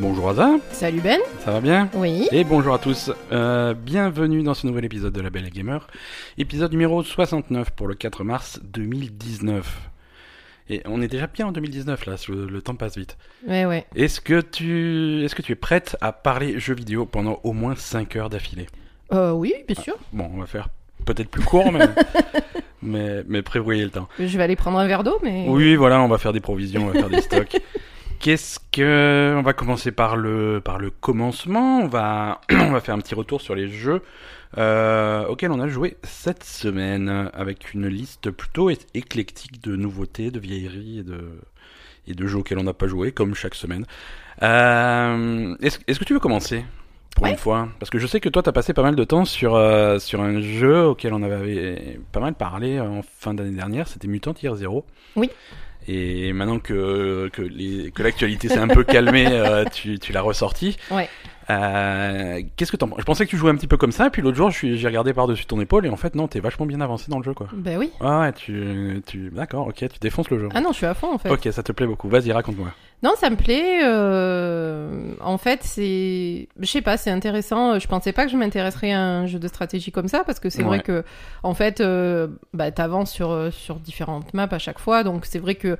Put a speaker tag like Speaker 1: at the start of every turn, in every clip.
Speaker 1: Rosa,
Speaker 2: Salut Ben.
Speaker 1: ça va bien
Speaker 2: Oui.
Speaker 1: Et bonjour à tous, Euh, bienvenue dans ce nouvel épisode de La Belle et Gamer, épisode numéro 69 pour le 4 mars 2019. Et on est déjà bien en 2019 là, le, le temps passe vite.
Speaker 2: Ouais, ouais.
Speaker 1: Est-ce que, tu... est que tu es prête à parler jeux vidéo pendant au moins 5 heures d'affilée
Speaker 2: Euh, oui, bien sûr.
Speaker 1: Bon, on va faire peut-être plus court, mais, mais, mais prévoyez le temps.
Speaker 2: Je vais aller prendre un verre d'eau, mais.
Speaker 1: Oui, voilà, on va faire des provisions, on va faire des stocks. Qu'est-ce que on va commencer par le par le commencement. On va on va faire un petit retour sur les jeux euh, auxquels on a joué cette semaine avec une liste plutôt é- éclectique de nouveautés, de vieilleries et de et de jeux auxquels on n'a pas joué comme chaque semaine. Euh, est-ce est-ce que tu veux commencer pour une fois Parce que je sais que toi t'as passé pas mal de temps sur euh, sur un jeu auquel on avait pas mal parlé en fin d'année dernière. C'était Mutant Year Zero. Et maintenant que, que, les- que l'actualité s'est un peu calmée, euh, tu, tu l'as ressorti.
Speaker 2: Ouais.
Speaker 1: Euh, Qu'est-ce que t'en penses Je pensais que tu jouais un petit peu comme ça, puis l'autre jour, je suis- j'ai regardé par-dessus ton épaule, et en fait, non, t'es vachement bien avancé dans le jeu, quoi.
Speaker 2: Bah oui.
Speaker 1: Ah ouais, tu. tu D'accord, ok, tu défonces le jeu.
Speaker 2: Ah non, je suis à fond en fait.
Speaker 1: Ok, ça te plaît beaucoup. Vas-y, raconte-moi.
Speaker 2: Non, ça me plaît. euh, En fait, c'est. Je sais pas, c'est intéressant. Je pensais pas que je m'intéresserais à un jeu de stratégie comme ça parce que c'est
Speaker 1: Ouais.
Speaker 2: vrai que, en fait, euh, bah, t'avances sur, euh, sur différentes maps à chaque fois. Donc c'est vrai que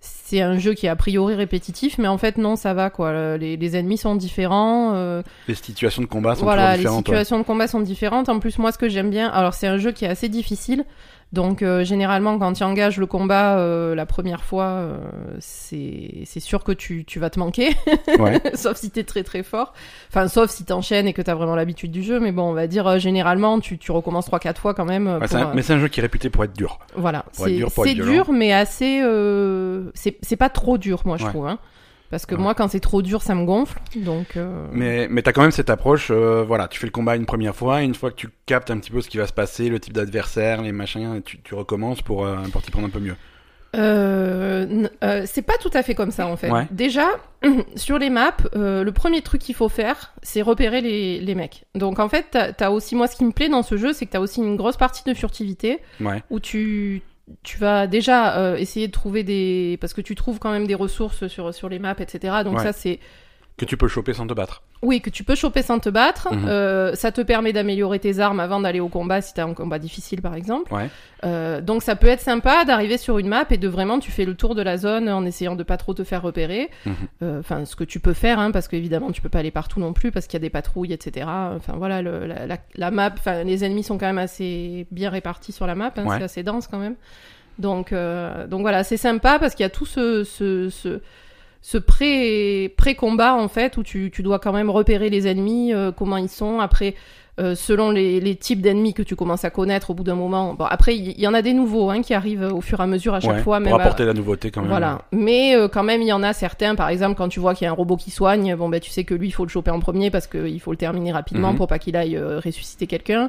Speaker 2: c'est un jeu qui est a priori répétitif, mais en fait, non, ça va quoi. Les, les ennemis sont différents. euh,
Speaker 1: Les situations de combat Ah, sont
Speaker 2: voilà,
Speaker 1: toujours différentes.
Speaker 2: les
Speaker 1: ouais.
Speaker 2: situations de combat sont différentes. En plus, moi, ce que j'aime bien, alors c'est un jeu qui est assez difficile. Donc, euh, généralement, quand tu engages le combat euh, la première fois, euh, c'est c'est sûr que tu, tu vas te manquer,
Speaker 1: Ouais.
Speaker 2: sauf si t'es très très fort. Enfin, sauf si t'enchaînes et que t'as vraiment l'habitude du jeu. Mais bon, on va dire, euh, généralement, tu, tu recommences 3-4 fois quand même. euh,
Speaker 1: Ouais, c'est
Speaker 2: pour,
Speaker 1: un-
Speaker 2: euh,
Speaker 1: mais c'est un jeu qui est réputé pour être dur.
Speaker 2: voilà,
Speaker 1: Pour être
Speaker 2: c'est
Speaker 1: dur, pour
Speaker 2: c'est
Speaker 1: être violent.
Speaker 2: dur, mais assez. euh, c'est c'est pas trop dur, moi, je
Speaker 1: Ouais.
Speaker 2: trouve. hein. Parce que
Speaker 1: Ouais.
Speaker 2: moi, quand c'est trop dur, ça me gonfle. Donc, euh,
Speaker 1: Mais, mais t'as quand même cette approche, euh, voilà, tu fais le combat une première fois, une fois que tu captes un petit peu ce qui va se passer, le type d'adversaire, les machins, tu, tu recommences pour, euh, pour t'y prendre un peu mieux.
Speaker 2: Euh, n- euh, c'est pas tout à fait comme ça en fait.
Speaker 1: Ouais.
Speaker 2: Déjà, sur les maps, euh, le premier truc qu'il faut faire, c'est repérer les, les mecs. Donc en fait, t'as as aussi, moi ce qui me plaît dans ce jeu, c'est que t'as aussi une grosse partie de furtivité
Speaker 1: Ouais.
Speaker 2: où tu, tu vas déjà euh, essayer de trouver des... Parce que tu trouves quand même des ressources sur, sur les maps, etc. Donc
Speaker 1: Ouais.
Speaker 2: ça c'est...
Speaker 1: Que tu peux choper sans te battre.
Speaker 2: Oui, que tu peux choper sans te battre.
Speaker 1: Mhm.
Speaker 2: Euh, ça te permet d'améliorer tes armes avant d'aller au combat si t'as un combat difficile par exemple.
Speaker 1: Ouais.
Speaker 2: Euh, donc ça peut être sympa d'arriver sur une map et de vraiment tu fais le tour de la zone en essayant de pas trop te faire repérer.
Speaker 1: Mhm.
Speaker 2: Euh, Enfin ce que tu peux faire hein, parce qu'évidemment tu peux pas aller partout non plus parce qu'il y a des patrouilles etc. Enfin voilà le- la, la- la map, enfin les ennemis sont quand même assez bien répartis sur la map, hein,
Speaker 1: Ouais.
Speaker 2: c'est assez dense quand même. Donc euh, donc voilà c'est sympa parce qu'il y a tout ce- ce- ce ce pré pré combat en fait où tu, tu dois quand même repérer les ennemis euh, comment ils sont après euh, selon les, les types d'ennemis que tu commences à connaître au bout d'un moment bon après il il y, en a des nouveaux hein, qui arrivent au fur et à mesure à chaque
Speaker 1: Ouais,
Speaker 2: fois même
Speaker 1: pour
Speaker 2: à-
Speaker 1: apporter la nouveauté quand même.
Speaker 2: voilà mais euh, quand même il y en a certains par exemple quand tu vois qu'il y a un robot qui soigne bon ben tu sais que lui il faut le choper en premier parce qu'il faut le terminer rapidement
Speaker 1: Mhm.
Speaker 2: pour pas qu'il aille euh, ressusciter quelqu'un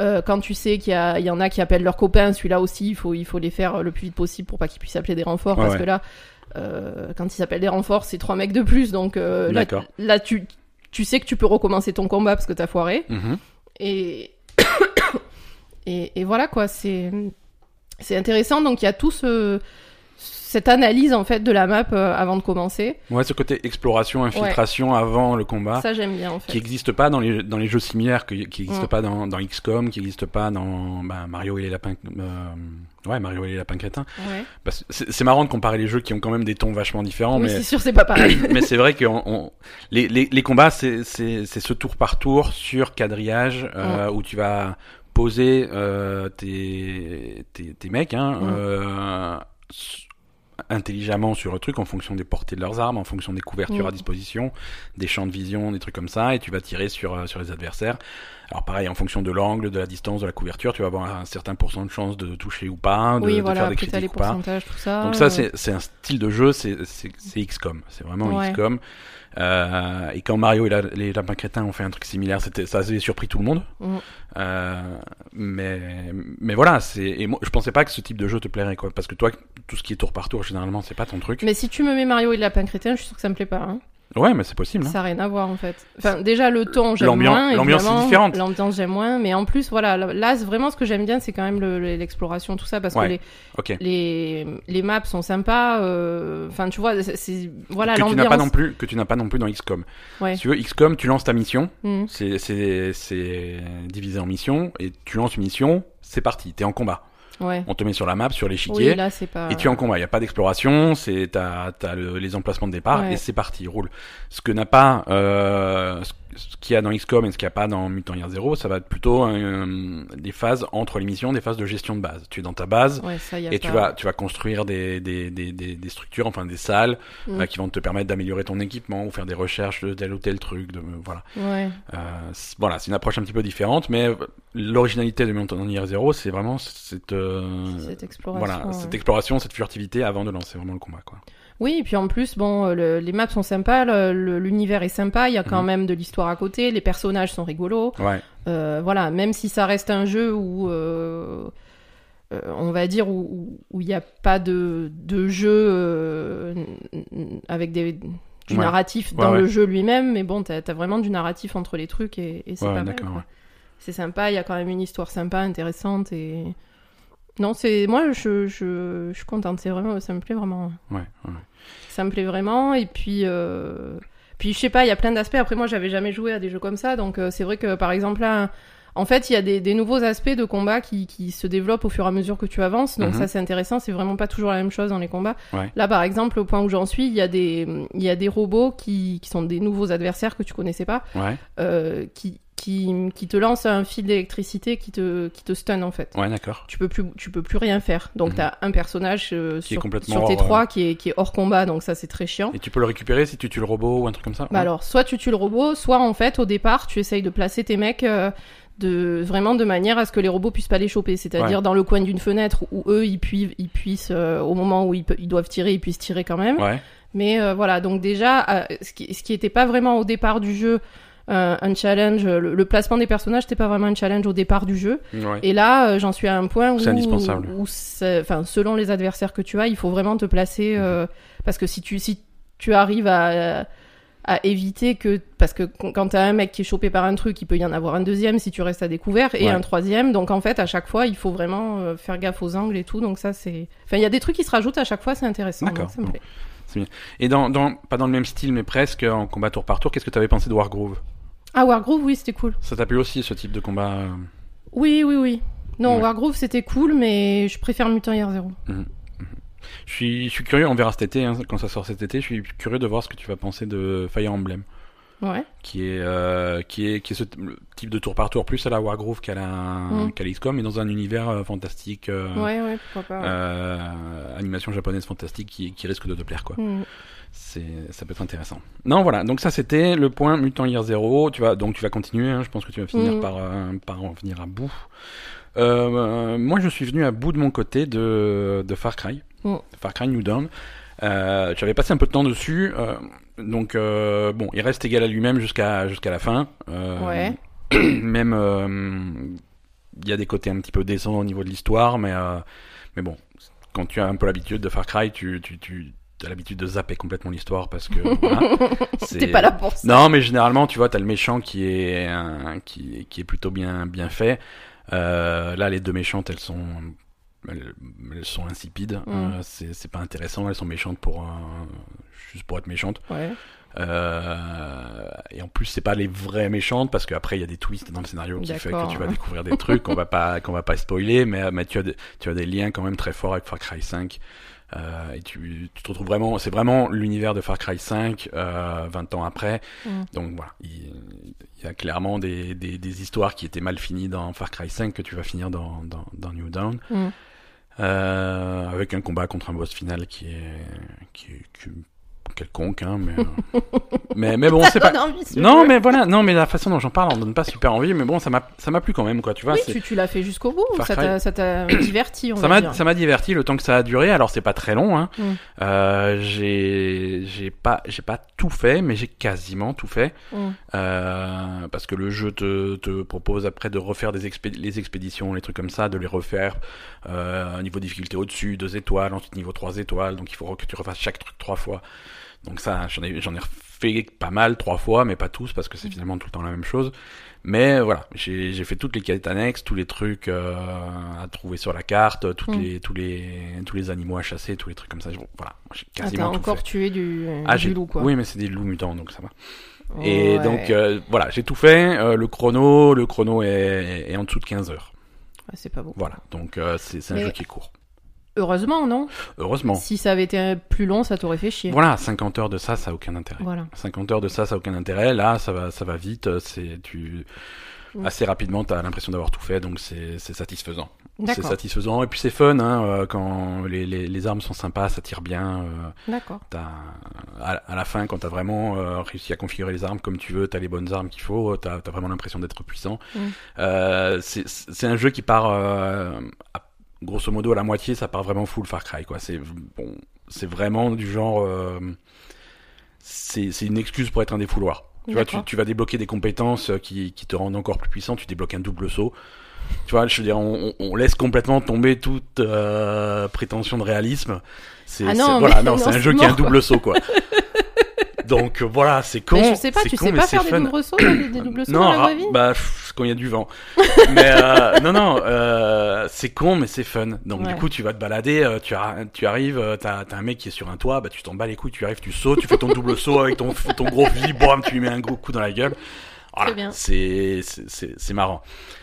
Speaker 2: Euh, quand tu sais qu'il y, a- il y en a qui appellent leurs copains celui-là aussi il faut il faut les faire euh, le plus vite possible pour pas qu'ils puissent appeler des renforts
Speaker 1: Ouais,
Speaker 2: parce
Speaker 1: ouais.
Speaker 2: que là euh, quand ils s'appellent des renforts, c'est trois mecs de plus. Donc euh, là,
Speaker 1: D'accord.
Speaker 2: là, tu, tu sais que tu peux recommencer ton combat parce que t'as foiré.
Speaker 1: Mhm.
Speaker 2: Et, et, et voilà quoi, c'est c'est intéressant. Donc il y a tout ce, cette analyse en fait de la map euh, avant de commencer.
Speaker 1: Ouais, ce côté exploration, infiltration avant le combat,
Speaker 2: Ça j'aime bien en fait.
Speaker 1: Ah. qui n'existe pas dans les, dans les jeux similaires, que- qui n'existe
Speaker 2: Mm.
Speaker 1: pas dans, dans XCOM, qui n'existe pas dans bah, Mario et les lapins. euh, ouais, Mario et les lapins crétins.
Speaker 2: Ouais.
Speaker 1: Parce que c'est c'est marrant de comparer les jeux qui ont quand même des tons vachement différents,
Speaker 2: oui,
Speaker 1: mais
Speaker 2: c'est sûr, c'est pas pareil.
Speaker 1: mais c'est vrai que on- on- les, les, les combats, c'est c'est- c'est ce tour par tour sur quadrillage euh, où tu vas poser euh, tes, tes, tes mecs hein,
Speaker 2: Mm.
Speaker 1: euh, s- intelligemment sur le truc en fonction des portées de leurs armes, en fonction des couvertures
Speaker 2: Mm.
Speaker 1: à disposition, des champs de vision, des trucs comme ça, et tu vas tirer sur, euh, sur les adversaires. Alors pareil, en fonction de l'angle, de la distance, de la couverture, tu vas avoir un certain pourcent de chance de toucher ou pas, de,
Speaker 2: oui,
Speaker 1: de
Speaker 2: voilà,
Speaker 1: faire des
Speaker 2: après t'as
Speaker 1: critiques
Speaker 2: les
Speaker 1: ou pas.
Speaker 2: pourcentages, tout ça.
Speaker 1: Donc ça, c'est c'est un style de jeu, c'est c'est- c'est XCOM. C'est vraiment
Speaker 2: Ouais.
Speaker 1: XCOM. Euh, et quand Mario et la- les lapins crétins ont fait un truc similaire, c'était ça avait surpris tout le monde.
Speaker 2: Mm.
Speaker 1: Euh, mais mais voilà, c'est et moi je pensais pas que ce type de jeu te plairait quoi, parce que toi tout ce qui est tour par tour généralement c'est pas ton truc.
Speaker 2: Mais si tu me mets Mario et le lapin crétin, je suis sûr que ça me plaît pas. hein.
Speaker 1: Ouais, mais c'est possible. hein.
Speaker 2: Ça n'a rien à voir en fait. Enfin, déjà le ton, j'aime
Speaker 1: L'ambiance-
Speaker 2: moins.
Speaker 1: l'ambiance est
Speaker 2: évidemment.
Speaker 1: différente.
Speaker 2: L'ambiance, j'aime moins. Mais en plus, voilà, là, c'est vraiment ce que j'aime bien, c'est quand même le- le- l'exploration, tout ça, parce
Speaker 1: Ouais.
Speaker 2: que les,
Speaker 1: Ok.
Speaker 2: les, les maps sont sympas. euh, Enfin, tu vois, c'est- c'est voilà
Speaker 1: que tu n'as pas non
Speaker 2: l'ambiance.
Speaker 1: plus que tu n'as pas non plus dans XCOM.
Speaker 2: Ouais.
Speaker 1: Si tu veux XCOM, tu lances ta mission,
Speaker 2: Mhm.
Speaker 1: c'est c'est- c'est divisé en missions et tu lances une mission, c'est parti, t'es en combat.
Speaker 2: Hmm. Ouais.
Speaker 1: On te met sur la map, sur l'échiquier
Speaker 2: Oui, là, c'est pas.
Speaker 1: et tu es en combat. Il y a pas d'exploration, c'est t'as t'as le- les emplacements de départ
Speaker 2: Ouais.
Speaker 1: et c'est parti, roule. Ce que n'a pas euh, ce- ce qu'il y a dans XCOM et ce qu'il n'y a pas dans Mutant Year Zero, ça va être plutôt euh, des phases entre les missions, des phases de gestion de base. Tu es dans ta base.
Speaker 2: Ouais, ça, y a
Speaker 1: Et tu
Speaker 2: pas.
Speaker 1: vas, tu vas construire des, des, des, des, des structures, enfin des salles,
Speaker 2: Mm.
Speaker 1: euh, qui vont te permettre d'améliorer ton équipement ou faire des recherches de tel ou tel truc. De, voilà,
Speaker 2: Ouais.
Speaker 1: Euh, c'est- voilà, c'est une approche un petit peu différente, mais euh, l'originalité de Mutant Year Zero, c'est vraiment cette, euh,
Speaker 2: Cette exploration.
Speaker 1: voilà,
Speaker 2: ouais.
Speaker 1: cette exploration, cette furtivité avant de lancer vraiment le combat. Quoi.
Speaker 2: Oui, et puis en plus, bon, euh, le- les maps sont sympas, le- le- l'univers est sympa, il y a quand
Speaker 1: Mhm.
Speaker 2: même de l'histoire à côté, les personnages sont rigolos.
Speaker 1: Ouais,
Speaker 2: Euh, voilà, même si ça reste un jeu où, euh, euh, on va dire, où où- où il n'y a pas de, de jeu euh, n- n- avec des, du
Speaker 1: Ouais.
Speaker 2: narratif
Speaker 1: Ouais,
Speaker 2: dans
Speaker 1: ouais.
Speaker 2: le jeu lui-même, mais bon, t'as as vraiment du narratif entre les trucs et, et c'est
Speaker 1: Ouais,
Speaker 2: pas mal.
Speaker 1: d'accord,
Speaker 2: quoi.
Speaker 1: ouais.
Speaker 2: C'est sympa, il y a quand même une histoire sympa, intéressante et. Non, c'est moi, je, je, je suis contente. C'est vraiment, ça me plaît vraiment.
Speaker 1: ouais, ouais.
Speaker 2: Ça me plaît vraiment. Et puis, euh, puis je sais pas, il y a plein d'aspects. Après, moi, j'avais jamais joué à des jeux comme ça, donc euh, c'est vrai que par exemple là, en fait, il y a des, des nouveaux aspects de combat qui, qui se développent au fur et à mesure que tu avances. Donc
Speaker 1: Mhm.
Speaker 2: ça, c'est intéressant. C'est vraiment pas toujours la même chose dans les combats.
Speaker 1: Ouais.
Speaker 2: Là, par exemple, au point où j'en suis, il y a des, il y a des robots qui, qui sont des nouveaux adversaires que tu connaissais pas
Speaker 1: ouais,
Speaker 2: euh, qui, qui, qui te lance un fil d'électricité qui te, qui te stun en fait.
Speaker 1: ouais, d'accord.
Speaker 2: Tu peux plus, tu peux plus rien faire. Donc
Speaker 1: Mhm.
Speaker 2: t'as un personnage euh,
Speaker 1: Qui est
Speaker 2: sur,
Speaker 1: complètement
Speaker 2: sur tes
Speaker 1: hors,
Speaker 2: trois qui est, qui est hors combat, donc ça c'est très chiant.
Speaker 1: Et tu peux le récupérer si tu tues le robot ou un truc comme ça.
Speaker 2: Bah
Speaker 1: ouais.
Speaker 2: alors, soit tu tues le robot, soit en fait au départ tu essayes de placer tes mecs euh, de vraiment de manière à ce que les robots puissent pas les choper, c'est-à-dire dans le coin d'une fenêtre où eux ils, puivent- ils puissent euh, au moment où ils, pe- ils doivent tirer, ils puissent tirer quand même.
Speaker 1: Ouais,
Speaker 2: Mais euh, voilà, donc déjà, euh, ce qui ce qui était pas vraiment au départ du jeu euh, un challenge, euh, le, le placement des personnages n'était pas vraiment un challenge au départ du jeu.
Speaker 1: ouais.
Speaker 2: Et là, euh, j'en suis à un point où,
Speaker 1: C'est indispensable.
Speaker 2: où c'est- enfin, selon les adversaires que tu as, il faut vraiment te placer euh,
Speaker 1: Mhm.
Speaker 2: parce que si tu si tu arrives à à éviter que parce que qu- quand t'as un mec qui est chopé par un truc, il peut y en avoir un deuxième si tu restes à découvert et
Speaker 1: Ouais.
Speaker 2: un troisième. Donc en fait, à chaque fois, il faut vraiment euh, faire gaffe aux angles et tout. Donc ça, c'est enfin, il y a des trucs qui se rajoutent à chaque fois, c'est intéressant.
Speaker 1: D'accord.
Speaker 2: donc ça me
Speaker 1: Bon.
Speaker 2: plaît.
Speaker 1: Et dans, dans, pas dans le même style, mais presque en combat tour par tour, qu'est-ce que t'avais pensé de Wargroove
Speaker 2: Ah Wargroove, oui, c'était cool.
Speaker 1: Ça t'a plu aussi ce type de combat euh,
Speaker 2: Oui, oui, oui. Non,
Speaker 1: Ouais.
Speaker 2: Wargroove, c'était cool, mais je préfère Mutant Year Zero.
Speaker 1: Je suis, je suis curieux, on verra cet été, hein, quand ça sort cet été, je suis curieux de voir ce que tu vas penser de Fire Emblem,
Speaker 2: Ouais.
Speaker 1: qui est, euh, qui est, qui est ce t- le type de tour par tour, plus à la Wargroove qu'à la,
Speaker 2: Mm.
Speaker 1: qu'à la XCOM, mais dans un univers euh, fantastique, euh,
Speaker 2: Ouais, ouais, pourquoi pas. Ah ouais.
Speaker 1: euh, animation japonaise fantastique qui, qui risque de te plaire, quoi.
Speaker 2: Hmm.
Speaker 1: C'est, ça peut être intéressant. Non, voilà, donc ça c'était le point Mutant Year Zero, tu vas, donc tu vas continuer, hein, je pense que tu vas finir
Speaker 2: Mm.
Speaker 1: par, euh, par en venir à bout. Euh, euh, moi, je suis venu à bout de mon côté de, de Far Cry.
Speaker 2: Mm.
Speaker 1: Far Cry New Dawn. Euh, J'avais passé un peu de temps dessus. euh, donc, euh, bon, il reste égal à lui-même jusqu'à jusqu'à la fin. Euh,
Speaker 2: Ouais.
Speaker 1: Même, euh, il y a des côtés un petit peu décents au niveau de l'histoire, mais, euh, mais bon, quand tu as un peu l'habitude de Far Cry, tu, tu, tu as l'habitude de zapper complètement l'histoire parce que. voilà, c'est-
Speaker 2: T'es pas là pour ça.
Speaker 1: non, mais généralement, tu vois, t'as le méchant qui est un- qui, qui est plutôt bien bien fait. Euh, là, les deux méchantes, elles sont elles, elles sont insipides.
Speaker 2: Mm.
Speaker 1: Euh, c'est c'est pas intéressant. Elles sont méchantes pour un- juste pour être méchantes.
Speaker 2: Ouais.
Speaker 1: Euh, et en plus, c'est pas les vraies méchantes parce qu'après, il y a des twists dans le scénario qui fait que
Speaker 2: D'accord.
Speaker 1: tu vas découvrir des trucs qu'on va pas qu'on va pas spoiler, mais, mais tu as des, tu as des liens quand même très forts avec Far Cry 5. Euh, et tu, tu te retrouves vraiment, c'est vraiment l'univers de Far Cry 5 euh, 20 ans après.
Speaker 2: Mm.
Speaker 1: Donc voilà, il, il y a clairement des, des, des histoires qui étaient mal finies dans Far Cry 5 que tu vas finir dans, dans, dans New Dawn.
Speaker 2: Mm.
Speaker 1: Euh, avec un combat contre un boss final qui est, qui est, qui est quelconque, hein, mais, euh, mais, mais bon, c'est pas.
Speaker 2: Donne envie, ce
Speaker 1: Non,
Speaker 2: jeu.
Speaker 1: mais voilà, non, mais la façon dont j'en parle, on donne pas super envie, mais bon, ça m'a, ça m'a plu quand même, quoi, tu vois.
Speaker 2: Oui,
Speaker 1: c'est-
Speaker 2: tu, tu l'as fait jusqu'au bout.
Speaker 1: Far
Speaker 2: Ça
Speaker 1: Cry.
Speaker 2: t'a- ça t'a diverti, on
Speaker 1: Ça
Speaker 2: va
Speaker 1: m'a,
Speaker 2: dire.
Speaker 1: ça m'a diverti le temps que ça a duré. Alors c'est pas très long. Hein.
Speaker 2: Mm.
Speaker 1: Euh, j'ai, j'ai pas, j'ai pas tout fait, mais j'ai quasiment tout fait.
Speaker 2: Mm.
Speaker 1: Euh, parce que le jeu te, te propose après de refaire des expé- les expéditions, les trucs comme ça, de les refaire. Euh, un niveau de difficulté au-dessus, deux étoiles, ensuite niveau trois étoiles. Donc il faut que tu refasses chaque truc trois fois. Donc ça, j'en ai, j'en ai refait pas mal, trois fois, mais pas tous, parce que
Speaker 2: Mm.
Speaker 1: c'est finalement tout le temps la même chose. Mais euh, voilà, j'ai j'ai fait toutes les quêtes annexes, tous les trucs euh, à trouver sur la carte, toutes
Speaker 2: Mm.
Speaker 1: les, tous, les, tous les animaux à chasser, tous les trucs comme ça. Je- Voilà, j'ai
Speaker 2: Ah,
Speaker 1: quasiment
Speaker 2: t'as
Speaker 1: tout
Speaker 2: encore
Speaker 1: fait.
Speaker 2: tué du,
Speaker 1: Ah,
Speaker 2: du
Speaker 1: j'ai-
Speaker 2: loup, quoi. Oh,
Speaker 1: Oui, mais c'est des loups mutants, donc ça va. Et
Speaker 2: Ouais.
Speaker 1: donc euh, voilà, j'ai tout fait. Euh, le chrono, le chrono est, est en dessous de 15 heures.
Speaker 2: Ah, c'est pas beau.
Speaker 1: Voilà, donc euh, c'est c'est un
Speaker 2: Mais-
Speaker 1: jeu qui est court.
Speaker 2: Heureusement, non
Speaker 1: Heureusement.
Speaker 2: Si ça avait été plus long, ça t'aurait fait chier.
Speaker 1: Voilà, 50 heures de ça, ça a aucun intérêt.
Speaker 2: Voilà.
Speaker 1: 50 heures de ça, ça a aucun intérêt. Là, ça va, ça va vite. euh, C'est tu
Speaker 2: Mm.
Speaker 1: assez rapidement, t'as l'impression d'avoir tout fait, donc c'est c'est satisfaisant. C'est
Speaker 2: D'accord.
Speaker 1: satisfaisant et puis c'est fun hein, euh, quand les, les, les armes sont sympas, ça tire bien. euh,
Speaker 2: D'accord.
Speaker 1: t'as à, la- à la fin, quand t'as vraiment euh, réussi à configurer les armes comme tu veux, t'as les bonnes armes qu'il faut, euh, t'as as vraiment l'impression d'être puissant.
Speaker 2: Mm.
Speaker 1: Euh, c'est c'est un jeu qui part euh, à- grosso modo à la moitié, ça part vraiment full Far Cry quoi. C'est bon, c'est vraiment du genre. euh, c'est c'est une excuse pour être un des fouloirs. Tu vois, tu,
Speaker 2: D'accord.
Speaker 1: tu vas débloquer des compétences euh, qui, qui te rendent encore plus puissant. Tu débloques un double saut. Tu vois, je veux dire, on, on- on laisse complètement tomber toute euh, prétention de réalisme. C'est
Speaker 2: Ah
Speaker 1: c'est-
Speaker 2: non,
Speaker 1: voilà,
Speaker 2: mais
Speaker 1: non,
Speaker 2: non,
Speaker 1: c'est un
Speaker 2: c'est
Speaker 1: jeu qui a un
Speaker 2: mort, quoi.
Speaker 1: double saut quoi. Donc euh, voilà, c'est con.
Speaker 2: Mais je sais pas,
Speaker 1: c'est
Speaker 2: tu
Speaker 1: con,
Speaker 2: sais
Speaker 1: mais
Speaker 2: pas
Speaker 1: c'est
Speaker 2: faire des
Speaker 1: fun.
Speaker 2: doubles sauts, des, des doubles sauts
Speaker 1: Non,
Speaker 2: dans la
Speaker 1: ra-
Speaker 2: vraie vie
Speaker 1: bah pff, quand il y a du vent. mais euh, non, non, euh, c'est con, mais c'est fun. Donc du
Speaker 2: Ouais.
Speaker 1: coup, tu vas te balader, euh, tu, ar- tu arrives, euh, t'as t'as un mec qui est sur un toit, bah tu t'en bats les couilles, tu arrives, tu sautes, tu fais ton double saut avec ton, ton gros fusil, boum, tu lui mets un gros coup dans la gueule.
Speaker 2: Très bien.
Speaker 1: Voilà, c'est c'est- c'est- c'est marrant.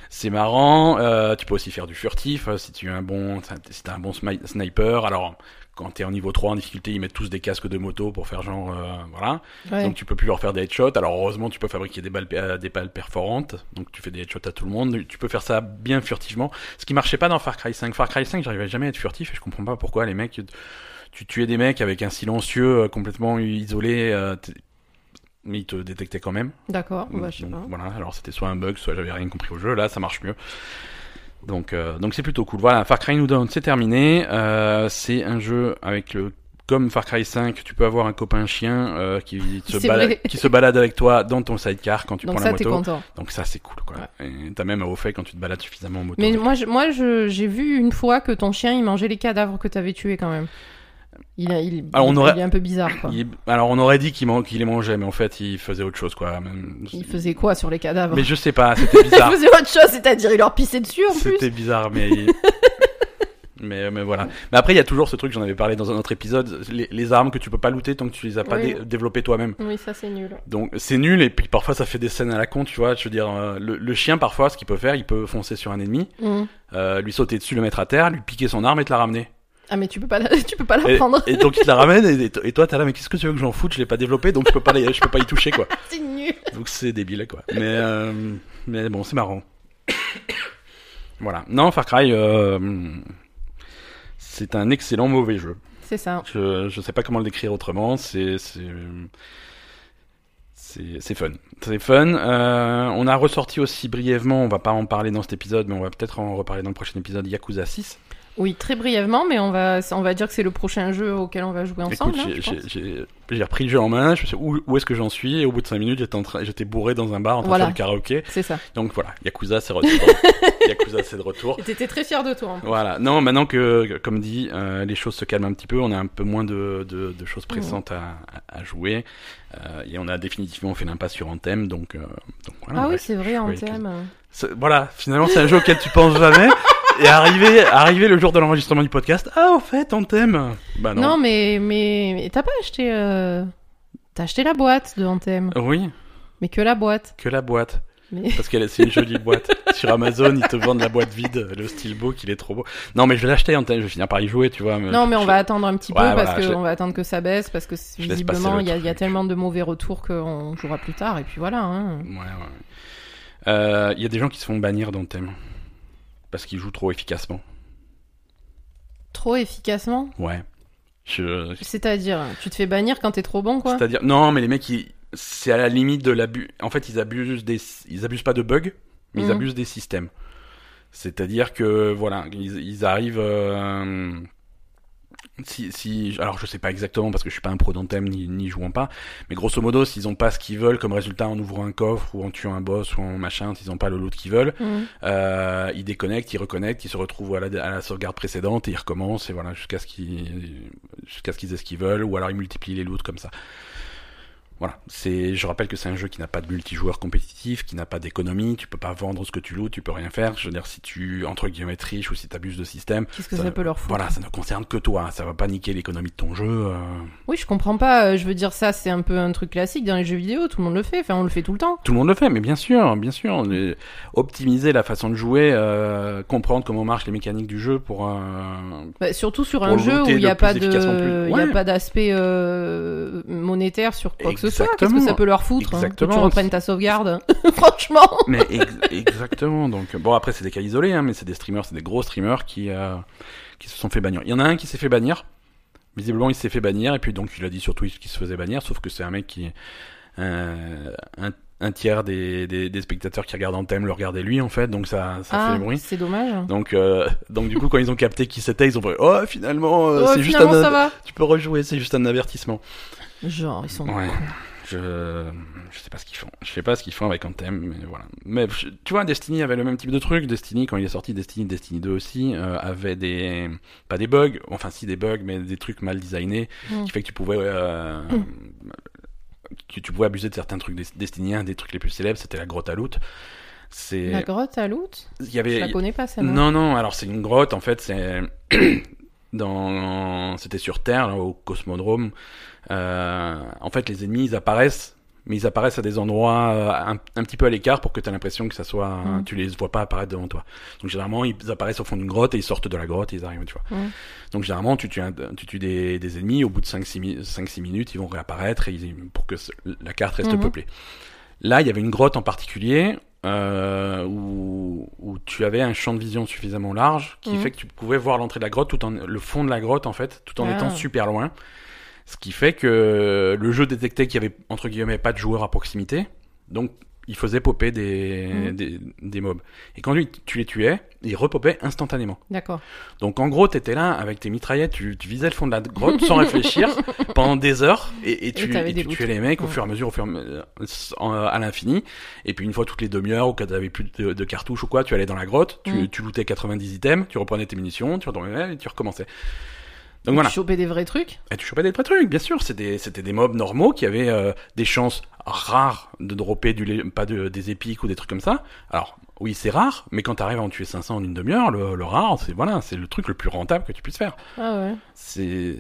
Speaker 1: C'est marrant. euh, tu peux aussi faire du furtif euh, si tu es un bon, si t'as un bon smi- sniper. Alors quand t'es en niveau 3 en difficulté, ils mettent tous des casques de moto pour faire genre euh, voilà.
Speaker 2: Ouais.
Speaker 1: Donc tu peux plus leur faire des headshots. Alors heureusement, tu peux fabriquer des balles, euh, des balles perforantes. Donc tu fais des headshots à tout le monde. Tu peux faire ça bien furtivement. Ce qui marchait pas dans Far Cry 5. Far Cry 5, j'arrivais jamais à être furtif et je comprends pas pourquoi les mecs. Tu tuais des mecs avec un silencieux euh, complètement isolé, euh, t- mais ils te détectaient quand même.
Speaker 2: D'accord, bah, je sais
Speaker 1: Mm. Donc,
Speaker 2: pas.
Speaker 1: Voilà, alors c'était soit un bug, soit j'avais rien compris au jeu. Là, ça marche mieux. Donc, euh, donc c'est plutôt cool. Voilà, Far Cry New Dawn, c'est terminé. Euh, c'est un jeu avec le comme Far Cry 5, tu peux avoir un copain chien euh, qui, se
Speaker 2: C'est
Speaker 1: balade,
Speaker 2: vrai.
Speaker 1: qui se balade avec toi dans ton sidecar quand tu
Speaker 2: Donc
Speaker 1: prends
Speaker 2: ça,
Speaker 1: la
Speaker 2: t'es
Speaker 1: moto.
Speaker 2: content.
Speaker 1: Donc ça, c'est cool. Quoi. Et t'as même au fait quand tu te balades suffisamment en moto.
Speaker 2: Mais moi, je- moi, je- j'ai vu une fois que ton chien, il mangeait les cadavres que t'avais tués quand même. Il, a- il,
Speaker 1: Alors, on
Speaker 2: il-
Speaker 1: aurait-
Speaker 2: il est un peu bizarre, quoi. Il,
Speaker 1: Il est- alors on aurait dit qu'il man- qu'il les mangeait, mais en fait il faisait autre chose quoi. Même-
Speaker 2: faisait quoi sur les cadavres
Speaker 1: Mais je sais pas, c'était bizarre.
Speaker 2: Il faisait autre chose, c'est-à-dire il leur pissait dessus en plus.
Speaker 1: C'était bizarre, mais... mais. Mais voilà. Mais après, il y a toujours ce truc, j'en avais parlé dans un autre épisode, les, les armes que tu peux pas looter tant que tu les as pas
Speaker 2: Oui.
Speaker 1: dé- développées toi-même.
Speaker 2: Oui, ça c'est nul.
Speaker 1: Donc c'est nul, et puis parfois ça fait des scènes à la con, tu vois. Je veux dire, euh, le, le chien, parfois, ce qu'il peut faire, il peut foncer sur un ennemi,
Speaker 2: Hum.
Speaker 1: euh, lui sauter dessus, le mettre à terre, lui piquer son arme et te la ramener.
Speaker 2: Ah, mais tu peux pas la, tu peux pas la
Speaker 1: Et,
Speaker 2: prendre.
Speaker 1: et donc il te la ramène, et, et to- et toi, t'as là, mais qu'est-ce que tu veux que j'en foute Je l'ai pas développé, donc je peux pas, la- je peux pas y toucher, quoi.
Speaker 2: C'est nul.
Speaker 1: Donc c'est débile quoi. Mais, euh, mais bon, c'est marrant. voilà. Non, Far Cry, euh, c'est un excellent mauvais jeu.
Speaker 2: C'est ça.
Speaker 1: Je, je sais pas comment le décrire autrement. C'est. c'est, euh, C'est c'est fun. C'est fun. Euh, on a ressorti aussi brièvement, on va pas en parler dans cet épisode, mais on va peut-être en reparler dans le prochain épisode, Yakuza 6.
Speaker 2: Oui, très brièvement, mais on va, on va dire que c'est le prochain jeu auquel on va jouer ensemble.
Speaker 1: Écoute,
Speaker 2: hein,
Speaker 1: j'ai-
Speaker 2: je
Speaker 1: j'ai-
Speaker 2: pense.
Speaker 1: j'ai j'ai repris le jeu en main, je me suis dit, où, où est-ce que j'en suis, et au bout de 5 minutes, j'étais en train- j'étais bourré dans un bar en train
Speaker 2: Voilà.
Speaker 1: de faire le karaoké.
Speaker 2: C'est ça.
Speaker 1: Donc voilà, Yakuza c'est retour. Yakuza c'est de retour.
Speaker 2: Et t'étais très fier de toi. en plus.
Speaker 1: Voilà. Non, maintenant que, comme dit, euh, les choses se calment un petit peu, on a un peu moins de, de, de choses pressantes à, à- à jouer. Euh, et on a définitivement fait l'impasse sur Anthem, donc, euh, donc voilà.
Speaker 2: Ah
Speaker 1: ouais.
Speaker 2: oui, c'est vrai, en
Speaker 1: oui,
Speaker 2: thème.
Speaker 1: C'est- Voilà, finalement c'est un jeu auquel tu penses jamais. Et arrivé, arrivé le jour de l'enregistrement du podcast, ah en fait Anthem Bah
Speaker 2: Non,
Speaker 1: non.
Speaker 2: mais, mais mais t'as pas acheté. euh, T'as acheté la boîte de Anthem.
Speaker 1: Oui,
Speaker 2: Mais que la boîte.
Speaker 1: que la boîte.
Speaker 2: Mais...
Speaker 1: Parce qu'elle c'est une jolie boîte. Sur Amazon, ils te vendent la boîte vide, le steelbook, il est trop beau. Non, mais je vais l'acheter, Anthem, je vais finir par y jouer, tu vois. mais
Speaker 2: Non, mais
Speaker 1: Euh, je-
Speaker 2: on va attendre un petit
Speaker 1: Ouais,
Speaker 2: peu
Speaker 1: voilà,
Speaker 2: parce
Speaker 1: je-
Speaker 2: qu'on va attendre que ça baisse parce que
Speaker 1: laisse passer
Speaker 2: visiblement
Speaker 1: le
Speaker 2: il y, a- il y a
Speaker 1: truc.
Speaker 2: tellement de mauvais retours qu'on jouera plus tard et puis voilà. hein.
Speaker 1: Ouais, ouais, ouais. Euh, Il y a des gens qui se font bannir dans le thème. Parce qu'ils jouent trop efficacement.
Speaker 2: Trop efficacement.
Speaker 1: Ouais. Je...
Speaker 2: C'est-à-dire, tu te fais bannir quand t'es trop bon quoi.
Speaker 1: C'est-à-dire. Non, mais les mecs, ils- c'est à la limite de l'abus. En fait, ils abusent, des... ils abusent pas de bugs, mais ils
Speaker 2: Mhm.
Speaker 1: abusent des systèmes. C'est-à-dire que, voilà, ils, ils arrivent. euh, Si, si, alors je sais pas exactement parce que je suis pas un pro dans le thème ni, ni jouant pas, mais grosso modo, s'ils ont pas ce qu'ils veulent comme résultat en ouvrant un coffre ou en tuant un boss ou en machin, s'ils ont pas le loot qu'ils veulent,
Speaker 2: Mhm.
Speaker 1: Euh, il déconnecte, il reconnecte, il se retrouve à la, à la sauvegarde précédente et il recommence et voilà jusqu'à ce qu'il jusqu'à ce qu'ils aient ce qu'ils veulent, ou alors ils multiplient les loots comme ça. Voilà, c'est, je rappelle que c'est un jeu qui n'a pas de multijoueur compétitif, qui n'a pas d'économie, tu peux pas vendre ce que tu loues, tu peux rien faire. Je veux dire, si tu, entre guillemets, riche ou si tu abuses de système.
Speaker 2: Qu'est-ce que ça, peut leur foutre
Speaker 1: Voilà, ça ne concerne que toi, ça va pas niquer l'économie de ton jeu. euh.
Speaker 2: Oui, je comprends pas. euh, Je veux dire, ça, c'est un peu un truc classique dans les jeux vidéo. Tout le monde le fait. Enfin, on le fait tout le temps.
Speaker 1: Tout le monde le fait, mais bien sûr, bien sûr. Les- Optimiser la façon de jouer, euh, comprendre comment marchent les mécaniques du jeu pour. euh,
Speaker 2: Bah, surtout sur
Speaker 1: Pour
Speaker 2: un jeu où
Speaker 1: looter
Speaker 2: il n'y a,
Speaker 1: le
Speaker 2: pas
Speaker 1: plus
Speaker 2: de,
Speaker 1: efficacement plus-
Speaker 2: il y a
Speaker 1: Ouais.
Speaker 2: pas d'aspect euh, monétaire sur quoi que ce soit. Qu'est-ce que
Speaker 1: Exactement.
Speaker 2: ça peut leur foutre hein, Que tu
Speaker 1: Exactement.
Speaker 2: reprennes ta sauvegarde. Franchement.
Speaker 1: Mais ex- exactement. Donc bon, après c'est des cas isolés, hein, mais c'est des streamers, c'est des gros streamers qui euh, qui se sont fait bannir. Il y en a un qui s'est fait bannir. Visiblement, il s'est fait bannir et puis donc il a dit sur Twitch qu'il se faisait bannir. Sauf que c'est un mec qui euh, un, un tiers des, des, des spectateurs qui regardent en thème le regardaient lui en fait, donc ça ça
Speaker 2: Ah,
Speaker 1: fait bruit.
Speaker 2: c'est dommage.
Speaker 1: Donc euh, donc du coup quand ils ont capté qui c'était, ils ont fait oh finalement euh,
Speaker 2: Oh,
Speaker 1: c'est juste
Speaker 2: finalement,
Speaker 1: un-
Speaker 2: ça va.
Speaker 1: tu peux rejouer, c'est juste un avertissement.
Speaker 2: Genre, ils sont.
Speaker 1: Ouais. Je... je sais pas ce qu'ils font. Je sais pas ce qu'ils font avec Anthem, mais voilà. Mais je- tu vois, Destiny avait le même type de truc. Destiny, quand il est sorti, Destiny, Destiny 2 aussi, euh, avait des. Pas des bugs, enfin si des bugs, mais des trucs mal designés,
Speaker 2: Mm.
Speaker 1: qui fait que tu pouvais. euh, que tu pouvais abuser de certains trucs des- Destiny 1, des trucs les plus célèbres, c'était la grotte à loot. C'est.
Speaker 2: La grotte à loot
Speaker 1: Il y
Speaker 2: Je
Speaker 1: avait.
Speaker 2: la connais pas, ça.
Speaker 1: Non, non, alors c'est une grotte, en fait, c'est. dans... C'était sur Terre, là, au cosmodrome. Euh, en fait, les ennemis, ils apparaissent, mais ils apparaissent à des endroits euh, un, un petit peu à l'écart pour que tu l'impression que ça soit.
Speaker 2: Mhm.
Speaker 1: Tu les vois pas apparaître devant toi. Donc, généralement, ils apparaissent au fond d'une grotte et ils sortent de la grotte et ils arrivent, tu vois.
Speaker 2: Mhm.
Speaker 1: Donc, généralement, tu tues, un- tu tues des, des ennemis, au bout de 5-6 minutes, ils vont réapparaître et ils- pour que ce- la carte reste
Speaker 2: Mhm.
Speaker 1: peuplée. Là, il y avait une grotte en particulier euh, où, où tu avais un champ de vision suffisamment large qui
Speaker 2: Mhm.
Speaker 1: fait que tu pouvais voir l'entrée de la grotte, tout en, le fond de la grotte en fait, tout en
Speaker 2: Ah.
Speaker 1: étant super loin. Ce qui fait que le jeu détectait qu'il y avait entre guillemets pas de joueurs à proximité, donc il faisait popper des,
Speaker 2: Mhm.
Speaker 1: des, des mobs. Et quand lui, tu les tuais, ils repopaient instantanément.
Speaker 2: D'accord.
Speaker 1: Donc en gros, t'étais là avec tes mitraillettes, tu, tu visais le fond de la grotte sans réfléchir pendant des heures et, et tu,
Speaker 2: t'avais
Speaker 1: et
Speaker 2: des
Speaker 1: tu
Speaker 2: loot.
Speaker 1: tuais les mecs au
Speaker 2: Ouais.
Speaker 1: fur et à mesure, au fur et à, me- en- à l'infini. Et puis une fois toutes les demi-heures ou quand t'avais plus de, de cartouches ou quoi, tu allais dans la grotte, tu,
Speaker 2: Mm.
Speaker 1: tu lootais 90 items, tu reprenais tes munitions, tu retournais et tu recommençais.
Speaker 2: Tu
Speaker 1: Donc voilà.
Speaker 2: Choper des vrais trucs
Speaker 1: Et Eh, tu chopais des vrais trucs, bien sûr. C'était c'était des mobs normaux qui avaient euh, des chances rares de dropper du lé- pas de, des épiques ou des trucs comme ça. Alors oui, c'est rare, mais quand t'arrives à en tuer 500 en une demi-heure, le, le rare, c'est voilà, c'est le truc le plus rentable que tu puisses faire.
Speaker 2: Ah ouais.
Speaker 1: C'est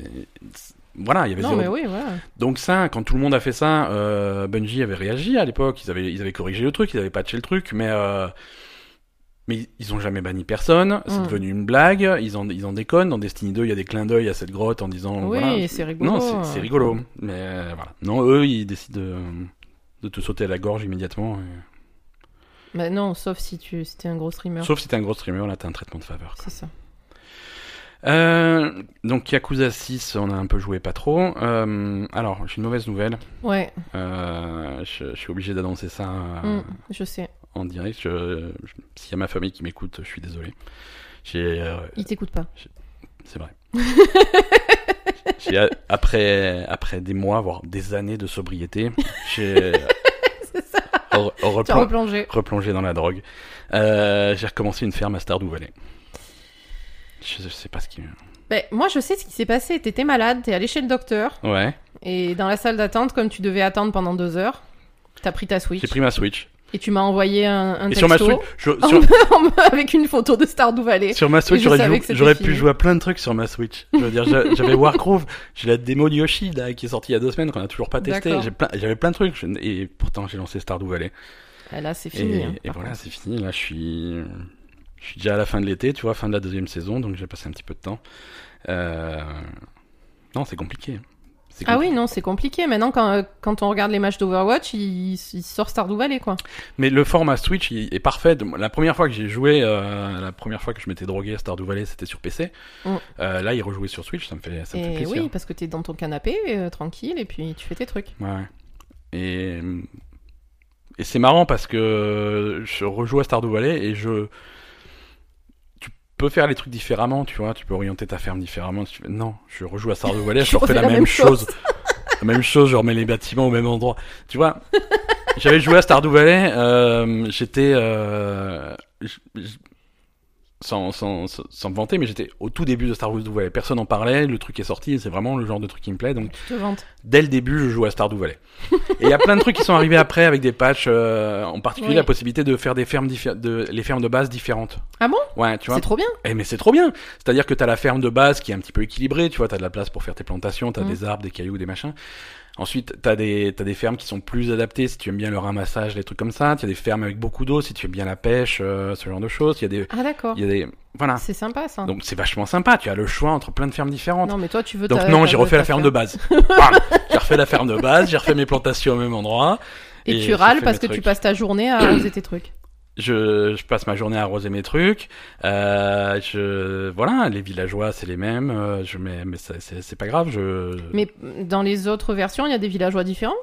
Speaker 1: c'est- voilà, il y avait
Speaker 2: Non,
Speaker 1: zéro-
Speaker 2: mais oui, voilà.
Speaker 1: donc ça, quand tout le monde a fait ça, euh, Bungie avait réagi à l'époque. Ils avaient, ils avaient corrigé le truc, ils avaient patché le truc, mais euh, mais ils ont jamais banni personne. C'est
Speaker 2: Mm.
Speaker 1: devenu une blague. Ils en, ils en déconnent. Dans Destiny 2, il y a des clins d'œil à cette grotte en disant.
Speaker 2: Oui,
Speaker 1: voilà,
Speaker 2: c'est rigolo.
Speaker 1: Non, c'est- c'est rigolo. Mais euh, voilà. Non, eux, ils décident de, de te sauter à la gorge immédiatement. et-
Speaker 2: Bah non, sauf si tu c'était un gros streamer.
Speaker 1: Sauf si t'es un gros streamer, là, t'as un traitement de faveur.
Speaker 2: C'est ça.
Speaker 1: Euh, donc Yakuza 6, on a un peu joué, pas trop. Euh, alors, j'ai une mauvaise nouvelle.
Speaker 2: Ouais,
Speaker 1: Euh, je, je suis obligé d'annoncer ça euh,
Speaker 2: mm, je sais.
Speaker 1: en direct. Je- je- S'il y a ma famille qui m'écoute, je suis désolé. J'ai, euh,
Speaker 2: Il t'écoute pas.
Speaker 1: c'est vrai. J'ai, a- après, après des mois, voire des années de sobriété, j'ai
Speaker 2: C'est ça.
Speaker 1: re-
Speaker 2: Tu as
Speaker 1: replan-
Speaker 2: replongé.
Speaker 1: replongé dans la drogue. Euh, j'ai recommencé une ferme à Stardew Valley. Je, je sais pas ce qui.
Speaker 2: Bah, moi, je sais ce qui s'est passé. T'étais malade, t'es allé chez le docteur,
Speaker 1: Ouais.
Speaker 2: et dans la salle d'attente, comme tu devais attendre pendant deux heures, t'as pris ta Switch,
Speaker 1: J'ai pris ma Switch.
Speaker 2: et tu m'as envoyé un, un
Speaker 1: Et
Speaker 2: texto
Speaker 1: sur ma Switch, je- sur,
Speaker 2: avec une photo de Stardew Valley.
Speaker 1: Sur ma Switch,
Speaker 2: Et je
Speaker 1: j'aurais,
Speaker 2: savais
Speaker 1: jou-
Speaker 2: que c'était
Speaker 1: j'aurais pu
Speaker 2: fini.
Speaker 1: jouer à plein de trucs sur ma Switch. Je veux dire, j'a- j'avais Wargroove, j'ai la démo de Yoshi là, qui est sortie il y a deux semaines qu'on a toujours pas testé.
Speaker 2: D'accord.
Speaker 1: J'ai plein- j'avais plein de trucs je- et pourtant j'ai lancé Stardew Valley.
Speaker 2: Ah, Là, c'est
Speaker 1: Et-
Speaker 2: fini. hein,
Speaker 1: et
Speaker 2: par
Speaker 1: voilà,
Speaker 2: contre.
Speaker 1: c'est fini. Là, je suis, je suis déjà à la fin de l'été, tu vois, fin de la deuxième saison, donc j'ai passé un petit peu de temps. Euh, Non, c'est compliqué. C'est
Speaker 2: Ah
Speaker 1: compli-
Speaker 2: oui, non, c'est compliqué. Maintenant, quand, euh, quand on regarde les matchs d'Overwatch, il, il sort Stardew Valley, quoi.
Speaker 1: Mais le format Switch il est parfait. La première fois que j'ai joué, euh, la première fois que je m'étais drogué à Stardew Valley, c'était sur PC.
Speaker 2: Mm.
Speaker 1: Euh, là, il rejouait sur Switch, ça me fait, ça me fait
Speaker 2: Et
Speaker 1: plaisir.
Speaker 2: oui, parce que t'es dans ton canapé, euh, tranquille, et puis tu fais tes trucs.
Speaker 1: Ouais. Et, et c'est marrant parce que je rejoue à Stardew Valley et je. Tu peux faire les trucs différemment, tu vois. Tu peux orienter ta ferme différemment. Tu fais, Non, je rejoue à Stardew Valley, je, refais la, même chose. la même chose, je remets les bâtiments au même endroit. Tu vois, j'avais joué à Stardew Valley, euh, j'étais. euh, j- j- sans, sans, sans, sans me vanter, mais j'étais au tout début de Star Wars Valley. Personne n'en parlait, le truc est sorti, et c'est vraiment le genre de truc qui me plaît. Donc,
Speaker 2: Tu te vantes.
Speaker 1: dès le début, je joue à Stardew Valley. Et il y a plein de trucs qui sont arrivés après avec des patchs, euh, en particulier
Speaker 2: Oui.
Speaker 1: la possibilité de faire des fermes diffé- de, les fermes de base différentes.
Speaker 2: Ah bon
Speaker 1: Ouais, tu vois.
Speaker 2: C'est trop bien.
Speaker 1: Eh, mais c'est trop bien. C'est-à-dire que t'as la ferme de base qui est un petit peu équilibrée, tu vois, t'as de la place pour faire tes plantations, t'as
Speaker 2: Mm.
Speaker 1: des arbres, des cailloux, des machins. Ensuite, t'as des t'as des fermes qui sont plus adaptées si tu aimes bien le ramassage, les trucs comme ça. T'as des fermes avec beaucoup d'eau si tu aimes bien la pêche, euh, ce genre de choses. Il y a des
Speaker 2: Ah d'accord.
Speaker 1: il y a des voilà.
Speaker 2: C'est sympa ça.
Speaker 1: Donc c'est vachement sympa. Tu as le choix entre plein de fermes différentes.
Speaker 2: non mais toi tu veux
Speaker 1: Donc
Speaker 2: ta-
Speaker 1: non,
Speaker 2: ta-
Speaker 1: j'ai refait
Speaker 2: ta
Speaker 1: la ferme de base. Bam j'ai refait la ferme de base, j'ai refait mes plantations au même endroit.
Speaker 2: Et,
Speaker 1: et
Speaker 2: tu
Speaker 1: j'ai
Speaker 2: râles
Speaker 1: fait
Speaker 2: parce
Speaker 1: mes
Speaker 2: que tu
Speaker 1: trucs.
Speaker 2: passes ta journée à arroser tes trucs.
Speaker 1: Je, je passe ma journée à arroser mes trucs. Euh, je, voilà, les villageois, c'est les mêmes. euh, Je mets, mais ça, c'est c'est pas grave. Je...
Speaker 2: Mais dans les autres versions, il y a des villageois différents.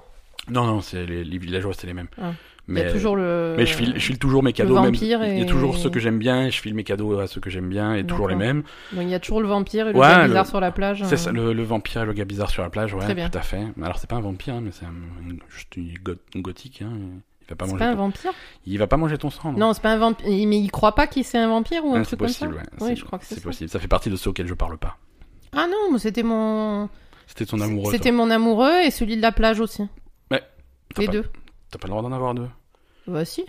Speaker 1: Non, non, c'est les, les villageois, c'est les mêmes.
Speaker 2: Ah. Il
Speaker 1: Mais,
Speaker 2: y a toujours le.
Speaker 1: mais je file, je file toujours mes cadeaux. Même, il y
Speaker 2: vampire
Speaker 1: a
Speaker 2: et-
Speaker 1: toujours ceux que j'aime bien. et Je file mes cadeaux à ceux que j'aime bien et toujours les
Speaker 2: D'accord.
Speaker 1: mêmes.
Speaker 2: Donc il y a toujours le vampire et le
Speaker 1: Ouais,
Speaker 2: gars
Speaker 1: le-
Speaker 2: bizarre sur la plage.
Speaker 1: C'est
Speaker 2: euh.
Speaker 1: ça, le, le vampire et le gars bizarre sur la plage. Ouais,
Speaker 2: Très bien.
Speaker 1: tout à fait. Alors c'est pas un vampire, hein, mais c'est un- juste une go- gothique. Hein. Il va pas
Speaker 2: C'est
Speaker 1: manger.
Speaker 2: pas un
Speaker 1: ton-
Speaker 2: vampire
Speaker 1: Il va pas manger ton sang. non.
Speaker 2: Non, c'est pas un vampire. Mais il croit pas qu'il c'est un vampire ou un
Speaker 1: Ah, c'est
Speaker 2: truc comme ça.
Speaker 1: possible. ouais.
Speaker 2: Oui,
Speaker 1: C'est-
Speaker 2: je crois que c'est
Speaker 1: c'est
Speaker 2: ça.
Speaker 1: possible. Ça fait partie de ceux auxquels je parle pas.
Speaker 2: Ah non, mais c'était mon.
Speaker 1: C'était ton amoureux.
Speaker 2: C'était mon amoureux et celui de la plage aussi.
Speaker 1: toi. T'as
Speaker 2: Les
Speaker 1: pas-
Speaker 2: deux.
Speaker 1: T'as pas le droit d'en avoir deux.
Speaker 2: Bah si.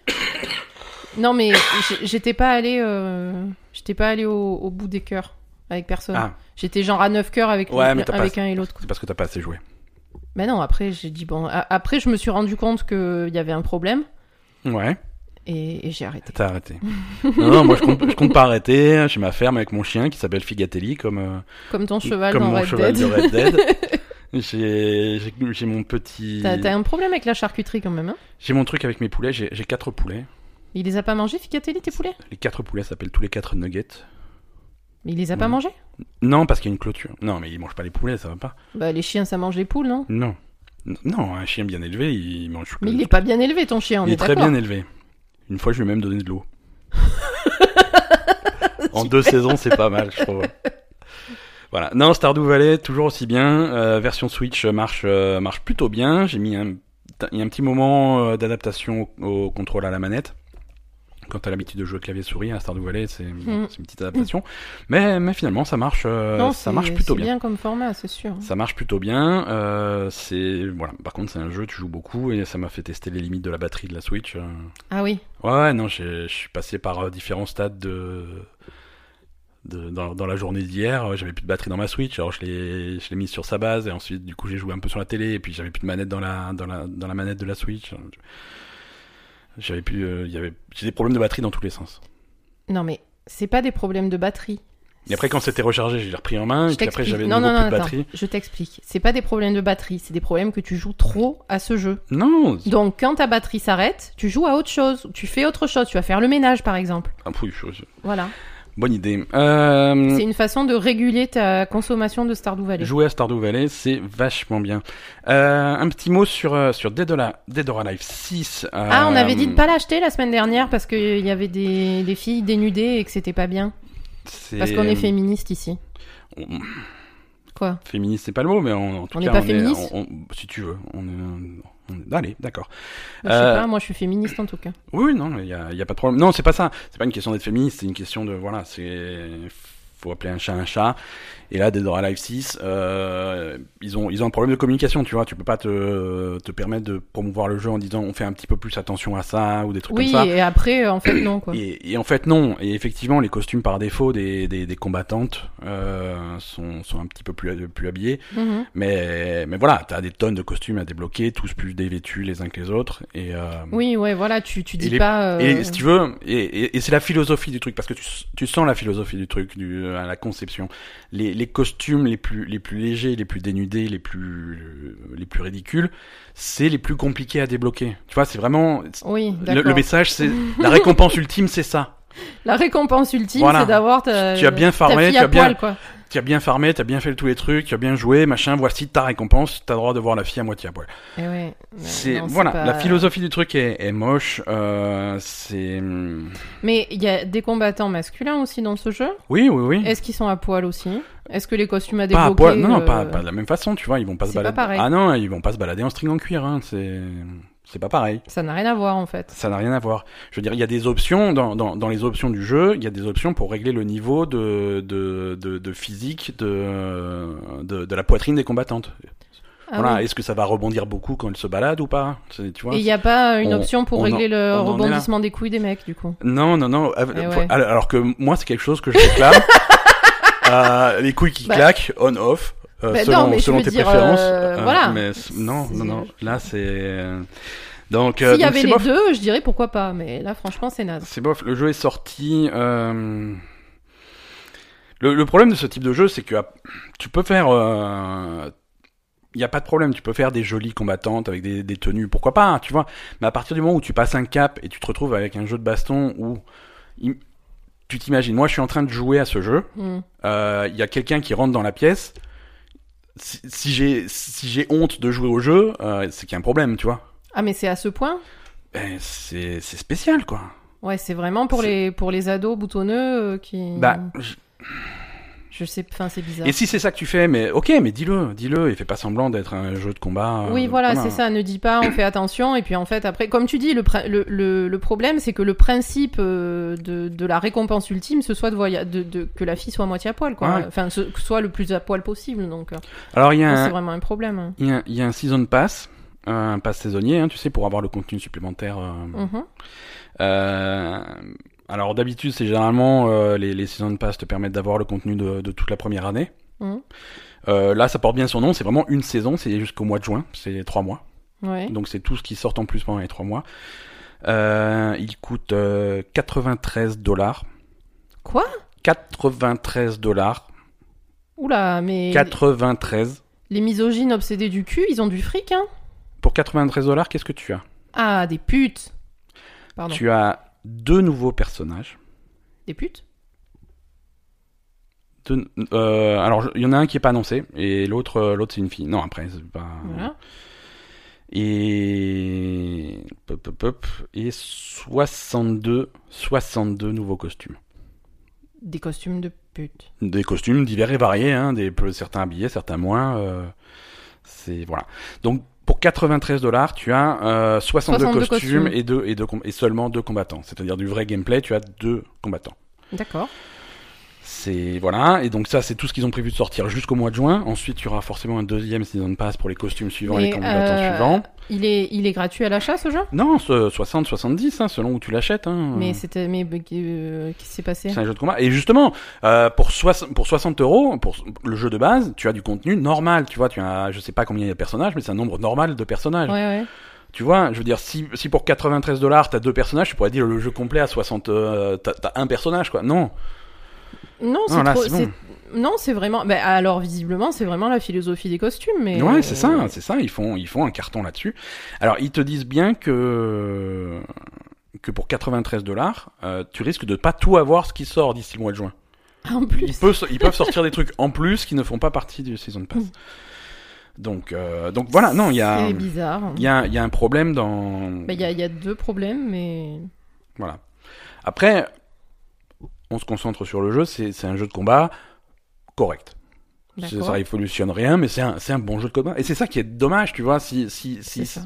Speaker 2: non mais j'- j'étais pas allée. euh, J'étais pas allée au, au bout des cœurs avec personne.
Speaker 1: Ah.
Speaker 2: J'étais genre à 9 cœurs avec,
Speaker 1: Ouais,
Speaker 2: l'autre-
Speaker 1: mais t'as pas-
Speaker 2: avec un et l'autre. quoi.
Speaker 1: C'est parce que t'as pas assez joué.
Speaker 2: Mais non, après j'ai dit bon. a- Après je me suis rendu compte qu'il y avait un problème
Speaker 1: Ouais.
Speaker 2: et, et j'ai arrêté.
Speaker 1: T'as arrêté. non, non, moi je compte, je compte pas arrêter. J'ai ma ferme avec mon chien qui s'appelle Figatelli, comme, euh,
Speaker 2: Comme ton cheval
Speaker 1: comme
Speaker 2: dans
Speaker 1: mon
Speaker 2: Red
Speaker 1: cheval
Speaker 2: Dead.
Speaker 1: de Red Dead. J'ai j'ai- j'ai mon petit.
Speaker 2: T'as t'as un problème avec la charcuterie quand même. Hein
Speaker 1: J'ai mon truc avec mes poulets. J'ai j'ai quatre poulets.
Speaker 2: il les a pas mangés, Ficatelli, tes poulets
Speaker 1: Les quatre poulets s'appellent tous les quatre nuggets.
Speaker 2: Mais il les a pas
Speaker 1: Mm.
Speaker 2: mangés
Speaker 1: Non, parce qu'il y a une clôture. Non, mais ils mangent pas les poulets, ça va pas.
Speaker 2: Bah les chiens ça mange les poules, non
Speaker 1: Non. Non, un chien bien élevé, il mange.
Speaker 2: Mais il est pas bien élevé ton chien, on
Speaker 1: Euh, Il est
Speaker 2: est
Speaker 1: très
Speaker 2: d'accord.
Speaker 1: bien élevé. Une fois, je lui ai même donné de l'eau. en deux saisons, c'est pas mal, je trouve. Voilà. Non, Stardew Valley, toujours aussi bien. Euh, version Switch marche, euh, marche plutôt bien. J'ai mis un, il y a un petit moment euh, d'adaptation au, au contrôle à la manette. Quand t'as l'habitude de jouer clavier-souris à Stardew Valley, c'est bon, c'est une petite adaptation. Mais, mais finalement, ça marche, euh,
Speaker 2: Mm. Non,
Speaker 1: ça
Speaker 2: c'est-
Speaker 1: marche plutôt
Speaker 2: c'est
Speaker 1: bien.
Speaker 2: bien comme format, c'est sûr.
Speaker 1: Ça marche plutôt bien. euh, c'est voilà. Par contre, c'est un jeu, tu joues beaucoup et ça m'a fait tester les limites de la batterie de la Switch. euh.
Speaker 2: Ah oui.
Speaker 1: Ouais, ouais, non, j'ai- je suis passé par euh, différents stades de. de- dans, dans la journée d'hier, euh, j'avais plus de batterie dans ma Switch, alors je l'ai je l'ai mise sur sa base, et ensuite, du coup, j'ai joué un peu sur la télé, et puis j'avais plus de manette dans la, dans la, dans la manette de la Switch. J'avais plus. euh, il y avait, j'ai des problèmes de batterie dans tous les sens.
Speaker 2: Non mais c'est pas des problèmes de batterie.
Speaker 1: Et après, quand c'était rechargé, j'ai repris en main,
Speaker 2: Je
Speaker 1: et puis après,
Speaker 2: t'explique.
Speaker 1: j'avais de
Speaker 2: Non,
Speaker 1: nouveau
Speaker 2: non,
Speaker 1: plus
Speaker 2: non,
Speaker 1: de
Speaker 2: attends,
Speaker 1: batterie.
Speaker 2: je t'explique. C'est pas des problèmes de batterie, c'est des problèmes que tu joues trop à ce jeu.
Speaker 1: Non c'est-
Speaker 2: Donc quand ta batterie s'arrête, tu joues à autre chose, tu fais autre chose, tu vas faire le ménage par exemple.
Speaker 1: ah, pouh, je-
Speaker 2: Voilà.
Speaker 1: Bonne idée. Euh,
Speaker 2: C'est une façon de réguler ta consommation de Stardew Valley.
Speaker 1: Jouer à Stardew Valley, c'est vachement bien. Euh, un petit mot sur, euh, sur Dead or Alive- Dead or Alive 6. euh,
Speaker 2: Ah, on avait dit de pas l'acheter la semaine dernière parce qu'il y avait des, des filles dénudées et que c'était pas bien.
Speaker 1: c'est-
Speaker 2: Parce qu'on est féministe ici.
Speaker 1: on-
Speaker 2: Quoi
Speaker 1: Féministe, c'est pas le mot, mais on- en tout
Speaker 2: On n'est
Speaker 1: cas,
Speaker 2: pas
Speaker 1: on
Speaker 2: féministe
Speaker 1: on- on- si tu veux, on est. on est- Allez, d'accord.
Speaker 2: Moi, Je sais
Speaker 1: Euh,
Speaker 2: pas, moi je suis féministe en tout cas.
Speaker 1: Oui, oui, non, il n'y a, il y a pas de problème. Non, c'est pas ça. C'est pas une question d'être féministe, c'est une question de. Voilà, c'est. Faut appeler un chat un chat. Et là, Dead or Alive 6, euh, ils, ont, ils ont un problème de communication, tu vois. Tu peux pas te, te permettre de promouvoir le jeu en disant on fait un petit peu plus attention à ça ou des trucs
Speaker 2: Oui,
Speaker 1: comme ça.
Speaker 2: et après, euh, en fait, non quoi.
Speaker 1: Et, et en fait non, et effectivement les costumes par défaut des, des, des combattantes euh, sont, sont un petit peu plus, plus habillés,
Speaker 2: Mhm.
Speaker 1: mais, mais voilà, t'as des tonnes de costumes à débloquer, tous plus dévêtus les uns que les autres, et, euh,
Speaker 2: Oui, ouais, voilà, tu, tu dis
Speaker 1: les-
Speaker 2: pas. euh,
Speaker 1: et si tu veux, et, et, et c'est la philosophie du truc, parce que tu, s- tu sens la philosophie du truc, du, à la conception. Les, les costumes les plus, les plus légers, les plus dénudés, les plus, les plus ridicules, c'est les plus compliqués à débloquer. Tu vois, c'est vraiment...
Speaker 2: Oui,
Speaker 1: Le,
Speaker 2: d'accord.
Speaker 1: le message, c'est la récompense ultime, c'est ça.
Speaker 2: La récompense ultime,
Speaker 1: Voilà.
Speaker 2: c'est d'avoir ta.
Speaker 1: Tu as bien
Speaker 2: Euh, ta
Speaker 1: farmé,
Speaker 2: fille
Speaker 1: tu
Speaker 2: à
Speaker 1: as bien,
Speaker 2: poil, quoi.
Speaker 1: tu as bien farmé, tu as bien fait tous les trucs, tu as bien joué, machin. Voici ta récompense, t'as le droit de voir la fille à moitié à poil.
Speaker 2: Eh ouais. Mais
Speaker 1: C'est
Speaker 2: non,
Speaker 1: voilà,
Speaker 2: pas-
Speaker 1: la philosophie du truc est, est moche. euh, c'est hmm,
Speaker 2: Mais il y a des combattants masculins aussi dans ce jeu.
Speaker 1: oui, oui, oui.
Speaker 2: Est-ce qu'ils sont à poil aussi Est-ce que les costumes à
Speaker 1: Pas
Speaker 2: débloquer
Speaker 1: à poil, non, non, pas,
Speaker 2: euh,
Speaker 1: pas de la même façon, tu vois. Ils vont pas se
Speaker 2: c'est pas
Speaker 1: balader.
Speaker 2: pareil.
Speaker 1: ah non, ils vont pas se balader en string en cuir. Hein, c'est C'est pas pareil.
Speaker 2: Ça n'a rien à voir en fait.
Speaker 1: Ça n'a rien à voir. Je veux dire, il y a des options dans, dans, dans les options du jeu. Il y a des options pour régler le niveau de, de, de, de physique de, de, de la poitrine des combattantes.
Speaker 2: Ah
Speaker 1: voilà.
Speaker 2: oui.
Speaker 1: Est-ce que ça va rebondir beaucoup quand elles se baladent ou pas C'est- Tu vois
Speaker 2: Et il n'y a pas une
Speaker 1: on-
Speaker 2: option pour
Speaker 1: on en-
Speaker 2: régler le
Speaker 1: on en est là.
Speaker 2: rebondissement des couilles des mecs du coup.
Speaker 1: Non, non, non. av-
Speaker 2: Eh
Speaker 1: pour-
Speaker 2: ouais.
Speaker 1: alors, alors que moi, c'est quelque chose que je réclame. Euh, les couilles qui
Speaker 2: Bah.
Speaker 1: claquent, on off. euh,
Speaker 2: Bah
Speaker 1: selon
Speaker 2: non, mais je
Speaker 1: selon
Speaker 2: veux
Speaker 1: tes
Speaker 2: dire,
Speaker 1: préférences.
Speaker 2: euh, voilà.
Speaker 1: Mais c- non,
Speaker 2: C'est-
Speaker 1: non, non. Là, c'est. Donc, euh,
Speaker 2: S'il y
Speaker 1: donc,
Speaker 2: avait
Speaker 1: c'est
Speaker 2: les
Speaker 1: bof.
Speaker 2: deux, je dirais pourquoi pas. Mais là franchement c'est naze.
Speaker 1: C'est bof. Le jeu est sorti. euh, Le, le problème de ce type de jeu, c'est que ah, tu peux faire. euh, Il n'y a pas de problème, tu peux faire des jolies combattantes avec des, des tenues, pourquoi pas, hein, tu vois. Mais à partir du moment où tu passes un cap et tu te retrouves avec un jeu de baston où im- tu t'imagines, moi je suis en train de jouer à ce jeu,
Speaker 2: Hmm.
Speaker 1: euh, il y a quelqu'un qui rentre dans la pièce. Si, si j'ai si j'ai honte de jouer au jeu, euh, c'est qu'il y a un problème, tu vois.
Speaker 2: Ah mais c'est à ce point
Speaker 1: Ben, c'est c'est spécial, quoi.
Speaker 2: Ouais c'est vraiment pour
Speaker 1: C'est-
Speaker 2: les pour les ados boutonneux euh, qui.
Speaker 1: Bah,
Speaker 2: Je sais, enfin c'est bizarre.
Speaker 1: Et si c'est ça que tu fais, mais ok, mais dis-le, dis-le, et fais pas semblant d'être un jeu de combat. euh,
Speaker 2: Oui, voilà, c'est ça. Ne dis pas, on fait attention. Et puis en fait, après, comme tu dis, le, prin- le, le, le problème, c'est que le principe euh, de, de la récompense ultime, ce soit de, voya- de, de- que la fille soit à moitié à poil, quoi.
Speaker 1: Ouais.
Speaker 2: Enfin, ce- que soit le plus à poil possible. Donc, euh,
Speaker 1: Alors il y, a
Speaker 2: c'est
Speaker 1: un-
Speaker 2: vraiment un problème. hein.
Speaker 1: il y a un- il y a un season pass, un pass saisonnier, hein, tu sais, pour avoir le contenu supplémentaire. euh.
Speaker 2: Mhm.
Speaker 1: Euh, alors d'habitude, c'est généralement euh, les, les season pass te permettent d'avoir le contenu de, de toute la première année.
Speaker 2: Mhm.
Speaker 1: Euh, là, ça porte bien son nom, c'est vraiment une saison, c'est jusqu'au mois de juin, c'est trois mois.
Speaker 2: Ouais.
Speaker 1: Donc c'est tout ce qui sort en plus pendant les trois mois. Euh, il coûte euh, 93 dollars.
Speaker 2: Quoi
Speaker 1: 93 dollars.
Speaker 2: Oula, mais
Speaker 1: 93.
Speaker 2: les misogynes obsédés du cul, ils ont du fric, hein
Speaker 1: Pour 93 dollars, qu'est-ce que tu as
Speaker 2: Ah, des putes Pardon,
Speaker 1: Tu as deux nouveaux personnages.
Speaker 2: des putes
Speaker 1: Deux- euh, alors, je- il y en a un qui est pas annoncé et l'autre, euh, l'autre c'est une fille. Non, après, c'est pas.
Speaker 2: Voilà.
Speaker 1: Et. pop, pop, pop. Et 62, 62 nouveaux costumes.
Speaker 2: Des costumes de putes.
Speaker 1: Des costumes divers et variés, hein, des, peu- certains habillés, certains moins. euh, c'est. Voilà. Donc. Pour 93 dollars, tu as euh, 62,
Speaker 2: 62
Speaker 1: costumes,
Speaker 2: costumes.
Speaker 1: Et, deux, et, deux, com- et seulement deux combattants. C'est-à-dire du vrai gameplay, tu as deux combattants.
Speaker 2: D'accord.
Speaker 1: C'est voilà, et donc ça c'est tout ce qu'ils ont prévu de sortir jusqu'au mois de juin. Ensuite, il y aura forcément un deuxième season pass pour les costumes suivants et les
Speaker 2: Mais,
Speaker 1: combattants
Speaker 2: euh,
Speaker 1: suivants.
Speaker 2: Il est, il est gratuit à l'achat, ce jeu
Speaker 1: Non, ce 60 70 hein, selon où tu l'achètes hein.
Speaker 2: Mais c'était. Mais. euh, Qu'est-ce qui s'est passé
Speaker 1: c'est un jeu de combat. Et justement, euh, pour, soix- pour 60 euros, pour le jeu de base, tu as du contenu normal. Tu vois, tu as, je sais pas combien il y a de personnages, mais c'est un nombre normal de personnages.
Speaker 2: Ouais, ouais.
Speaker 1: Tu vois, je veux dire, si, si pour 93 dollars, t'as deux personnages, tu pourrais dire le jeu complet à 60, euh, t'as t'as un personnage, quoi. Non.
Speaker 2: Non, c'est
Speaker 1: Ah, là,
Speaker 2: trop.
Speaker 1: c'est bon.
Speaker 2: c'est- Non, c'est vraiment. Ben, alors, visiblement, c'est vraiment la philosophie des costumes. Mais euh,
Speaker 1: Ouais, c'est ça, c'est ça. Ils font, ils font un carton là-dessus. Alors, ils te disent bien que que pour 93 dollars, euh, tu risques de pas tout avoir ce qui sort d'ici le mois de juin.
Speaker 2: En
Speaker 1: Ils
Speaker 2: plus.
Speaker 1: peuvent, ils peuvent sortir des trucs en plus qui ne font pas partie du season pass. Donc, euh, donc voilà. Non, il y a,
Speaker 2: Mm. C'est
Speaker 1: il
Speaker 2: bizarre.
Speaker 1: y a, il y a un problème dans.
Speaker 2: Ben, il y, a, il y a deux problèmes, mais.
Speaker 1: Voilà. Après, on se concentre sur le jeu. C'est, c'est un jeu de combat correct. C'est- Ça
Speaker 2: D'accord.
Speaker 1: révolutionne rien, mais c'est un, c'est un bon jeu de combat. Et c'est ça qui est dommage, tu vois. Si, si, si,
Speaker 2: C'est ça.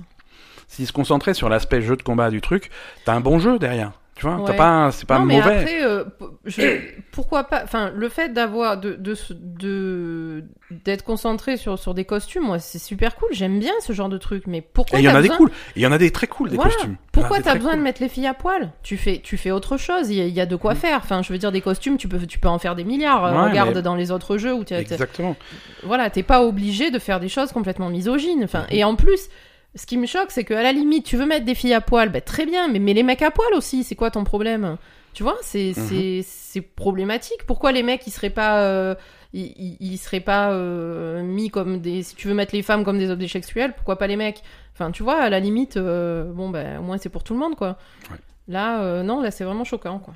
Speaker 1: s'ils se concentraient sur l'aspect jeu de combat du truc, t'as un bon jeu derrière. Tu vois, t'as
Speaker 2: Ouais.
Speaker 1: pas, un- c'est pas
Speaker 2: non, mais
Speaker 1: mauvais.
Speaker 2: après, euh, p- je- pourquoi pas. Enfin, le fait d'avoir. de de se- de- d'être concentré sur, sur des costumes, moi, c'est super cool. J'aime bien ce genre de truc. Mais
Speaker 1: Et
Speaker 2: pourquoi
Speaker 1: il y en
Speaker 2: t'as
Speaker 1: a des
Speaker 2: besoin-
Speaker 1: cool. Et Il y en a des très cool, des
Speaker 2: Voilà.
Speaker 1: costumes.
Speaker 2: Pourquoi
Speaker 1: Il y en a des
Speaker 2: t'as
Speaker 1: très
Speaker 2: besoin de
Speaker 1: cool.
Speaker 2: mettre les filles à poil Tu fais, tu fais autre chose. Il y, a- il y a de quoi
Speaker 1: Mm.
Speaker 2: faire. Enfin, je veux dire, des costumes, tu peux, tu peux en faire des milliards. Euh,
Speaker 1: Ouais,
Speaker 2: Regarde
Speaker 1: mais-
Speaker 2: dans les autres jeux où tu
Speaker 1: Exactement.
Speaker 2: voilà, t'es pas obligé de faire des choses complètement misogynes. Enfin, et en plus, ce qui me choque, c'est que à la limite, tu veux mettre des filles à poil, ben très bien, mais mets les mecs à poil aussi. C'est quoi ton problème Tu vois, c'est
Speaker 1: Mhm.
Speaker 2: c'est c'est problématique. Pourquoi les mecs ils seraient pas euh, ils- ils, ils seraient pas euh, mis comme des si tu veux mettre les femmes comme des objets sexuels, pourquoi pas les mecs Enfin, tu vois, à la limite, euh, bon ben au moins c'est pour tout le monde quoi.
Speaker 1: Ouais.
Speaker 2: Là, euh, non, là c'est vraiment choquant quoi.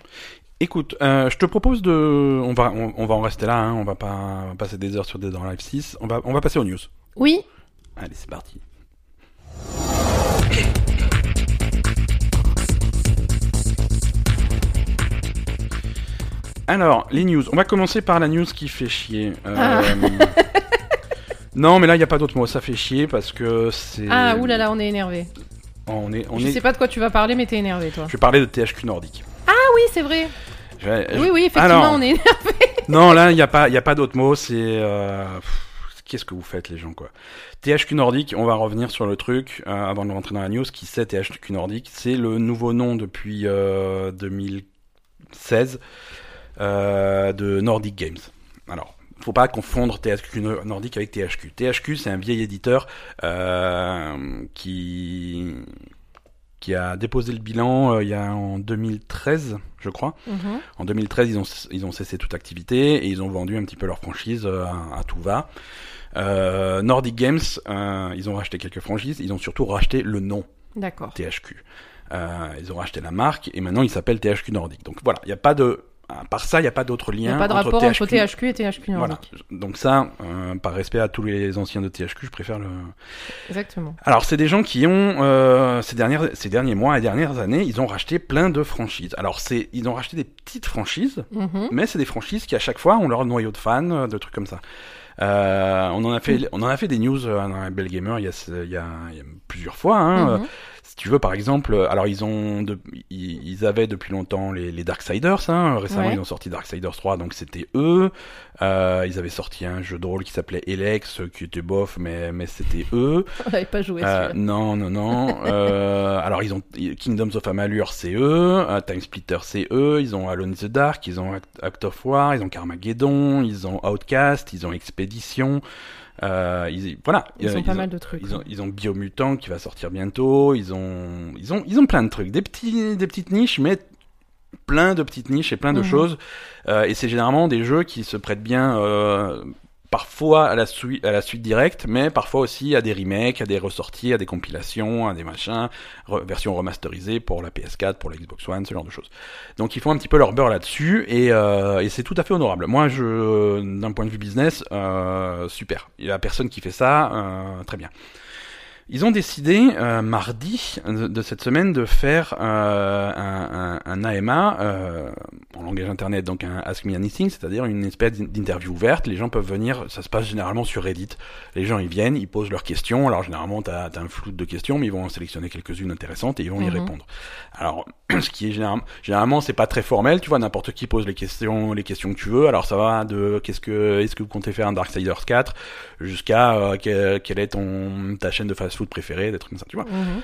Speaker 1: Écoute, euh, je te propose de, on va, on, on va en rester là. Hein. On va pas on va passer des heures sur des dans Live 6. On va, on va passer aux news.
Speaker 2: Oui,
Speaker 1: Allez, c'est parti. Alors, les news. On va commencer par la news qui fait chier. Euh,
Speaker 2: Ah.
Speaker 1: non, mais là, il n'y a pas d'autre mot. Ça fait chier parce que c'est.
Speaker 2: ah oulala, on est énervé.
Speaker 1: on est, on
Speaker 2: Ah, Je
Speaker 1: est...
Speaker 2: sais pas de quoi tu vas parler, mais t'es énervé, toi.
Speaker 1: Je vais parler de THQ nordique.
Speaker 2: Oui, c'est vrai.
Speaker 1: Je vais- je-
Speaker 2: Oui, oui, effectivement,
Speaker 1: Alors-
Speaker 2: on est.
Speaker 1: Non, là, il n'y a pas, il y a pas d'autre mot. C'est euh, pff, qu'est-ce que vous faites, les gens, quoi. THQ Nordic. On va revenir sur le truc euh, avant de rentrer dans la news. Qui c'est THQ Nordic C'est le nouveau nom depuis euh, 2016 euh, de Nordic Games. Alors. Faut pas confondre THQ Nor- Nordic avec THQ. THQ, c'est un vieil éditeur euh, qui qui a déposé le bilan euh, il y a en 2013, je crois.
Speaker 2: Mhm.
Speaker 1: En 2013, ils ont, ils ont cessé toute activité et ils ont vendu un petit peu leur franchise euh, à, à tout va. Euh, Nordic Games, euh, ils ont racheté quelques franchises, ils ont surtout racheté le nom
Speaker 2: D'accord.
Speaker 1: THQ. Euh, ils ont racheté la marque et maintenant ils s'appellent THQ Nordic. Donc voilà, il n'y a pas de... À part ça, il n'y a pas d'autre
Speaker 2: Il n'y
Speaker 1: lien
Speaker 2: a pas de
Speaker 1: entre
Speaker 2: rapport entre
Speaker 1: THQ
Speaker 2: THQ et THQ
Speaker 1: Voilà.
Speaker 2: Nordic.
Speaker 1: Donc ça, euh, par respect à tous les anciens de THQ, je préfère le...
Speaker 2: Exactement.
Speaker 1: Alors, c'est des gens qui ont, euh, ces, dernières, ces derniers mois et dernières années, ils ont racheté plein de franchises. Alors, c'est, ils ont racheté des petites franchises,
Speaker 2: Mhm.
Speaker 1: mais c'est des franchises qui à chaque fois ont leur noyau de fans, euh, de trucs comme ça. Euh, on en a fait, on en a fait des news euh, dans Bell Gamer il y a, ce- il y a- il y a plusieurs fois. Hein, euh,
Speaker 2: Mhm.
Speaker 1: si tu veux, par exemple, euh, alors ils ont, de- ils, ils avaient depuis longtemps les, les Darksiders. Hein, récemment,
Speaker 2: Ouais.
Speaker 1: ils ont sorti Darksiders 3, donc c'était eux. Euh, ils avaient sorti un jeu de rôle qui s'appelait Elex, euh, qui était bof, mais mais c'était eux.
Speaker 2: On n'avait pas joué
Speaker 1: Euh,
Speaker 2: celui-là.
Speaker 1: non, non, non. Euh, alors, ils ont Kingdoms of Amalur, c'est eux. Euh, Time Splitter, c'est eux. Ils ont Alone in the Dark, ils ont Act, Act of War, ils ont Carmageddon, ils ont Outcast, ils ont Expédition. Euh, ils, voilà.
Speaker 2: Ils
Speaker 1: Euh,
Speaker 2: ont pas mal de trucs. hein.
Speaker 1: Ils ont, ils ont Biomutant qui va sortir bientôt. Ils ont, ils ont, ils ont plein de trucs. Des, petits, des petites niches, mais plein de petites niches et plein de
Speaker 2: Mhm.
Speaker 1: choses. Euh, et c'est généralement des jeux qui se prêtent bien euh, parfois à la, suite à la suite directe, mais parfois aussi à des remakes, à des ressorties, à des compilations, à des machins, re- versions remasterisées pour la PS4, pour la Xbox One, ce genre de choses. Donc ils font un petit peu leur beurre là-dessus et, euh, et c'est tout à fait honorable. Moi, je, d'un point de vue business, euh, super. Il y a personne qui fait ça, euh, très bien. Ils ont décidé euh, mardi de de cette semaine de faire euh, un, un- un AMA euh, en langage internet, donc un Ask Me Anything, c'est-à-dire une espèce d'in- d'interview ouverte. Les gens peuvent venir, ça se passe généralement sur Reddit. Les gens ils viennent, ils posent leurs questions. Alors généralement t'as as un flou de questions, mais ils vont en sélectionner quelques-unes intéressantes et ils vont y
Speaker 2: Mhm.
Speaker 1: répondre. Alors ce qui est généralement, généralement c'est pas très formel, tu vois, n'importe qui pose les questions, les questions que tu veux. Alors ça va de qu'est-ce que est-ce que vous comptez faire un Darksiders 4 jusqu'à euh, que- quelle est ton ta chaîne de fast-food préférée, des trucs comme ça, tu vois.
Speaker 2: Mhm.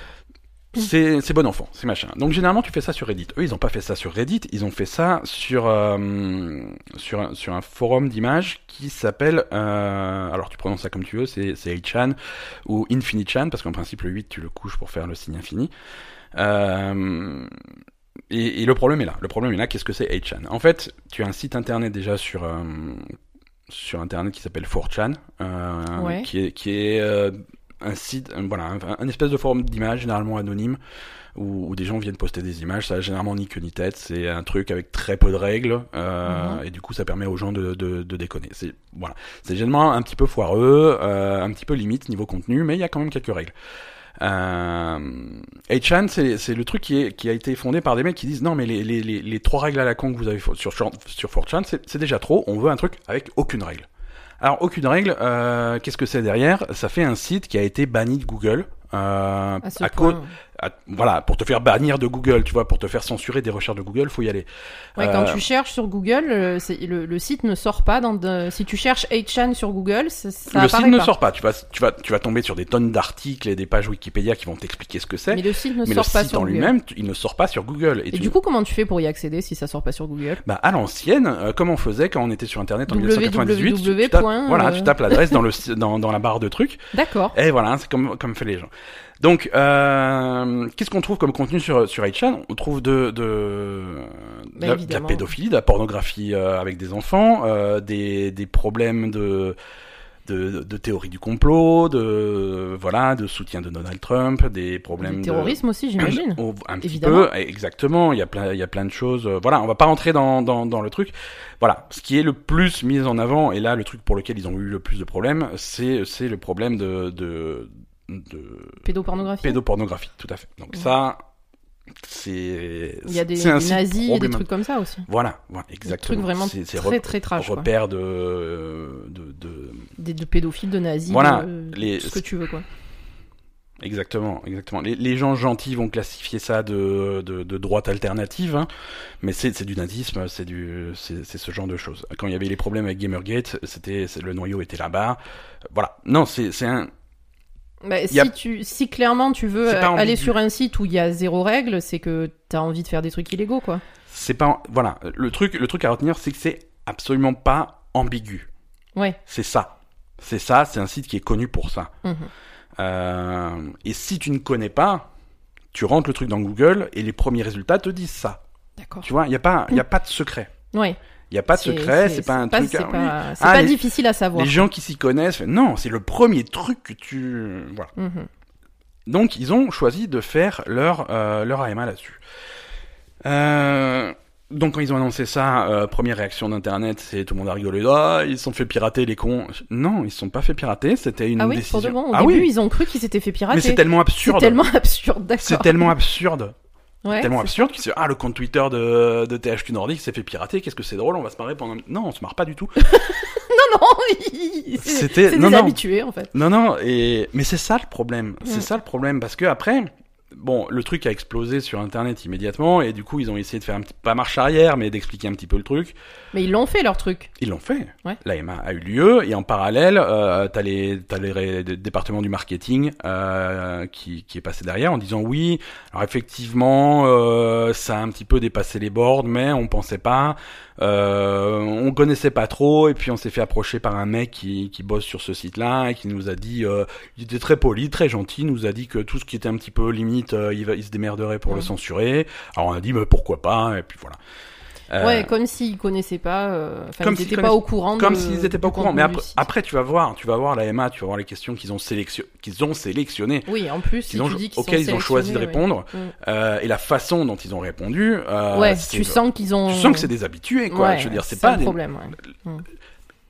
Speaker 1: C'est c'est bon enfant, c'est machin. Donc généralement tu fais ça sur Reddit. Eux ils ont pas fait ça sur Reddit, ils ont fait ça sur euh, sur un- sur un forum d'images qui s'appelle euh, alors tu prononces ça comme tu veux, c'est c'est 8chan ou Infinity-chan parce qu'en principe le 8 tu le couches pour faire le signe infini. Euh, et, et le problème est là. Le problème est là. Qu'est-ce que c'est 8chan En fait, tu as un site internet déjà sur euh, sur internet qui s'appelle 4chan, euh,
Speaker 2: Ouais.
Speaker 1: qui est qui est euh, un site, un- voilà, un, un espèce de forum d'images généralement anonyme où, où des gens viennent poster des images. Ça a généralement ni queue ni tête. C'est un truc avec très peu de règles euh,
Speaker 2: Mhm.
Speaker 1: et du coup ça permet aux gens de de, de déconner. C'est voilà, c'est généralement un petit peu foireux, euh, un petit peu limite niveau contenu, mais il y a quand même quelques règles. Euh, 8chan, c'est c'est le truc qui, est, qui a été fondé par des mecs qui disent non mais les, les, les, les trois règles à la con que vous avez fa- sur, sur 4chan, c'est c'est déjà trop, on veut un truc avec aucune règle. Alors aucune règle, euh, qu'est-ce que c'est derrière Ça fait un site qui a été banni de Google. euh,
Speaker 2: À ce
Speaker 1: à
Speaker 2: point.
Speaker 1: cause, à- voilà, pour te faire bannir de Google, tu vois, pour te faire censurer des recherches de Google, faut y aller.
Speaker 2: Ouais, quand
Speaker 1: Euh,
Speaker 2: tu cherches sur Google, euh, c'est- le, le site ne sort pas. Dans de- Si tu cherches 8chan sur Google, ça, ça
Speaker 1: le
Speaker 2: apparaît
Speaker 1: site ne
Speaker 2: pas.
Speaker 1: sort pas. Tu vas, tu vas, tu vas tomber sur des tonnes d'articles et des pages Wikipédia qui vont t'expliquer ce que c'est.
Speaker 2: Mais le site ne
Speaker 1: Mais le
Speaker 2: sort pas
Speaker 1: site
Speaker 2: sur
Speaker 1: en
Speaker 2: Google.
Speaker 1: lui-même, tu- il ne sort pas sur Google.
Speaker 2: Et
Speaker 1: tu-
Speaker 2: du coup, comment tu fais pour y accéder si ça sort pas sur Google
Speaker 1: Bah, à l'ancienne, euh, comme on faisait quand on était sur Internet en 1998, tu- tu,
Speaker 2: www.
Speaker 1: tapes,
Speaker 2: point,
Speaker 1: voilà,
Speaker 2: euh,
Speaker 1: tu tapes l'adresse dans, le si- dans, dans la barre de trucs,
Speaker 2: D'accord.
Speaker 1: et voilà, c'est comme, comme fait les gens. Donc, euh, qu'est-ce qu'on trouve comme contenu sur, sur 8chan On trouve de, de, de,
Speaker 2: Bah,
Speaker 1: la- de la
Speaker 2: évidemment.
Speaker 1: pédophilie, de la pornographie euh, avec des enfants, euh, des, des problèmes de... De, de théorie du complot, de voilà, de soutien de Donald Trump, des problèmes
Speaker 2: Du
Speaker 1: de,
Speaker 2: terrorisme aussi, j'imagine.
Speaker 1: on- un petit
Speaker 2: Évidemment.
Speaker 1: peu, exactement. Il y a plein, il y a plein de choses. euh, Voilà, on va pas rentrer dans, dans, dans le truc. Voilà, ce qui est le plus mis en avant et là le truc pour lequel ils ont eu le plus de problèmes, c'est c'est le problème de de, de
Speaker 2: Pédopornographie.
Speaker 1: pédopornographie, tout à fait. Donc
Speaker 2: Ouais.
Speaker 1: ça, c'est
Speaker 2: Il y a des,
Speaker 1: c'est un
Speaker 2: des
Speaker 1: site
Speaker 2: nazis et des
Speaker 1: problématique.
Speaker 2: trucs comme ça aussi.
Speaker 1: Voilà, voilà,
Speaker 2: Des
Speaker 1: exactement.
Speaker 2: trucs vraiment
Speaker 1: C'est- c'est
Speaker 2: très très trash. quoi.
Speaker 1: repère de, de, de
Speaker 2: Des, de pédophiles, de nazis,
Speaker 1: Voilà,
Speaker 2: de, euh,
Speaker 1: les-
Speaker 2: tout ce que tu veux quoi.
Speaker 1: Exactement, exactement. Les, les gens gentils vont classifier ça de, de, de droite alternative, hein, mais c'est c'est du nazisme, c'est du c'est c'est ce genre de choses. Quand il y avait les problèmes avec Gamergate, c'était c'est- le noyau était là-bas. Euh, Voilà. Non, c'est c'est un
Speaker 2: Bah,
Speaker 1: y a-
Speaker 2: si, tu, si clairement tu veux
Speaker 1: C'est
Speaker 2: euh,
Speaker 1: pas ambigu.
Speaker 2: aller sur un site où il y a zéro règle, c'est que t'as envie de faire des trucs illégaux, quoi.
Speaker 1: c'est pas voilà, le truc le truc à retenir c'est que c'est absolument pas ambigu.
Speaker 2: Ouais.
Speaker 1: C'est ça. C'est ça, c'est un site qui est connu pour ça.
Speaker 2: Mhm.
Speaker 1: Euh, et si tu ne connais pas, tu rentres le truc dans Google et les premiers résultats te disent ça.
Speaker 2: D'accord.
Speaker 1: Tu vois, il n'y a, pas- y a pas de secret.
Speaker 2: Ouais.
Speaker 1: Il n'y a pas de secret, c'est pas un truc.
Speaker 2: C'est
Speaker 1: ah oui,
Speaker 2: pas, c'est
Speaker 1: Ah,
Speaker 2: pas
Speaker 1: les-
Speaker 2: difficile à savoir.
Speaker 1: Les gens qui s'y connaissent, non, c'est le premier truc que tu... Voilà.
Speaker 2: Mhm.
Speaker 1: Donc ils ont choisi de faire leur, euh, leur AMA là-dessus. Euh, donc quand ils ont annoncé ça, euh, première réaction d'Internet, c'est tout le monde a rigolé, ah, ils se sont fait pirater les cons. Non, ils se sont pas fait pirater, c'était une
Speaker 2: Ah oui,
Speaker 1: décision...
Speaker 2: pour de bon. Au
Speaker 1: ah
Speaker 2: début,
Speaker 1: oui,
Speaker 2: ils ont cru qu'ils s'étaient fait pirater.
Speaker 1: mais c'est tellement absurde.
Speaker 2: C'est tellement absurde, d'accord.
Speaker 1: C'est tellement absurde.
Speaker 2: Ouais,
Speaker 1: tellement
Speaker 2: c'est-
Speaker 1: absurde qu'ils se disent, ah le compte Twitter de, de THQ Nordic s'est fait pirater qu'est-ce que c'est drôle on va se marrer pendant non on se marre pas du tout
Speaker 2: Non, non, c'est
Speaker 1: C'était-
Speaker 2: c'est
Speaker 1: non,
Speaker 2: des
Speaker 1: non.
Speaker 2: habitués, en fait.
Speaker 1: non non et mais c'est ça le problème c'est
Speaker 2: Mm.
Speaker 1: ça le problème parce que après bon le truc a explosé sur internet immédiatement et du coup ils ont essayé de faire un petit pas marche arrière mais d'expliquer un petit peu le truc
Speaker 2: Mais ils l'ont fait, leur truc.
Speaker 1: ils l'ont fait
Speaker 2: Ouais.
Speaker 1: l'AMA a eu lieu et en parallèle euh, t'as les t'as les ré- des départements du marketing euh, qui qui est passé derrière en disant oui alors effectivement euh, ça a un petit peu dépassé les bornes mais on pensait pas Euh, on connaissait pas trop et puis on s'est fait approcher par un mec qui, qui bosse sur ce site-là et qui nous a dit, euh, il était très poli, très gentil, il nous a dit que tout ce qui était un petit peu limite, euh, il, va, il se démerderait pour le
Speaker 2: Ouais.
Speaker 1: censurer. Alors on a dit, mais pourquoi pas Et puis voilà. Euh,
Speaker 2: Ouais, comme s'ils connaissaient pas, euh, enfin,
Speaker 1: comme
Speaker 2: ils
Speaker 1: s'ils
Speaker 2: étaient pas
Speaker 1: connaissent-
Speaker 2: au courant
Speaker 1: comme
Speaker 2: de-
Speaker 1: s'ils n'étaient pas au
Speaker 2: du
Speaker 1: courant.
Speaker 2: contenu
Speaker 1: Mais
Speaker 2: du
Speaker 1: après,
Speaker 2: site.
Speaker 1: après, tu vas voir, tu vas voir la MA, tu vas voir les questions qu'ils ont, sélection... qu'ils ont sélectionnées,
Speaker 2: Oui, en plus, si
Speaker 1: qu'ils ont...
Speaker 2: tu dis qu'ils
Speaker 1: auxquelles
Speaker 2: sont
Speaker 1: ils ont choisi de
Speaker 2: sélectionnés,
Speaker 1: répondre,
Speaker 2: ouais. Mm.
Speaker 1: euh, et la façon dont ils ont répondu. euh,
Speaker 2: ouais,
Speaker 1: c'est-
Speaker 2: tu sens qu'ils ont.
Speaker 1: tu sens que c'est des habitués, quoi.
Speaker 2: Ouais,
Speaker 1: Je veux dire, c'est pas
Speaker 2: un
Speaker 1: des,
Speaker 2: problème. ouais.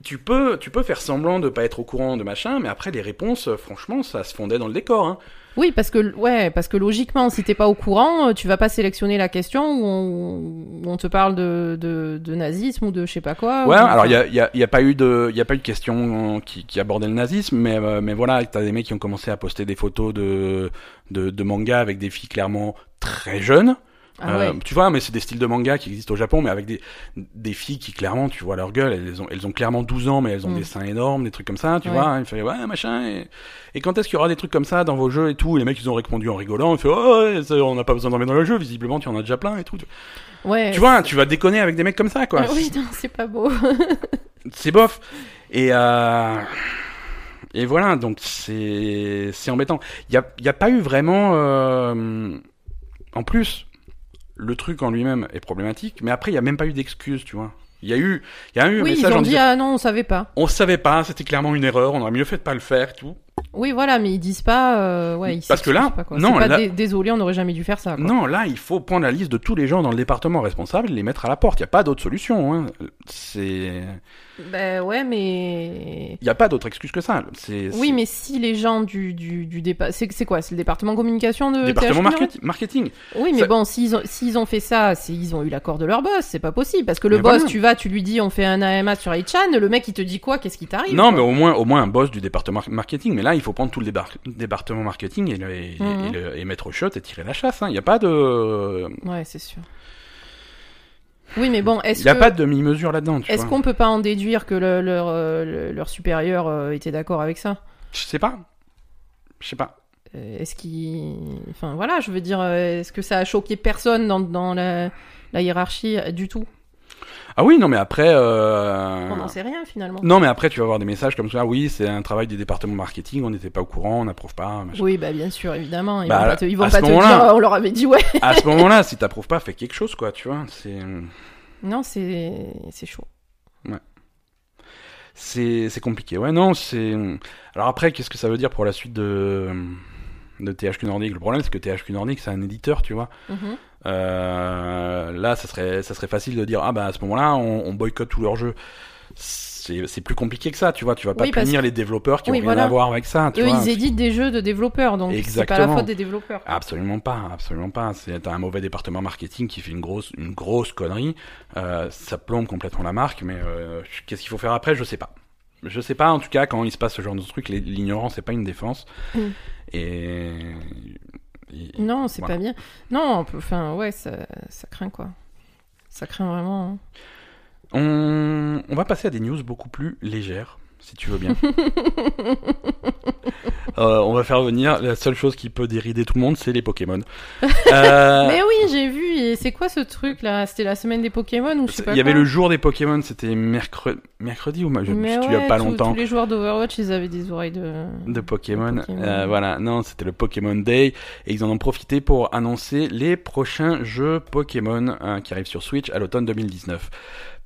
Speaker 1: tu peux, tu peux faire semblant de pas être au courant de machin, mais après les réponses, euh, franchement, ça se fondait dans le décor. Hein.
Speaker 2: Oui, parce que ouais, parce que logiquement, si t'es pas au courant, euh, tu vas pas sélectionner la question où on, où on te parle de, de, de nazisme ou de je sais pas quoi.
Speaker 1: ouais.
Speaker 2: ou-
Speaker 1: Alors il y a, il y, a, il y a pas eu de, il y a pas eu de question qui, qui abordait le nazisme, mais euh, mais voilà, t'as des mecs qui ont commencé à poster des photos de de, de manga avec des filles clairement très jeunes.
Speaker 2: Ah
Speaker 1: Euh,
Speaker 2: ouais.
Speaker 1: tu vois, mais c'est des styles de manga qui existent au Japon, mais avec des, des filles qui clairement, tu vois leur gueule, elles ont, elles ont clairement 12 ans, mais elles ont
Speaker 2: Mm.
Speaker 1: des seins énormes, des trucs comme ça, tu
Speaker 2: Ouais.
Speaker 1: vois. Il fait ouais machin. Et, et quand est-ce qu'il y aura des trucs comme ça dans vos jeux et tout Et les mecs ils ont répondu en rigolant, ils fait oh, ouais, ça, on n'a pas besoin d'en mettre dans le jeu, visiblement tu en as déjà plein et tout. Tu
Speaker 2: ouais.
Speaker 1: vois, euh, hein, tu vas déconner avec des mecs comme ça quoi.
Speaker 2: Ah oui, non, c'est pas beau.
Speaker 1: C'est bof. Et euh, et voilà, donc c'est c'est embêtant. Il y a il y a pas eu vraiment euh, en plus le truc en lui-même est problématique, mais après il y a même pas eu d'excuse, tu vois. Il y a eu il y a eu un
Speaker 2: oui, ils
Speaker 1: message
Speaker 2: ont
Speaker 1: en
Speaker 2: dit
Speaker 1: disant
Speaker 2: ah non, on savait pas.
Speaker 1: on savait pas, c'était clairement une erreur, on aurait mieux fait de pas le faire, tout.
Speaker 2: Oui, voilà, mais ils disent pas. euh, ouais, ils
Speaker 1: Parce que là,
Speaker 2: s'excusent pas, quoi.
Speaker 1: non,
Speaker 2: C'est pas
Speaker 1: là-
Speaker 2: dé- désolé, on n'aurait jamais dû faire ça. Quoi.
Speaker 1: Non, là, il faut prendre la liste de tous les gens dans le département responsable et les mettre à la porte. Il n'y a pas d'autre solution. Hein. C'est,
Speaker 2: Ben ouais, mais
Speaker 1: il n'y a pas d'autre excuse que ça. C'est
Speaker 2: oui,
Speaker 1: c'est-
Speaker 2: mais si les gens du du, du dépa- c'est c'est quoi, c'est le département communication de
Speaker 1: département
Speaker 2: THQ, Nordic
Speaker 1: marketi- marketing.
Speaker 2: Oui, mais
Speaker 1: Ça-
Speaker 2: bon, s'ils ont, s'ils ont fait ça, c'est- ils ont eu l'accord de leur boss, c'est pas possible. Parce que le
Speaker 1: Mais
Speaker 2: boss,
Speaker 1: voilà.
Speaker 2: tu vas, tu lui dis, on fait un AMA sur iChan, le mec, il te dit quoi, qu'est-ce qui t'arrive
Speaker 1: Non, mais au moins, au moins un boss du département mar- marketing. Mais là, il faut prendre tout le débar- département marketing et, le- et-
Speaker 2: Mhm.
Speaker 1: et le- et mettre au shot et tirer la chasse. hein. Il n'y a pas de,
Speaker 2: Ouais, c'est sûr. Oui, mais bon,
Speaker 1: il
Speaker 2: est-ce
Speaker 1: y a
Speaker 2: que-
Speaker 1: pas de demi-mesure là-dedans. tu
Speaker 2: est-ce
Speaker 1: vois.
Speaker 2: qu'on peut pas en déduire que le- leur, euh, le- leur supérieur euh, était d'accord avec ça
Speaker 1: Je sais pas. Je sais pas.
Speaker 2: Euh, Est-ce qu'il... Enfin, voilà, je veux dire, euh, est-ce que ça a choqué personne dans, dans la, la hiérarchie euh, du tout
Speaker 1: Ah oui, non, mais après. euh,
Speaker 2: On n'en sait rien, finalement.
Speaker 1: Non, mais après, tu vas avoir des messages comme ça. Oui, c'est un travail du département marketing. On n'était pas au courant. On n'approuve pas. machin.
Speaker 2: Oui, bah bien sûr, évidemment. Ils
Speaker 1: Bah,
Speaker 2: vont pas te, ils vont
Speaker 1: à ce
Speaker 2: pas te
Speaker 1: moment-là-
Speaker 2: dire, oh, on leur avait dit ouais.
Speaker 1: à ce moment-là, si t'approuves pas, fais quelque chose, quoi. Tu vois, c'est.
Speaker 2: Non, c'est c'est chaud.
Speaker 1: C'est, c'est compliqué. Ouais, non, c'est. Alors après, qu'est-ce que ça veut dire pour la suite de, de THQ Nordic Le problème, c'est que THQ Nordic, c'est un éditeur, tu vois.
Speaker 2: Mhm.
Speaker 1: Euh, là, ça serait, ça serait facile de dire ah bah à ce moment-là, on, on boycotte tous leurs jeux. C'est, c'est plus compliqué que ça, tu vois. Tu vas pas
Speaker 2: Oui, parce-
Speaker 1: punir les développeurs qui
Speaker 2: Oui,
Speaker 1: ont rien
Speaker 2: voilà.
Speaker 1: à voir avec ça, tu
Speaker 2: Eux,
Speaker 1: vois.
Speaker 2: ils éditent des jeux de développeurs, donc c'est pas la
Speaker 1: Exactement. Ah,
Speaker 2: faute des développeurs.
Speaker 1: Absolument pas, absolument pas. C'est t'as un mauvais département marketing qui fait une grosse, une grosse connerie. Euh, ça plombe complètement la marque, mais euh, qu'est-ce qu'il faut faire après Je sais pas. je sais pas, en tout cas, quand il se passe ce genre de truc, les- l'ignorance c'est pas une défense.
Speaker 2: Mm.
Speaker 1: Et. et-
Speaker 2: Non, c'est
Speaker 1: voilà.
Speaker 2: pas bien. Non, on peut- enfin, ouais, ça, ça craint quoi. Ça craint vraiment. hein.
Speaker 1: On... on va passer à des news beaucoup plus légères, si tu veux bien. Euh, on va faire venir la seule chose qui peut dérider tout le monde, c'est les Pokémon. Euh,
Speaker 2: Mais oui, j'ai vu. Et c'est quoi ce truc là C'était la semaine des Pokémon ou je sais pas
Speaker 1: Il y avait
Speaker 2: quoi
Speaker 1: le jour des Pokémon, c'était mercredi, mercredi ou ma- je me
Speaker 2: Mais
Speaker 1: suis dit il y
Speaker 2: ouais,
Speaker 1: a pas
Speaker 2: tous-
Speaker 1: longtemps.
Speaker 2: Tous les joueurs d'Overwatch, ils avaient des oreilles de.
Speaker 1: de Pokémon.
Speaker 2: De Pokémon.
Speaker 1: Euh, voilà, non, c'était le Pokémon Day et ils en ont profité pour annoncer les prochains jeux Pokémon hein, qui arrivent sur Switch à l'automne 2019.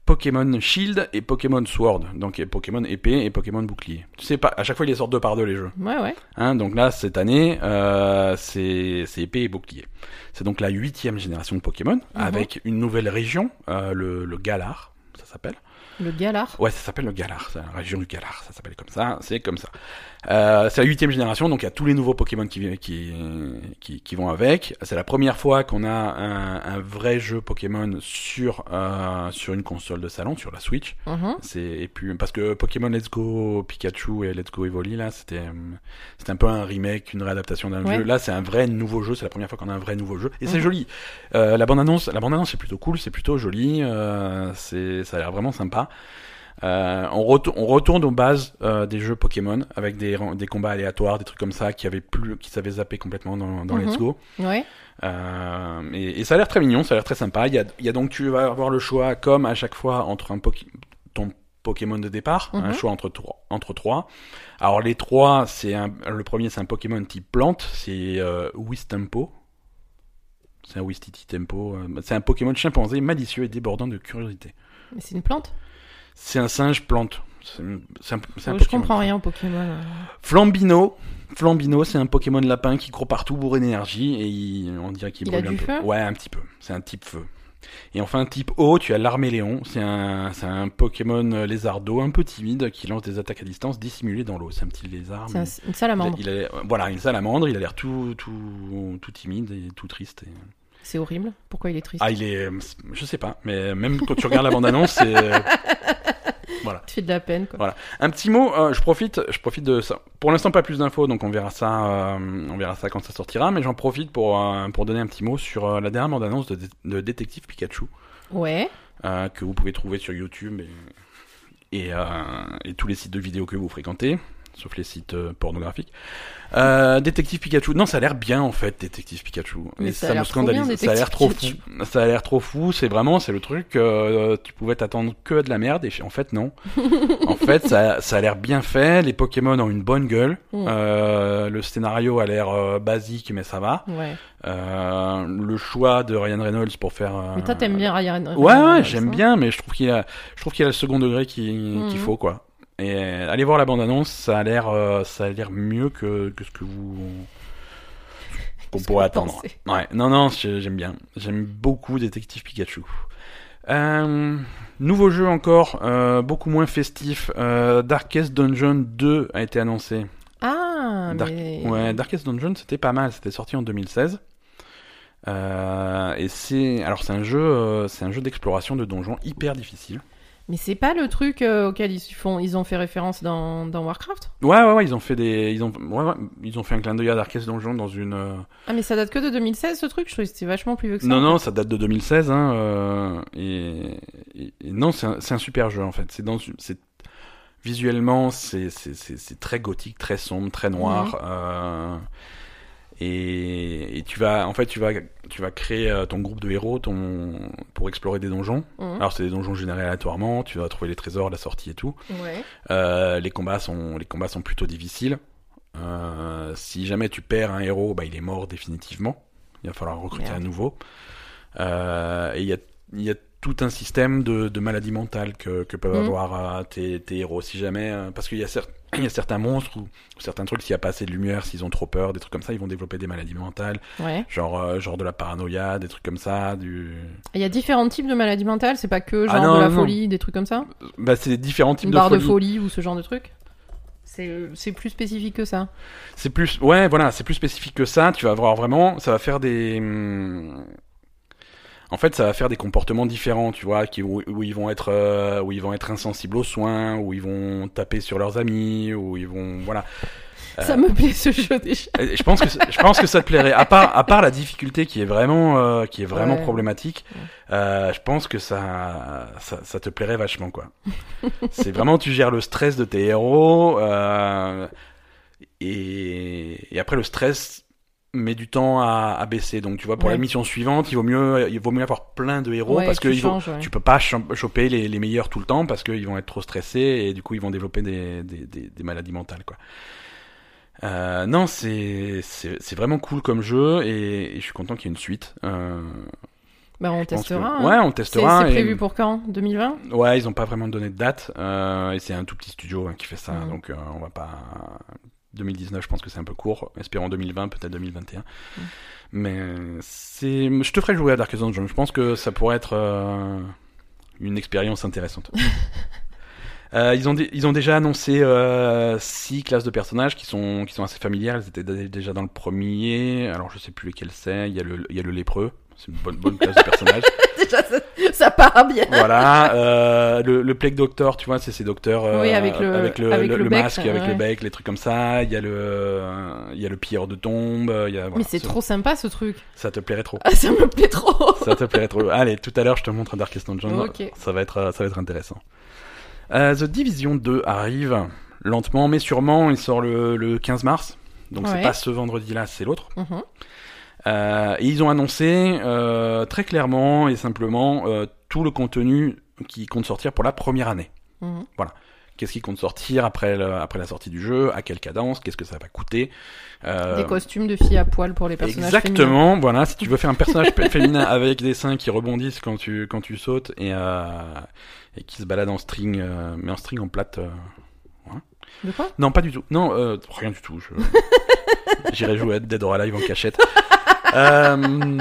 Speaker 1: Pokémon Shield et Pokémon Sword, donc et Pokémon épée et Pokémon bouclier. Tu sais pas, à chaque fois ils les sortent deux par deux les jeux.
Speaker 2: Ouais, ouais.
Speaker 1: Hein, donc là cette année, euh, c'est c'est épée et bouclier. C'est donc la huitième génération de Pokémon
Speaker 2: Mhm.
Speaker 1: avec une nouvelle région, euh, le, le Galar, ça s'appelle.
Speaker 2: Le Galar.
Speaker 1: Ouais, ça s'appelle le Galar, c'est la région du Galar, ça s'appelle comme ça, c'est comme ça. Euh, c'est la huitième génération, donc il y a tous les nouveaux Pokémon qui, qui, qui, qui vont avec. C'est la première fois qu'on a un, un vrai jeu Pokémon sur, euh, sur une console de salon, sur la Switch.
Speaker 2: Mhm.
Speaker 1: C'est, et puis, parce que Pokémon Let's Go Pikachu et Let's Go Evoli, là, c'était, euh, c'était un peu un remake, une réadaptation d'un
Speaker 2: Ouais.
Speaker 1: jeu. Là, c'est un vrai nouveau jeu, c'est la première fois qu'on a un vrai nouveau jeu. Et c'est
Speaker 2: Mhm.
Speaker 1: joli. Euh, la bande-annonce, la bande-annonce, c'est plutôt cool, c'est plutôt joli, euh, c'est, ça a l'air vraiment sympa. Euh, on, retou- on retourne aux bases euh, des jeux Pokémon avec des, ran- des combats aléatoires, des trucs comme ça qui avaient plus, qui s'avaient zappé complètement dans, dans
Speaker 2: Mhm.
Speaker 1: Let's Go.
Speaker 2: Ouais.
Speaker 1: Euh, et, et ça a l'air très mignon, ça a l'air très sympa. Il y a, il y a donc tu vas avoir le choix, comme à chaque fois, entre un Poké- ton Pokémon de départ,
Speaker 2: Mhm.
Speaker 1: un choix entre trois, entre trois. Alors les trois, c'est un- le premier, c'est un Pokémon type plante, c'est euh, Wistempo. C'est un Wistiti Tempo. euh, C'est un Pokémon chimpanzé malicieux et débordant de curiosité.
Speaker 2: Mais c'est une plante.
Speaker 1: C'est un singe plante. C'est un- c'est un- c'est un
Speaker 2: Oh,
Speaker 1: Pokémon.
Speaker 2: je
Speaker 1: Oh,
Speaker 2: comprends rien aux Pokémon. hein.
Speaker 1: Flambino. Flambino, c'est un Pokémon lapin qui court partout bourré d'énergie et il- on dirait qu'il
Speaker 2: Il a
Speaker 1: brûle un
Speaker 2: du
Speaker 1: peu.
Speaker 2: feu
Speaker 1: ouais, un petit peu. C'est un type feu. Et enfin, type O, tu as l'arméléon. C'est un, c'est un Pokémon euh, lézardo un peu timide qui lance des attaques à distance dissimulées dans l'eau. C'est un petit lézard.
Speaker 2: C'est
Speaker 1: mais
Speaker 2: un- une
Speaker 1: il a-
Speaker 2: salamandre.
Speaker 1: il a- voilà, une salamandre. Il a l'air tout, tout, tout timide et tout triste. et-
Speaker 2: C'est horrible. Pourquoi il est triste
Speaker 1: Ah, il est. euh, Je sais pas, mais même quand tu regardes la bande-annonce, c'est. euh,
Speaker 2: Tu fais de la peine quoi.
Speaker 1: Voilà. Un petit mot, euh, je profite, je profite de ça. Pour l'instant, pas plus d'infos, donc on verra ça, euh, on verra ça quand ça sortira. Mais j'en profite pour euh, pour donner un petit mot sur euh, la dernière bande annonce de, de détective Pikachu
Speaker 2: Ouais.
Speaker 1: euh, que vous pouvez trouver sur YouTube et et, euh, et tous les sites de vidéos que vous fréquentez, sauf les sites euh, pornographiques. Euh, détective Pikachu, non, ça a l'air bien en fait, détective Pikachu.
Speaker 2: Mais
Speaker 1: Et
Speaker 2: ça a l'air trop bien,
Speaker 1: ça a l'air
Speaker 2: Détective
Speaker 1: trop fou.
Speaker 2: Pikachu.
Speaker 1: Ça a l'air trop fou. C'est vraiment, c'est le truc. euh, tu pouvais t'attendre que à de la merde et en fait non. En fait, ça, ça a l'air bien fait. Les Pokémon ont une bonne gueule.
Speaker 2: Mm.
Speaker 1: Euh, le scénario a l'air euh, basique, mais ça va.
Speaker 2: Ouais.
Speaker 1: Euh, le choix de Ryan Reynolds pour faire. euh,
Speaker 2: Mais toi, t'aimes bien Ryan Reynolds.
Speaker 1: Ouais,
Speaker 2: hein.
Speaker 1: ouais, j'aime bien, mais je trouve qu'il y a, je trouve qu'il y a le second degré qui- qu'il
Speaker 2: Mhm.
Speaker 1: faut quoi. Et euh, allez voir la bande annonce, ça a l'air, euh, ça a l'air mieux que, que ce que vous qu'on
Speaker 2: Qu'est-ce que
Speaker 1: pourrait
Speaker 2: vous
Speaker 1: attendre.
Speaker 2: pensez
Speaker 1: Ouais, non, non, je- j'aime bien, j'aime beaucoup Détective Pikachu. Euh, nouveau jeu encore, euh, beaucoup moins festif. euh, Darkest Dungeon 2 a été annoncé.
Speaker 2: Ah,
Speaker 1: Dark-
Speaker 2: mais.
Speaker 1: Ouais, Darkest Dungeon, c'était pas mal. C'était sorti en 2016. Euh, et c'est alors c'est un jeu, euh, c'est un jeu d'exploration de donjons hyper difficile.
Speaker 2: Mais c'est pas le truc euh, auquel ils font, ils ont fait référence dans, dans Warcraft.
Speaker 1: Ouais, ouais, ouais, ils ont fait des, ils ont, ouais, ouais, ils ont fait un clin d'œil à Darkest Dungeon dans une. euh,
Speaker 2: Ah, mais ça date que de 2016 ce truc. Je trouve que c'était vachement plus vieux que ça.
Speaker 1: Non, non, ça date de 2016. Hein, euh, et, et- et non, c'est un, c'est un super jeu en fait. C'est dans, c'est visuellement, c'est c'est- c'est- c'est très gothique, très sombre, très
Speaker 2: Mhm.
Speaker 1: noir. euh, et, et tu vas, en fait, tu vas, tu vas créer euh, ton groupe de héros, ton pour explorer des donjons.
Speaker 2: Mhm.
Speaker 1: Alors c'est des donjons générés aléatoirement. Tu vas trouver les trésors, la sortie et tout.
Speaker 2: Ouais.
Speaker 1: Euh, les combats sont, les combats sont plutôt difficiles. Euh, si jamais tu perds un héros, bah, il est mort définitivement. Il va falloir recruter
Speaker 2: Merde.
Speaker 1: un nouveau. Euh, et il y a, il y a tout un système de, de maladies mentales que, que peuvent
Speaker 2: Mhm.
Speaker 1: avoir euh, tes, tes héros. Si jamais, euh, parce qu'il y a cer- il y a certains monstres ou, ou certains trucs, s'il n'y a pas assez de lumière, s'ils ont trop peur, des trucs comme ça, ils vont développer des maladies mentales,
Speaker 2: Ouais.
Speaker 1: genre, euh, genre de la paranoïa, des trucs comme ça, du,
Speaker 2: Il y a différents types de maladies mentales. C'est pas que genre
Speaker 1: Ah non,
Speaker 2: de la
Speaker 1: non.
Speaker 2: folie, des trucs comme ça.
Speaker 1: bah, c'est des différents types
Speaker 2: Une barre
Speaker 1: de
Speaker 2: de
Speaker 1: folie.
Speaker 2: folie ou ce genre de truc. C'est euh, c'est plus spécifique que ça.
Speaker 1: C'est plus, ouais, voilà, c'est plus spécifique que ça. Tu vas avoir vraiment, ça va faire des. hum, en fait, ça va faire des comportements différents, tu vois, qui, où, où ils vont être, euh, où ils vont être insensibles aux soins, où ils vont taper sur leurs amis, où ils vont, voilà. Euh,
Speaker 2: Ça me plaît ce jeu déjà.
Speaker 1: Euh, Je pense que je pense que ça te plairait. À part à part la difficulté qui est vraiment euh, qui est vraiment
Speaker 2: Ouais.
Speaker 1: problématique, euh, je pense que ça, ça ça te plairait vachement quoi. C'est vraiment tu gères le stress de tes héros euh, et et après le stress met du temps à, à baisser. Donc tu vois pour
Speaker 2: Ouais.
Speaker 1: la mission suivante, il vaut mieux il vaut mieux avoir plein de héros
Speaker 2: Ouais,
Speaker 1: parce que
Speaker 2: tu
Speaker 1: il vaut-
Speaker 2: changes, ouais.
Speaker 1: tu peux pas cho- choper les, les meilleurs tout le temps parce qu'ils vont être trop stressés et du coup ils vont développer des, des, des- des maladies mentales quoi. Euh, non, c'est c'est c'est vraiment cool comme jeu et, et je suis content qu'il y ait une suite. Euh,
Speaker 2: Bah, on
Speaker 1: je pense que-
Speaker 2: testera. hein.
Speaker 1: Ouais, on
Speaker 2: C'est
Speaker 1: testera.
Speaker 2: c'est
Speaker 1: et-
Speaker 2: prévu pour quand 2020
Speaker 1: Ouais, ils ont pas vraiment donné de date euh, et c'est un tout petit studio hein, qui fait ça,
Speaker 2: Mhm.
Speaker 1: donc euh, on va pas. 2019, je pense que c'est un peu court. Espérons 2020, peut-être 2021. Mais c'est, je te ferai jouer à Dark Zone. Je pense que ça pourrait être euh, une expérience intéressante. Euh, ils, ont dé- ils ont déjà annoncé euh, six classes de personnages qui sont, qui sont assez familières. Elles étaient dé- déjà dans le premier. Alors je sais plus lesquels c'est. Il y a le, il y a le lépreux. C'est une bonne, bonne classe de personnages.
Speaker 2: Déjà, ça, ça part bien.
Speaker 1: voilà. Euh, le, le Plague Doctor, tu vois, c'est ces docteurs euh,
Speaker 2: Oui, avec le- avec le bec,
Speaker 1: masque,
Speaker 2: ouais.
Speaker 1: avec le bec, les trucs comme ça. Il y a le, il y a le pilleur de tombe. il y a- voilà.
Speaker 2: Mais c'est
Speaker 1: Ce-
Speaker 2: trop sympa ce truc.
Speaker 1: Ça te plairait trop.
Speaker 2: Ah, ça me plaît trop.
Speaker 1: Ça te plairait trop. Allez, tout à l'heure, je te montre un Darkest Dungeon.
Speaker 2: Ok.
Speaker 1: Ça va être, euh, ça va être intéressant. Euh, The Division 2 arrive lentement mais sûrement. Il sort le, le 15 mars. Donc c'est
Speaker 2: Ouais.
Speaker 1: pas ce vendredi-là, c'est l'autre.
Speaker 2: Mhm.
Speaker 1: Euh, et ils ont annoncé euh, très clairement et simplement euh, tout le contenu qui compte sortir pour la première année.
Speaker 2: Mhm.
Speaker 1: Qu'est-ce qui compte sortir après, le- après la sortie du jeu À quelle cadence Qu'est-ce que ça va coûter Euh,
Speaker 2: Des costumes de filles à poil pour les personnages féminins.
Speaker 1: Exactement, voilà, si tu veux faire un personnage p- féminin avec des seins qui rebondissent quand tu, quand tu sautes et, euh, et qui se balade en string, euh, mais en string en plate. euh.
Speaker 2: De quoi
Speaker 1: Non, pas du tout. Non, euh, rien du tout. je- J'irai jouer à Dead or Alive en cachette. Euh,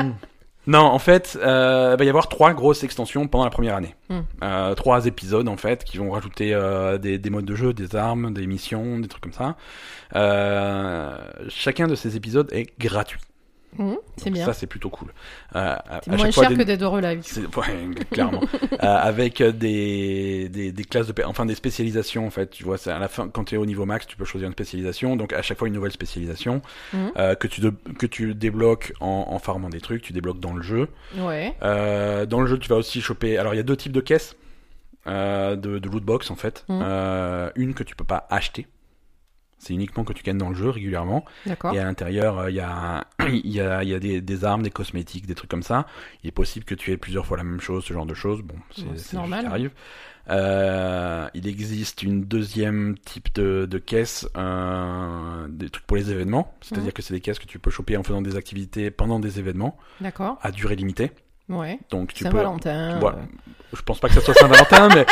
Speaker 1: non, en fait, euh, il va y avoir trois grosses extensions pendant la première année.
Speaker 2: Hmm.
Speaker 1: Euh, trois épisodes, en fait, qui vont rajouter euh, des, des modes de jeu, des armes, des missions, des trucs comme ça. Euh, chacun de ces épisodes est gratuit.
Speaker 2: Mhm, C'est
Speaker 1: Donc
Speaker 2: bien.
Speaker 1: Ça, c'est plutôt cool. Euh, à-
Speaker 2: C'est
Speaker 1: à
Speaker 2: moins
Speaker 1: chaque fois,
Speaker 2: cher
Speaker 1: des-
Speaker 2: que Dead or Alive.
Speaker 1: c'est- ouais, clairement. Euh, avec des, des, des classes de, pe- enfin des spécialisations en fait. Tu vois, c'est à la fin, quand tu es au niveau max, tu peux choisir une spécialisation. Donc à chaque fois une nouvelle spécialisation
Speaker 2: Mhm.
Speaker 1: euh, que tu de- que tu débloques en, en farmant des trucs, tu débloques dans le jeu.
Speaker 2: Ouais.
Speaker 1: Euh, dans le jeu, tu vas aussi choper. Alors, il y a deux types de caisses euh, de, de loot box en fait.
Speaker 2: Mhm.
Speaker 1: Euh, une que tu peux pas acheter. C'est uniquement que tu gagnes dans le jeu régulièrement.
Speaker 2: D'accord.
Speaker 1: Et à l'intérieur, euh, il y a, il y a, il y a des, des armes, des cosmétiques, des trucs comme ça. Il est possible que tu aies plusieurs fois la même chose, ce genre de choses. Bon, c'est
Speaker 2: Bon, c'est
Speaker 1: c'est ce qui
Speaker 2: normal.
Speaker 1: arrive. Euh, il existe une deuxième type de, de caisse, euh, des trucs pour les événements. C'est-à-dire que c'est des caisses que tu peux choper en faisant des activités pendant des événements
Speaker 2: D'accord.
Speaker 1: à durée limitée.
Speaker 2: Ouais.
Speaker 1: Donc tu peux,
Speaker 2: Saint-Valentin.
Speaker 1: Voilà. je pense pas que ça soit Saint-Valentin, mais,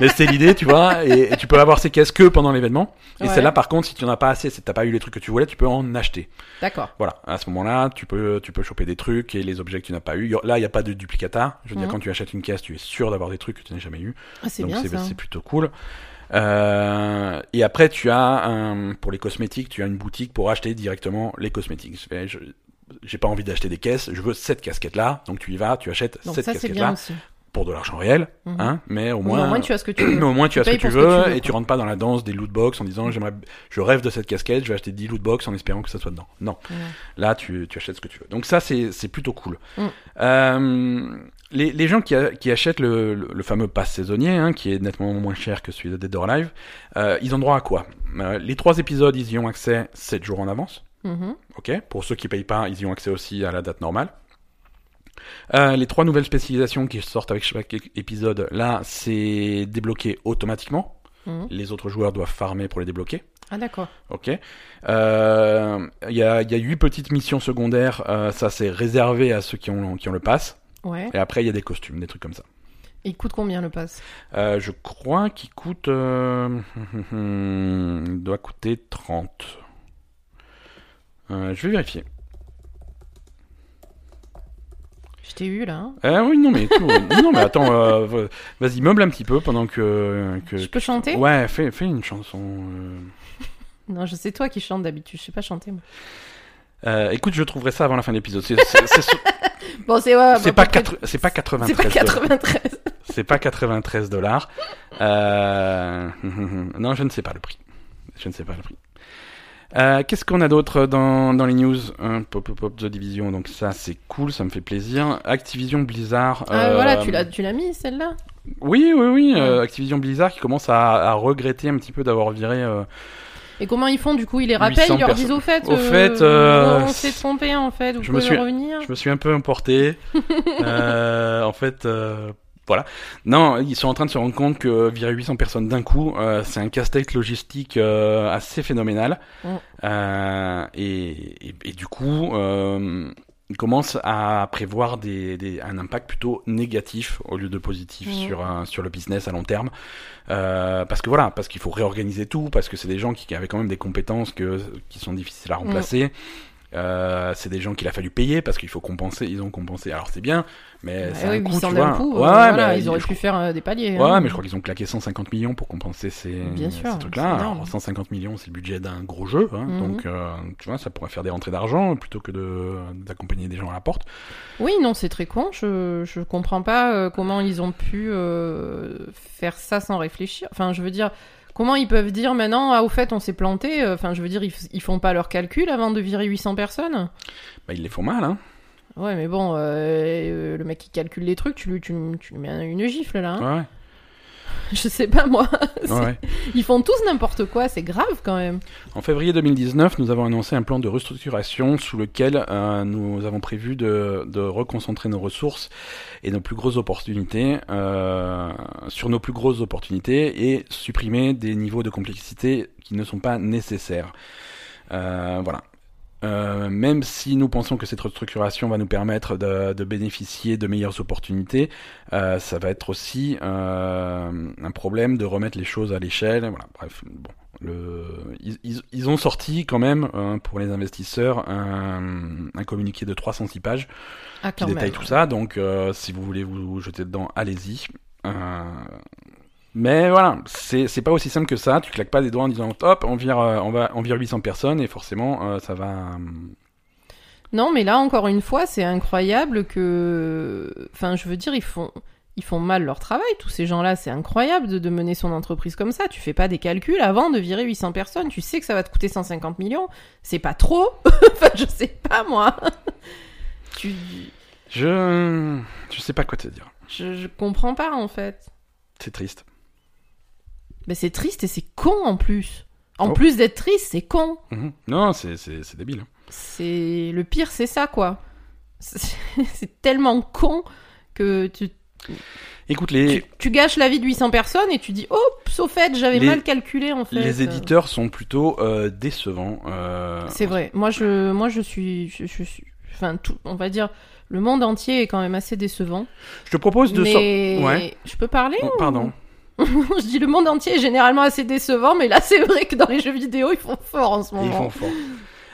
Speaker 1: mais c'est l'idée, tu vois. Et, et tu peux avoir ces caisses que pendant l'événement. Et
Speaker 2: Ouais.
Speaker 1: celle-là, par contre, si tu n'en as pas assez, si t'as pas eu les trucs que tu voulais, tu peux en acheter.
Speaker 2: D'accord.
Speaker 1: Voilà, à ce moment-là, tu peux, tu peux choper des trucs et les objets que tu n'as pas eu. Y a- Là, il n'y a pas de duplicata. Je veux dire,
Speaker 2: Mhm.
Speaker 1: quand tu achètes une caisse, tu es sûr d'avoir des trucs que tu n'as jamais eu.
Speaker 2: Ah, c'est
Speaker 1: Donc
Speaker 2: bien
Speaker 1: c'est
Speaker 2: ça.
Speaker 1: c'est plutôt cool. Euh, et après, tu as un, pour les cosmétiques, tu as une boutique pour acheter directement les cosmétiques. Je fais, je- J'ai pas envie d'acheter des caisses, je veux cette casquette-là. Donc tu y vas, tu achètes
Speaker 2: Donc
Speaker 1: cette
Speaker 2: ça c'est bien
Speaker 1: casquette-là
Speaker 2: aussi.
Speaker 1: pour de l'argent réel,
Speaker 2: Mhm.
Speaker 1: hein, mais au
Speaker 2: Oui,
Speaker 1: moins,
Speaker 2: au moins tu as ce que tu
Speaker 1: mais
Speaker 2: veux.
Speaker 1: au moins, tu
Speaker 2: Tu
Speaker 1: as ce que
Speaker 2: payes
Speaker 1: tu
Speaker 2: pour ce que
Speaker 1: veux
Speaker 2: tu veux,
Speaker 1: et tu
Speaker 2: quoi.
Speaker 1: rentres pas dans la danse des loot box en disant j'aimerais je rêve de cette casquette, je vais acheter 10 loot box en espérant que ça soit dedans. Non.
Speaker 2: Ouais.
Speaker 1: Là tu, tu achètes ce que tu veux. Donc ça c'est c'est plutôt cool.
Speaker 2: Mm.
Speaker 1: Euh, les, les gens qui, a- qui achètent le, le, le fameux pass saisonnier, hein, qui est nettement moins cher que celui de Dead or Alive, euh, ils ont droit à quoi Euh, Les trois épisodes, ils y ont accès 7 jours en avance.
Speaker 2: Mhm.
Speaker 1: Ok. Pour ceux qui payent pas, ils y ont accès aussi à la date normale. Euh, les trois nouvelles spécialisations qui sortent avec chaque é- épisode, là, c'est débloqué automatiquement.
Speaker 2: Mhm.
Speaker 1: Les autres joueurs doivent farmer pour les débloquer.
Speaker 2: Ah d'accord.
Speaker 1: Ok. Euh, Il y, a, il y a huit petites missions secondaires. euh, ça, c'est réservé à ceux qui ont, qui ont le pass.
Speaker 2: Ouais.
Speaker 1: Et après, il y a des costumes, des trucs comme ça.
Speaker 2: Il coûte combien le pass
Speaker 1: Euh, je crois qu'il coûte. euh, il doit coûter 30. Euh, je vais vérifier.
Speaker 2: Je t'ai eu là. hein.
Speaker 1: Ah oui, non, mais tout. non, mais attends, euh, va- vas-y, meuble un petit peu pendant que. que-
Speaker 2: Je peux chanter
Speaker 1: Ouais, fais, fais une chanson. euh.
Speaker 2: Non, je sais toi qui chante d'habitude. Je sais pas chanter. moi.
Speaker 1: Euh, écoute, je trouverai ça avant la fin de l'épisode. C'est- c'est- c'est sur-
Speaker 2: Bon, c'est ouais,
Speaker 1: C'est
Speaker 2: bah,
Speaker 1: pas,
Speaker 2: à peu près-
Speaker 1: quatre- c'est pas
Speaker 2: C'est
Speaker 1: 93
Speaker 2: pas
Speaker 1: dollars.
Speaker 2: 93.
Speaker 1: C'est pas 93 dollars. Euh, Non, je ne sais pas le prix. Je ne sais pas le prix. Euh, Qu'est-ce qu'on a d'autre dans, dans les news Hein, Pop, pop, pop, The Division. Donc ça, c'est cool, ça me fait plaisir. Activision Blizzard.
Speaker 2: Ah,
Speaker 1: euh,
Speaker 2: voilà, tu l'as, tu l'as mis celle-là.
Speaker 1: Oui, oui, oui.
Speaker 2: Ouais.
Speaker 1: euh, Activision Blizzard qui commence à, à regretter un petit peu d'avoir viré. euh,
Speaker 2: Et comment ils font du coup Ils les rappellent,
Speaker 1: 800
Speaker 2: ils leur
Speaker 1: personnes.
Speaker 2: disent au fait,
Speaker 1: Au fait, euh,
Speaker 2: non, on s'est trompé en fait, vous
Speaker 1: je me
Speaker 2: pouvez
Speaker 1: suis-
Speaker 2: revenir.
Speaker 1: Je me suis un peu emporté. Euh, en fait, euh, voilà. Non, ils sont en train de se rendre compte que virer 800 personnes d'un coup, euh, c'est un casse-tête logistique euh, assez phénoménal.
Speaker 2: Mm.
Speaker 1: Euh, et, et- et du coup, euh, ils commencent à prévoir des, des- un impact plutôt négatif au lieu de positif
Speaker 2: Mm.
Speaker 1: sur, un- sur le business à long terme. Euh, parce que voilà, parce qu'il faut réorganiser tout, parce que c'est des gens qui, qui avaient quand même des compétences que, qui sont difficiles à remplacer. Euh, c'est des gens qu'il a fallu payer parce qu'il faut compenser, ils ont compensé. Alors c'est bien, mais
Speaker 2: Bah
Speaker 1: Eh, c'est
Speaker 2: oui,
Speaker 1: un coût,
Speaker 2: 800
Speaker 1: tu
Speaker 2: d'un
Speaker 1: vois.
Speaker 2: coup,
Speaker 1: ouais,
Speaker 2: euh, voilà,
Speaker 1: mais
Speaker 2: ils auraient
Speaker 1: je
Speaker 2: pu faire euh, des paliers.
Speaker 1: crois-
Speaker 2: hein.
Speaker 1: ouais, mais je crois qu'ils ont claqué 150 millions pour compenser ces,
Speaker 2: Bien sûr,
Speaker 1: ces
Speaker 2: c'est
Speaker 1: trucs-là. Alors
Speaker 2: énorme.
Speaker 1: 150 millions, c'est le budget d'un gros jeu, hein,
Speaker 2: Mhm.
Speaker 1: donc euh, tu vois, ça pourrait faire des rentrées d'argent plutôt que de d'accompagner des gens à la porte.
Speaker 2: Oui, non, c'est très con. Je, je comprends pas euh, comment ils ont pu euh, faire ça sans réfléchir. Enfin, je veux dire, comment ils peuvent dire maintenant, ah, au fait, on s'est planté. euh, Enfin, je veux dire, ils, f- ils font pas leurs calculs avant de virer 800 personnes.
Speaker 1: Bah, ils les font mal, hein.
Speaker 2: Ouais, mais bon, euh, euh, le mec qui calcule les trucs, tu lui, tu, lui- tu lui mets une gifle là. hein.
Speaker 1: Ouais,
Speaker 2: Je sais pas, moi.
Speaker 1: ouais,
Speaker 2: C'est-
Speaker 1: ouais.
Speaker 2: Ils font tous n'importe quoi, c'est grave quand même.
Speaker 1: En février 2019, nous avons annoncé un plan de restructuration sous lequel euh, nous avons prévu de, de reconcentrer nos ressources et nos plus grosses opportunités euh, sur nos plus grosses opportunités et supprimer des niveaux de complexité qui ne sont pas nécessaires. Euh, voilà. Euh, même si nous pensons que cette restructuration va nous permettre de, de bénéficier de meilleures opportunités, euh, ça va être aussi euh, un problème de remettre les choses à l'échelle. Voilà, bref, bon, le- ils, ils- ils ont sorti quand même euh, pour les investisseurs un, un communiqué de 306 pages
Speaker 2: Ah,
Speaker 1: qui
Speaker 2: quand
Speaker 1: détaille
Speaker 2: même.
Speaker 1: tout ça. Donc, euh, si vous voulez vous jeter dedans, allez-y. Euh, mais voilà, c'est c'est pas aussi simple que ça. Tu claques pas des doigts en disant hop, on vire, euh, on va, on vire 800 personnes et forcément euh, ça va.
Speaker 2: Non, mais là, encore une fois, c'est incroyable que. Enfin, je veux dire, ils font. Ils font mal leur travail, tous ces gens-là. C'est incroyable de, de mener son entreprise comme ça. Tu fais pas des calculs avant de virer 800 personnes. Tu sais que ça va te coûter 150 millions. C'est pas trop. enfin, je sais pas, moi. tu...
Speaker 1: Je, je sais pas quoi te dire.
Speaker 2: je, je comprends pas, en fait.
Speaker 1: C'est triste.
Speaker 2: Mais c'est triste et c'est con, en plus. En
Speaker 1: Oh.
Speaker 2: plus d'être triste, c'est con.
Speaker 1: Mhm. Non, c'est- c'est c'est débile. hein.
Speaker 2: C'est le pire, c'est ça quoi. C'est c'est tellement con que tu,
Speaker 1: Écoute, les,
Speaker 2: tu, tu gâches la vie de 800 personnes et tu dis oh, sauf fait, j'avais
Speaker 1: Les-
Speaker 2: mal calculé en fait.
Speaker 1: les éditeurs sont plutôt euh, décevants. euh,
Speaker 2: C'est vrai. Moi je moi je suis je, je suis enfin tout on va dire le monde entier est quand même assez décevant.
Speaker 1: Je te propose de sortir.
Speaker 2: Mais
Speaker 1: Ouais.
Speaker 2: je peux parler ou-
Speaker 1: pardon.
Speaker 2: je dis le monde entier est généralement assez décevant mais là c'est vrai que dans les jeux vidéo ils font fort en ce
Speaker 1: Et
Speaker 2: moment.
Speaker 1: ils font fort.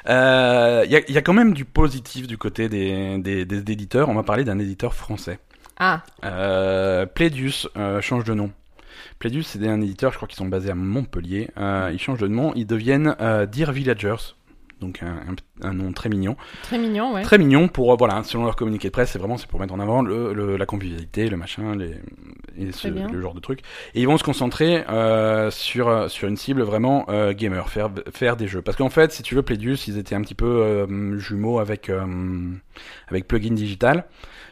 Speaker 1: Euh, Il y, a- il y a quand même du positif du côté des, des, des éditeurs. On va parler d'un éditeur français.
Speaker 2: Ah,
Speaker 1: Euh, Pleidius euh, change de nom. Pleidius, c'est un éditeur, je crois qu'ils sont basés à Montpellier. Euh, ils changent de nom, ils deviennent euh, Dear Villagers. Donc un, un- un nom très mignon.
Speaker 2: très mignon ouais.
Speaker 1: Très mignon pour, euh, voilà, selon leur communiqué de presse, c'est vraiment c'est pour mettre en avant le, le- la convivialité, le machin, les, et ce-
Speaker 2: Très bien.
Speaker 1: le genre de truc. Et ils vont se concentrer euh, sur, euh, sur une cible vraiment euh, gamer, faire, faire des jeux. Parce qu'en fait, si tu veux, Pleidius, ils étaient un petit peu euh, jumeaux avec, euh, avec Plugin Digital.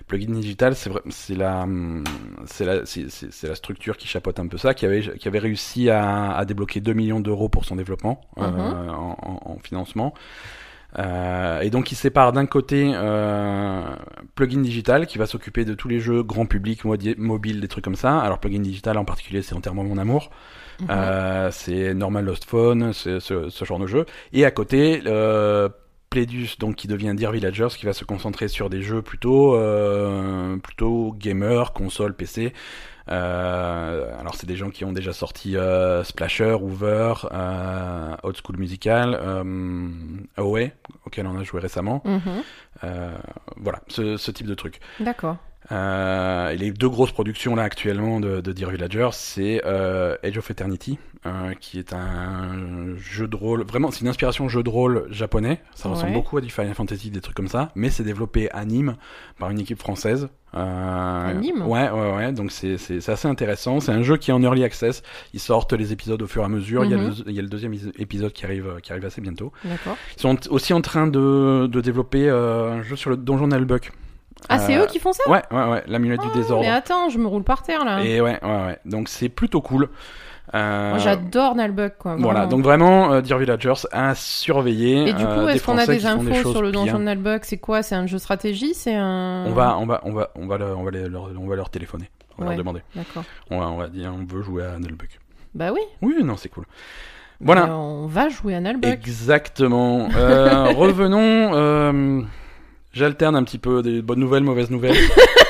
Speaker 1: Plugin Digital, c'est vrai- c'est la, hum, c'est la, c'est- c'est- c'est la structure qui chapeaute un peu ça, qui avait, qui avait réussi à, à débloquer 2 millions d'euros pour son développement euh,
Speaker 2: Mhm.
Speaker 1: en, en- en financement. Euh, et donc, il sépare d'un côté euh, Plugin Digital qui va s'occuper de tous les jeux grand public, modi- mobile, des trucs comme ça. Alors, Plugin Digital en particulier, c'est entièrement mon amour. Euh, c'est Normal Lost Phone, c'est ce, ce genre de jeu. Et à côté, euh, Pleidius, donc qui devient Dear Villagers, qui va se concentrer sur des jeux plutôt, euh, plutôt gamer, console, PC. Euh, alors c'est des gens qui ont déjà sorti euh, Splasher, Hoover, euh, Old School Musical, euh, Away, auquel on a joué récemment.
Speaker 2: Mhm.
Speaker 1: Euh, voilà, ce, ce type de truc.
Speaker 2: D'accord.
Speaker 1: Euh, et les deux grosses productions là actuellement de, de Dear Villager, c'est euh, Age of Eternity, euh, qui est un jeu de rôle, vraiment c'est une inspiration jeu de rôle japonais, ça ressemble
Speaker 2: Ouais.
Speaker 1: beaucoup à du Final Fantasy, des trucs comme ça, mais c'est développé à Nîmes par une équipe française. Euh,
Speaker 2: Nîmes
Speaker 1: Ouais, ouais, ouais, donc c'est- c'est c'est assez intéressant, c'est un jeu qui est en early access, ils sortent les épisodes au fur et à mesure, il y a
Speaker 2: Mhm.
Speaker 1: le- il y, a le deuxième is- épisode qui arrive, qui arrive assez bientôt.
Speaker 2: D'accord.
Speaker 1: Ils sont aussi en train de, de développer euh, un jeu sur le donjon d'Albuck.
Speaker 2: Ah, c'est
Speaker 1: Euh,
Speaker 2: eux qui font ça
Speaker 1: Ouais, ouais, ouais, l'amulette du désordre.
Speaker 2: Mais attends, je me roule par terre là.
Speaker 1: Et ouais, ouais, ouais. Donc c'est plutôt cool. Euh,
Speaker 2: Ah. Moi, J'adore Nalbuck quoi.
Speaker 1: voilà,
Speaker 2: vraiment.
Speaker 1: donc vraiment, euh, Dear Villagers à surveiller.
Speaker 2: Et du
Speaker 1: euh,
Speaker 2: coup,
Speaker 1: des
Speaker 2: est-ce qu'on a
Speaker 1: Français
Speaker 2: des
Speaker 1: qui font
Speaker 2: infos
Speaker 1: choses
Speaker 2: sur le
Speaker 1: bien.
Speaker 2: donjon de Nalbuck C'est quoi C'est un jeu stratégie C'est un.
Speaker 1: On va, on va, on va, on va, leur, on va les- leur, on va leur téléphoner. On va
Speaker 2: Ouais.
Speaker 1: leur demander.
Speaker 2: D'accord.
Speaker 1: On va, on va dire, on veut jouer à Nullbuck.
Speaker 2: Bah oui.
Speaker 1: Oui, non, c'est cool. Voilà.
Speaker 2: mais on va jouer à Nalbuck.
Speaker 1: Exactement. Euh, revenons. euh, J'alterne un petit peu des bonnes nouvelles, mauvaises nouvelles.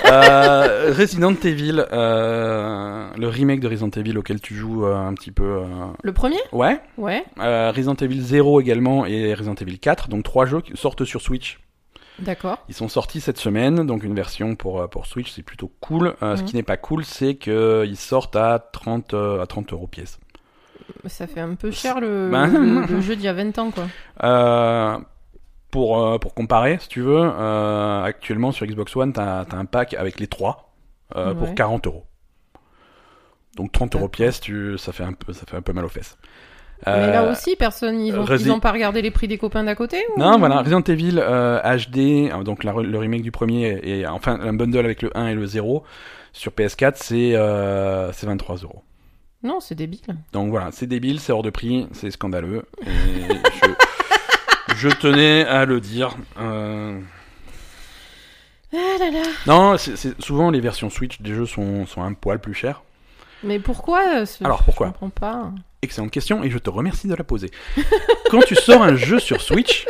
Speaker 1: Euh, Resident Evil, euh, le remake de Resident Evil auquel tu joues euh, un petit peu. euh,
Speaker 2: Le premier
Speaker 1: Ouais.
Speaker 2: Ouais.
Speaker 1: Euh, Resident Evil 0 également et Resident Evil 4, donc trois jeux qui sortent sur Switch.
Speaker 2: D'accord.
Speaker 1: Ils sont sortis cette semaine, donc une version pour, euh, pour Switch, c'est plutôt cool. Euh, Ce
Speaker 2: Mhm.
Speaker 1: qui n'est pas cool, c'est que euh, ils sortent à 30, euh, à 30 euros pièce.
Speaker 2: Ça fait un peu cher le,
Speaker 1: Bah.
Speaker 2: le- le jeu d'il y a 20 ans, quoi.
Speaker 1: Euh, pour, euh, pour comparer, si tu veux, euh, actuellement sur Xbox One, t'as as un pack avec les trois euh, pour
Speaker 2: Ouais.
Speaker 1: 40 euros. Donc 30 euros
Speaker 2: D'accord.
Speaker 1: pièce, tu, ça, fait un peu, ça fait un peu mal aux fesses.
Speaker 2: Mais
Speaker 1: Euh,
Speaker 2: là aussi, personne, ils ont,
Speaker 1: Resi-
Speaker 2: ils ont pas regardé les prix des copains d'à côté ou-
Speaker 1: Non, voilà, Resident Evil euh, HD, euh, donc la re- le remake du premier, et, et enfin un bundle avec le 1 et le 0, sur PS4, c'est euh, c'est 23 euros.
Speaker 2: Non, c'est débile.
Speaker 1: Donc voilà, c'est débile, c'est hors de prix, c'est scandaleux. Et je, je tenais à le dire. euh,
Speaker 2: Ah là là.
Speaker 1: Non, c'est c'est- souvent les versions Switch des jeux sont, sont un poil plus chères.
Speaker 2: Mais pourquoi euh, ce...
Speaker 1: Alors, pourquoi
Speaker 2: Je comprends pas.
Speaker 1: Excellente question, et je te remercie de la poser. quand tu sors un jeu sur Switch...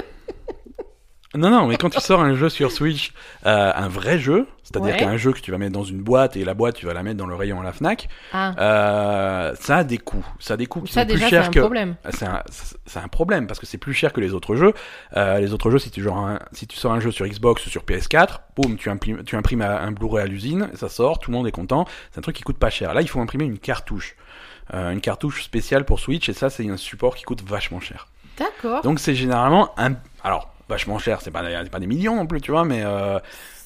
Speaker 1: Non, non, mais quand tu sors un jeu sur Switch, euh, un vrai jeu, c'est-à-dire
Speaker 2: Ouais.
Speaker 1: qu'un jeu que tu vas mettre dans une boîte et la boîte tu vas la mettre dans le rayon à la Fnac,
Speaker 2: Ah,
Speaker 1: euh, ça a des coûts. Ça a des coûts qui
Speaker 2: ça
Speaker 1: sont plus
Speaker 2: déjà, c'est
Speaker 1: chers
Speaker 2: un
Speaker 1: que...
Speaker 2: problème.
Speaker 1: C'est un, c'est- c'est un problème parce que c'est plus cher que les autres jeux. Euh, les autres jeux, si tu, genre un- si tu sors un jeu sur Xbox ou sur PS4, boum, tu imprimes, tu imprimes un un Blu-ray à l'usine, ça sort, tout le monde est content. C'est un truc qui coûte pas cher. Là, il faut imprimer une cartouche. Euh, une cartouche spéciale pour Switch et ça, c'est un support qui coûte vachement cher.
Speaker 2: D'accord.
Speaker 1: Donc, c'est généralement un. Alors, vachement cher, c'est pas, c'est pas des millions non plus, tu vois, mais, euh,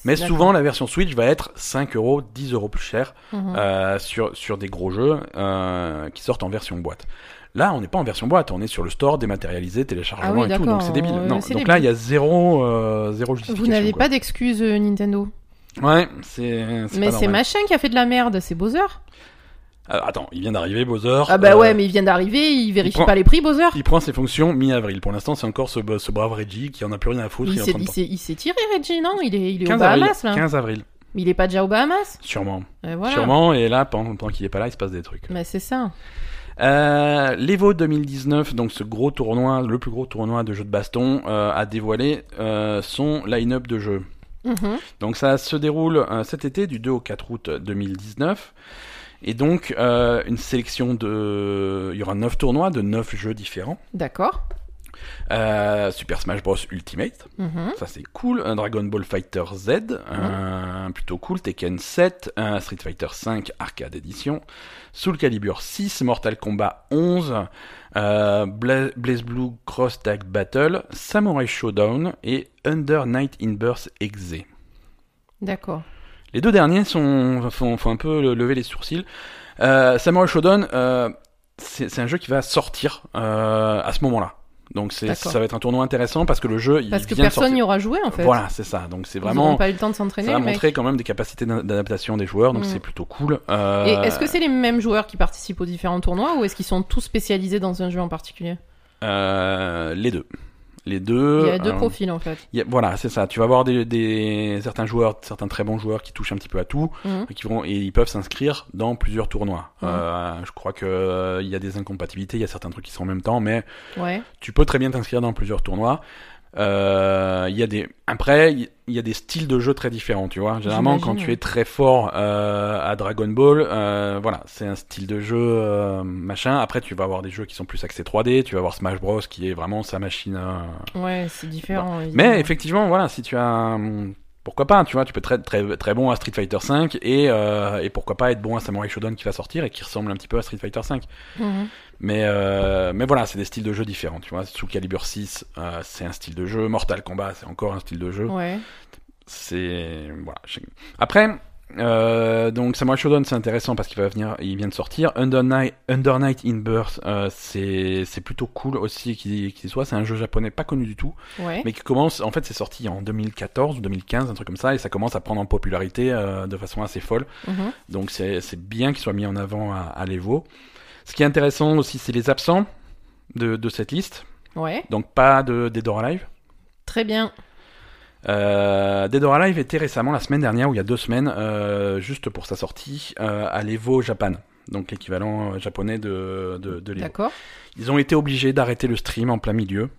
Speaker 1: mais
Speaker 2: D'accord.
Speaker 1: souvent la version Switch va être 5 euros, 10 euros plus cher
Speaker 2: Mhm.
Speaker 1: euh, sur, sur des gros jeux euh, qui sortent en version boîte. Là, on n'est pas en version boîte, on est sur le store dématérialisé, téléchargement
Speaker 2: Ah oui,
Speaker 1: et tout, donc
Speaker 2: d'accord,
Speaker 1: c'est débile.
Speaker 2: euh,
Speaker 1: non, donc
Speaker 2: c'est
Speaker 1: là, il
Speaker 2: débile.
Speaker 1: y a zéro, euh, zéro justification.
Speaker 2: Vous n'avez
Speaker 1: quoi.
Speaker 2: pas d'excuses euh, Nintendo.
Speaker 1: Ouais, c'est. c'est
Speaker 2: Mais
Speaker 1: pas
Speaker 2: c'est
Speaker 1: normal.
Speaker 2: machin qui a fait de la merde, c'est Bowser.
Speaker 1: Euh, attends, il vient d'arriver, Bowser.
Speaker 2: Ah bah
Speaker 1: euh,
Speaker 2: ouais, mais il vient d'arriver, il vérifie
Speaker 1: prend-
Speaker 2: pas les prix Bowser.
Speaker 1: Il prend ses fonctions mi-avril. Pour l'instant, c'est encore ce, ce brave Reggie qui en a plus rien à foutre.
Speaker 2: Il
Speaker 1: est en
Speaker 2: s'est-
Speaker 1: train de
Speaker 2: il s'est il s'est tiré Reggie, non Il est, il est aux
Speaker 1: 15 avril.
Speaker 2: Bahamas là.
Speaker 1: 15 avril,
Speaker 2: Mais Il est pas déjà aux Bahamas
Speaker 1: sûrement.
Speaker 2: Euh, voilà.
Speaker 1: Sûrement, et là, pendant, pendant qu'il est pas là, il se passe des trucs.
Speaker 2: Mais c'est ça.
Speaker 1: Euh, l'Evo 2019, donc ce gros tournoi, le plus gros tournoi de jeux de baston, euh, a dévoilé euh, son line-up de jeux.
Speaker 2: Mhm.
Speaker 1: Donc ça se déroule euh, cet été, du 2 au 4 août 2019. Et donc, euh, une sélection de... Il y aura 9 tournois de 9 jeux différents.
Speaker 2: D'accord.
Speaker 1: Euh, Super Smash Bros Ultimate,
Speaker 2: Mhm.
Speaker 1: ça c'est cool. Un Dragon Ball Fighter Z, euh, plutôt cool. Tekken 7, euh, Street Fighter 5 Arcade Edition, Soul Calibur 6, Mortal Kombat 11, euh, Bla- Blaze Blue Cross Tag Battle, Samurai Showdown et Under Night in Birth Exe.
Speaker 2: D'accord.
Speaker 1: Les deux derniers sont, font, font un peu le- lever les sourcils. Euh, Samurai Shodown, euh, c'est c'est un jeu qui va sortir euh, à ce moment-là. Donc c'est-
Speaker 2: D'accord.
Speaker 1: ça va être un tournoi intéressant parce que le jeu, il
Speaker 2: Parce que
Speaker 1: vient de
Speaker 2: personne n'y
Speaker 1: sortir.
Speaker 2: aura joué en fait.
Speaker 1: Voilà, c'est ça. Donc c'est
Speaker 2: Ils
Speaker 1: vraiment,
Speaker 2: n'ont pas eu le temps de
Speaker 1: ça
Speaker 2: s'entraîner.
Speaker 1: va
Speaker 2: les mecs.
Speaker 1: montrer quand même des capacités d'in- d'adaptation des joueurs, donc
Speaker 2: Mm.
Speaker 1: c'est plutôt cool. Euh,
Speaker 2: Et est-ce que c'est les mêmes joueurs qui participent aux différents tournois ou est-ce qu'ils sont tous spécialisés dans un jeu en particulier
Speaker 1: euh, les deux, les deux.
Speaker 2: Il y a deux
Speaker 1: euh,
Speaker 2: profils en fait.
Speaker 1: il y a- voilà, c'est ça. Tu vas voir des, des- certains joueurs, certains très bons joueurs qui touchent un petit peu à tout.
Speaker 2: Mhm.
Speaker 1: qui vont et ils peuvent s'inscrire dans plusieurs tournois.
Speaker 2: Ouais.
Speaker 1: Euh, je crois que euh, il y a des incompatibilités, il y a certains trucs qui sont en même temps, mais
Speaker 2: Ouais.
Speaker 1: tu peux très bien t'inscrire dans plusieurs tournois. Euh, Il y a des après il il y a des styles de jeu très différents, tu vois. Généralement quand
Speaker 2: J'imagine,
Speaker 1: tu
Speaker 2: ouais.
Speaker 1: es très fort euh, à Dragon Ball, euh, voilà, c'est un style de jeu euh, machin. Après tu vas avoir des jeux qui sont plus axés 3D, tu vas avoir Smash Bros qui est vraiment sa machine. euh,
Speaker 2: Ouais, c'est différent. évidemment.
Speaker 1: mais effectivement, voilà, si tu as hum, pourquoi pas, tu vois, tu peux être très, très, très bon à Street Fighter 5 et, euh, et pourquoi pas être bon à Samurai Shodown qui va sortir et qui ressemble un petit peu à Street Fighter 5.
Speaker 2: Mhm.
Speaker 1: Mais, euh, mais voilà, c'est des styles de jeu différents, tu vois. Soul Calibur 6, euh, c'est un style de jeu. Mortal Kombat, c'est encore un style de jeu.
Speaker 2: Mhm. Ouais.
Speaker 1: C'est voilà. je- Après, euh, donc Samurai Shodown, c'est intéressant parce qu'il va venir, il vient de sortir. Under Night, Under Night in Birth, euh, c'est c'est plutôt cool aussi qu'il qu'il soit. C'est un jeu japonais pas connu du tout,
Speaker 2: Ouais.
Speaker 1: mais qui commence. En fait, c'est sorti en 2014 ou 2015, un truc comme ça, et ça commence à prendre en popularité euh, de façon assez folle.
Speaker 2: Mhm.
Speaker 1: Donc c'est c'est bien qu'il soit mis en avant à, à l'Evo. Ce qui est intéressant aussi, c'est les absents de, de cette liste.
Speaker 2: Ouais.
Speaker 1: Donc pas de Dead or Alive.
Speaker 2: Très bien.
Speaker 1: Euh, Dead or Alive était récemment, la semaine dernière, ou il y a deux semaines, euh, juste pour sa sortie, euh, à l'Evo Japan. Donc l'équivalent euh, japonais de, de, de l'Evo.
Speaker 2: D'accord.
Speaker 1: Ils ont été obligés d'arrêter le stream en plein milieu.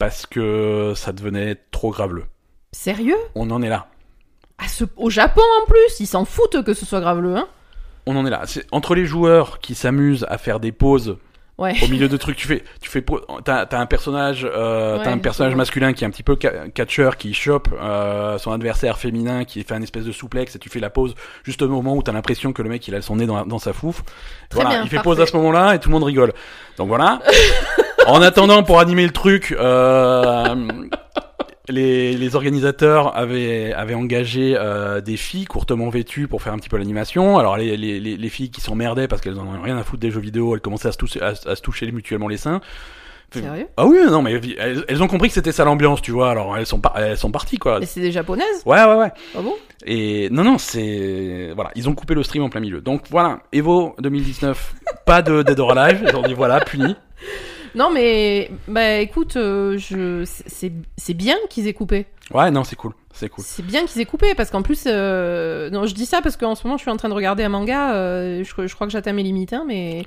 Speaker 1: Parce que ça devenait trop graveleux.
Speaker 2: Sérieux
Speaker 1: On en est là.
Speaker 2: À ce- Au Japon en plus, ils s'en foutent que ce soit graveleux, hein
Speaker 1: On en est là. C'est entre les joueurs qui s'amusent à faire des pauses
Speaker 2: Ouais.
Speaker 1: au milieu de trucs. Tu fais, tu fais, pause- t'as, t'as un personnage, euh,
Speaker 2: Ouais,
Speaker 1: t'as un personnage
Speaker 2: c'est bon.
Speaker 1: masculin qui est un petit peu ca- catcheur, qui chope euh, son adversaire féminin, qui fait un espèce de souplex et tu fais la pause juste au moment où t'as l'impression que le mec il a son nez dans, dans sa fouf.
Speaker 2: Très
Speaker 1: voilà,
Speaker 2: bien,
Speaker 1: il fait pause
Speaker 2: parfait.
Speaker 1: à ce moment-là et tout le monde rigole. Donc voilà. en attendant pour animer le truc. Euh, les, les organisateurs avaient, avaient engagé euh, des filles courtement vêtues pour faire un petit peu l'animation. Alors les, les, les, les filles qui s'emmerdaient parce qu'elles en ont rien à foutre des jeux vidéo, elles commençaient à se toucher, à, à se toucher mutuellement les seins.
Speaker 2: Sérieux
Speaker 1: Ah oui, non mais elles, elles ont compris que c'était ça l'ambiance, tu vois. Alors elles sont, par- elles sont parties quoi.
Speaker 2: Mais c'est des japonaises
Speaker 1: Ouais ouais ouais.
Speaker 2: Ah bon
Speaker 1: Et non, non, c'est. Voilà, ils ont coupé le stream en plein milieu. Donc voilà, Evo 2019, pas de Dead or Alive. Ils ont dit voilà, puni.
Speaker 2: Non mais bah écoute, euh, je c'est c'est bien qu'ils aient coupé.
Speaker 1: Ouais, non, c'est cool. C'est cool.
Speaker 2: C'est bien qu'ils aient coupé parce qu'en plus euh, non, je dis ça parce qu'en ce moment je suis en train de regarder un manga, euh, je, je crois que j'atteins mes limites hein, mais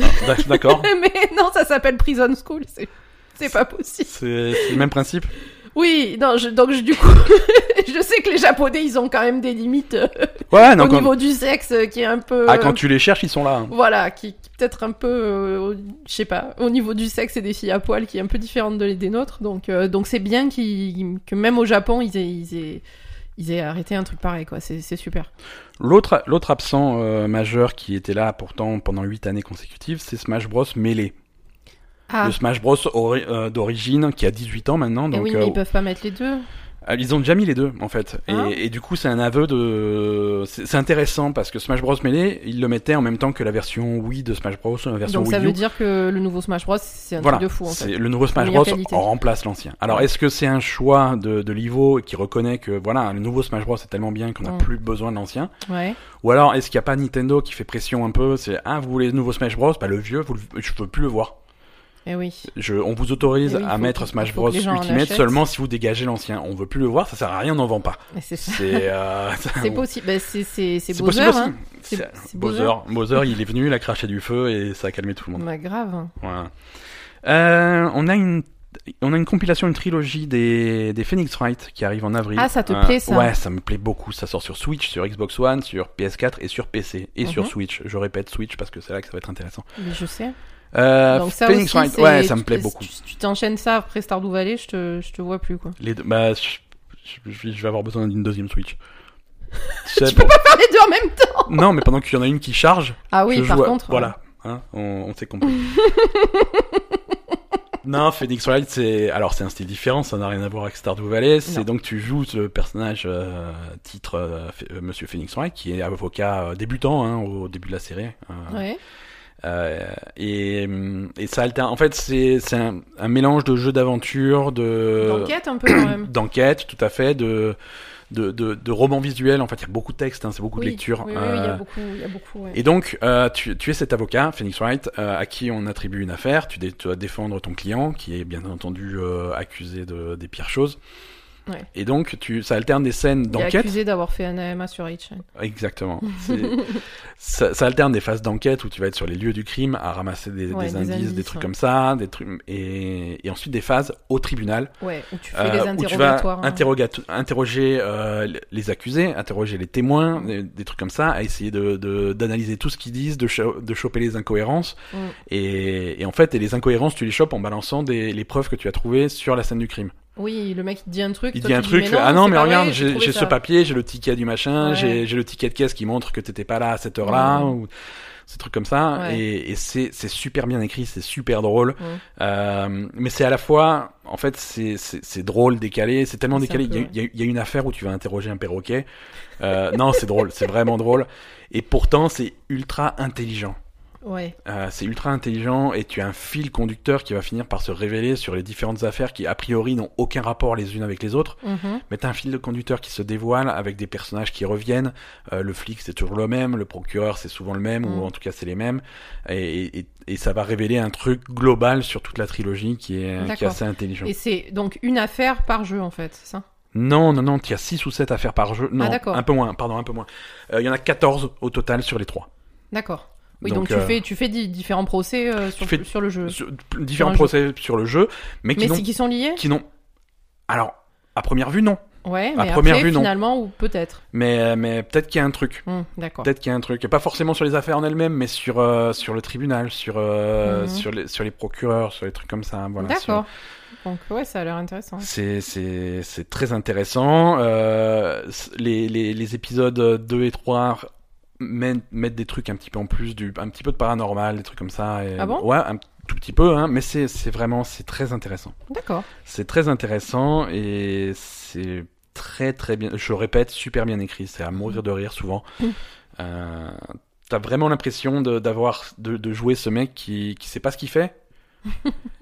Speaker 1: Ah, D'accord.
Speaker 2: mais non, ça s'appelle Prison School, c'est c'est pas possible.
Speaker 1: C'est c'est le même principe.
Speaker 2: Oui, non, je, donc je- du coup, je sais que les japonais, ils ont quand même des limites euh,
Speaker 1: Ouais, non,
Speaker 2: au
Speaker 1: quand...
Speaker 2: niveau du sexe euh, qui est un peu
Speaker 1: Ah, quand tu les cherches, ils sont là. hein.
Speaker 2: Voilà, qui, qui peut-être un peu, euh, au- je sais pas, au niveau du sexe et des filles à poil, qui est un peu différente de, des nôtres. Donc, euh, donc c'est bien qu'ils- que même au Japon, ils aient, ils aient, ils aient arrêté un truc pareil, quoi. C'est, c'est super.
Speaker 1: L'autre, l'autre absent euh, majeur qui était là pourtant pendant 8 années consécutives, c'est Smash Bros Melee.
Speaker 2: Ah,
Speaker 1: Le Smash Bros ori- euh, d'origine qui a 18 ans maintenant,
Speaker 2: et
Speaker 1: donc
Speaker 2: oui,
Speaker 1: euh,
Speaker 2: mais ils peuvent pas mettre les deux.
Speaker 1: euh, ils ont déjà mis les deux en fait. Et-
Speaker 2: Ah.
Speaker 1: Et, du coup, c'est un aveu de. C'est c'est intéressant parce que Smash Bros Melee, ils le mettaient en même temps que la version Wii de Smash Bros, la version
Speaker 2: Donc
Speaker 1: Wii
Speaker 2: ça
Speaker 1: U.
Speaker 2: veut dire que le nouveau Smash Bros, c'est un
Speaker 1: Voilà,
Speaker 2: truc de fou, en
Speaker 1: c'est-
Speaker 2: fait.
Speaker 1: le nouveau Smash
Speaker 2: Meilleure
Speaker 1: Bros
Speaker 2: qualité.
Speaker 1: remplace l'ancien. Alors
Speaker 2: Ouais.
Speaker 1: est-ce que c'est un choix de, de l'Ivo qui reconnaît que voilà le nouveau Smash Bros est tellement bien qu'on n'a
Speaker 2: Mm.
Speaker 1: plus besoin de l'ancien
Speaker 2: Ouais.
Speaker 1: Ou alors, est-ce qu'il n'y a pas Nintendo qui fait pression un peu C'est ah, vous voulez le nouveau Smash Bros Bah le vieux, vous le- je peux plus le voir.
Speaker 2: Et Eh oui.
Speaker 1: Je, on vous autorise
Speaker 2: Eh oui,
Speaker 1: à
Speaker 2: faut
Speaker 1: mettre
Speaker 2: que-
Speaker 1: Smash
Speaker 2: faut
Speaker 1: Bros
Speaker 2: que les gens en
Speaker 1: Ultimate
Speaker 2: achètent.
Speaker 1: seulement si vous dégagez l'ancien. On veut plus le voir, ça sert à rien, on n'en vend pas.
Speaker 2: Et c'est ça.
Speaker 1: C'est euh, ça-
Speaker 2: C'est possible. Ben, c'est, c'est, c'est,
Speaker 1: c'est
Speaker 2: Bowser,
Speaker 1: possible aussi.
Speaker 2: hein. C'est-
Speaker 1: C'est-
Speaker 2: c'est
Speaker 1: Bowser, Bowser, il est venu, il a craché du feu et ça a calmé tout le monde.
Speaker 2: Bah, grave. hein.
Speaker 1: Voilà. Euh, on a une on a une compilation, une trilogie des, des Phoenix Wright qui arrive en avril.
Speaker 2: Ah, ça te
Speaker 1: Euh,
Speaker 2: plaît, ça
Speaker 1: Ouais, ça me plaît beaucoup. Ça sort sur Switch, sur Xbox One, sur PS4 et sur PC. Et sur
Speaker 2: Mhm.
Speaker 1: Switch. Je répète Switch parce que c'est là que ça va être intéressant.
Speaker 2: Mais je sais.
Speaker 1: Euh,
Speaker 2: Donc ça
Speaker 1: Phoenix
Speaker 2: aussi,
Speaker 1: Wright,
Speaker 2: c'est-
Speaker 1: ouais, ça me
Speaker 2: tu-
Speaker 1: plaît
Speaker 2: tu-
Speaker 1: beaucoup.
Speaker 2: Tu tu t'enchaînes ça après Stardew Valley, je te, je te vois plus, quoi.
Speaker 1: Les deux, bah, je, je- je vais- je vais avoir besoin d'une deuxième Switch.
Speaker 2: Tu peux pas faire Ah, les deux en même temps
Speaker 1: Non, mais pendant qu'il y en a une qui charge,
Speaker 2: Ah oui,
Speaker 1: je
Speaker 2: par
Speaker 1: joue à-
Speaker 2: contre.
Speaker 1: Voilà, hein, on, on s'est compris. non, Phoenix Wright, c'est alors c'est un style différent, ça n'a rien à voir avec Stardew Valley.
Speaker 2: Non.
Speaker 1: C'est donc tu joues ce personnage euh, titre euh, F- euh, Monsieur Phoenix Wright qui est avocat euh, débutant hein, au début de la série. euh,
Speaker 2: Ouais.
Speaker 1: euh, et, hum, et ça alterne. En fait, c'est c'est un, un mélange de jeu d'aventure, de
Speaker 2: T'enquêtes un peu quand même.
Speaker 1: d'enquête, tout à fait, de de, de, de romans visuels. En fait, il y a beaucoup de textes, hein, c'est beaucoup
Speaker 2: oui,
Speaker 1: de lecture.
Speaker 2: Oui, oui, oui, il y
Speaker 1: euh,
Speaker 2: a beaucoup, il y a beaucoup, ouais.
Speaker 1: et donc, euh, tu, tu es cet avocat, Phoenix Wright, euh, à qui on attribue une affaire. Tu, dé- tu dois défendre ton client, qui est bien entendu euh, accusé de, des pires choses.
Speaker 2: Ouais.
Speaker 1: Et donc, tu, ça alterne des scènes
Speaker 2: Il est
Speaker 1: d'enquête.
Speaker 2: accusé d'avoir fait un AMA sur Hitchin.
Speaker 1: Exactement. C'est- ça, ça alterne des phases d'enquête où tu vas être sur les lieux du crime à ramasser des,
Speaker 2: Ouais,
Speaker 1: des
Speaker 2: des
Speaker 1: indices, des
Speaker 2: indices,
Speaker 1: trucs
Speaker 2: ouais.
Speaker 1: comme ça, des trucs et, et ensuite des phases au tribunal
Speaker 2: Ouais, où tu fais
Speaker 1: euh,
Speaker 2: les
Speaker 1: où tu vas
Speaker 2: interrogatoires. hein.
Speaker 1: interrogato- interroger euh, les accusés, interroger les témoins, des, des trucs comme ça, à essayer de de- d'analyser tout ce qu'ils disent, de, cho- de choper les incohérences.
Speaker 2: Mm.
Speaker 1: Et, et en fait, et les incohérences, tu les chopes en balançant des, les preuves que tu as trouvées sur la scène du crime.
Speaker 2: Oui, le mec il te dit un truc.
Speaker 1: Il
Speaker 2: toi,
Speaker 1: dit un
Speaker 2: tu
Speaker 1: truc,
Speaker 2: dis,
Speaker 1: tu
Speaker 2: mais
Speaker 1: fais, ah non,
Speaker 2: c'est
Speaker 1: mais
Speaker 2: pas
Speaker 1: regarde,
Speaker 2: vrai, j'ai
Speaker 1: j'ai
Speaker 2: trouvé
Speaker 1: j'ai
Speaker 2: ça.
Speaker 1: ce papier, j'ai le ticket du machin,
Speaker 2: Ouais.
Speaker 1: j'ai j'ai le ticket de caisse qui montre que t'étais pas là à cette heure-là,
Speaker 2: Ouais.
Speaker 1: ou ces trucs comme ça.
Speaker 2: Ouais.
Speaker 1: Et, et c'est c'est super bien écrit, c'est super drôle.
Speaker 2: Ouais.
Speaker 1: Euh, mais c'est à la fois, en fait, c'est- c'est c'est drôle, décalé, c'est tellement
Speaker 2: C'est un
Speaker 1: décalé. Il y, a-
Speaker 2: peu,
Speaker 1: il y a- il y a une affaire où tu vas interroger un perroquet. Euh, non, c'est drôle, c'est vraiment drôle. Et pourtant, c'est ultra intelligent.
Speaker 2: Ouais.
Speaker 1: Euh, c'est ultra intelligent et tu as un fil conducteur qui va finir par se révéler sur les différentes affaires qui, a priori, n'ont aucun rapport les unes avec les autres.
Speaker 2: Mhm.
Speaker 1: Mais t'as un fil de conducteur qui se dévoile avec des personnages qui reviennent. Euh, le flic, c'est toujours le même. Le procureur, c'est souvent le même,
Speaker 2: Mm.
Speaker 1: ou en tout cas, c'est les mêmes. Et, et- et ça va révéler un truc global sur toute la trilogie qui est, qui est
Speaker 2: D'accord.
Speaker 1: assez intelligent.
Speaker 2: Et c'est donc une affaire par jeu en fait, c'est ça
Speaker 1: Non, non, non, tu as 6 ou 7 affaires par jeu. Non,
Speaker 2: Ah, d'accord.
Speaker 1: un peu moins, pardon, un peu moins. Euh, Il y en a 14 au total sur les trois.
Speaker 2: D'accord. Oui, donc, tu,
Speaker 1: euh,
Speaker 2: fais, tu fais di- différents procès euh, sur,
Speaker 1: fais-
Speaker 2: sur le jeu.
Speaker 1: sur- différents
Speaker 2: un jeu.
Speaker 1: procès sur le jeu, mais qui
Speaker 2: Mais
Speaker 1: n'ont
Speaker 2: c'est qui sont liés
Speaker 1: qui n'ont. Alors, à première vue, non.
Speaker 2: Ouais,
Speaker 1: À
Speaker 2: mais
Speaker 1: première
Speaker 2: après,
Speaker 1: vue, non.
Speaker 2: finalement, ou peut-être.
Speaker 1: Mais, mais peut-être qu'il y a un truc.
Speaker 2: Hum, D'accord.
Speaker 1: Peut-être qu'il y a un truc. Et pas forcément sur les affaires en elles-mêmes, mais sur, euh, sur le tribunal, sur, euh,
Speaker 2: Mhm.
Speaker 1: sur, les, sur les procureurs, sur les trucs comme ça. hein, Voilà,
Speaker 2: D'accord. Donc ouais, ça a l'air intéressant.
Speaker 1: sur- C'est, c'est, c'est très intéressant. Euh, c- les, les, les épisodes 2 et 3 mènent- mettent des trucs un petit peu en plus, du, un petit peu de paranormal, des trucs comme ça. et-
Speaker 2: Ah bon
Speaker 1: Ouais, un tout petit peu, hein, mais c'est, c'est vraiment c'est très intéressant.
Speaker 2: D'accord.
Speaker 1: C'est très intéressant et c'est très très bien. Je répète, super bien écrit. C'est à mourir de rire souvent.
Speaker 2: Mm.
Speaker 1: Euh, T'as vraiment l'impression de- d'avoir de, de jouer ce mec qui qui sait pas ce qu'il fait.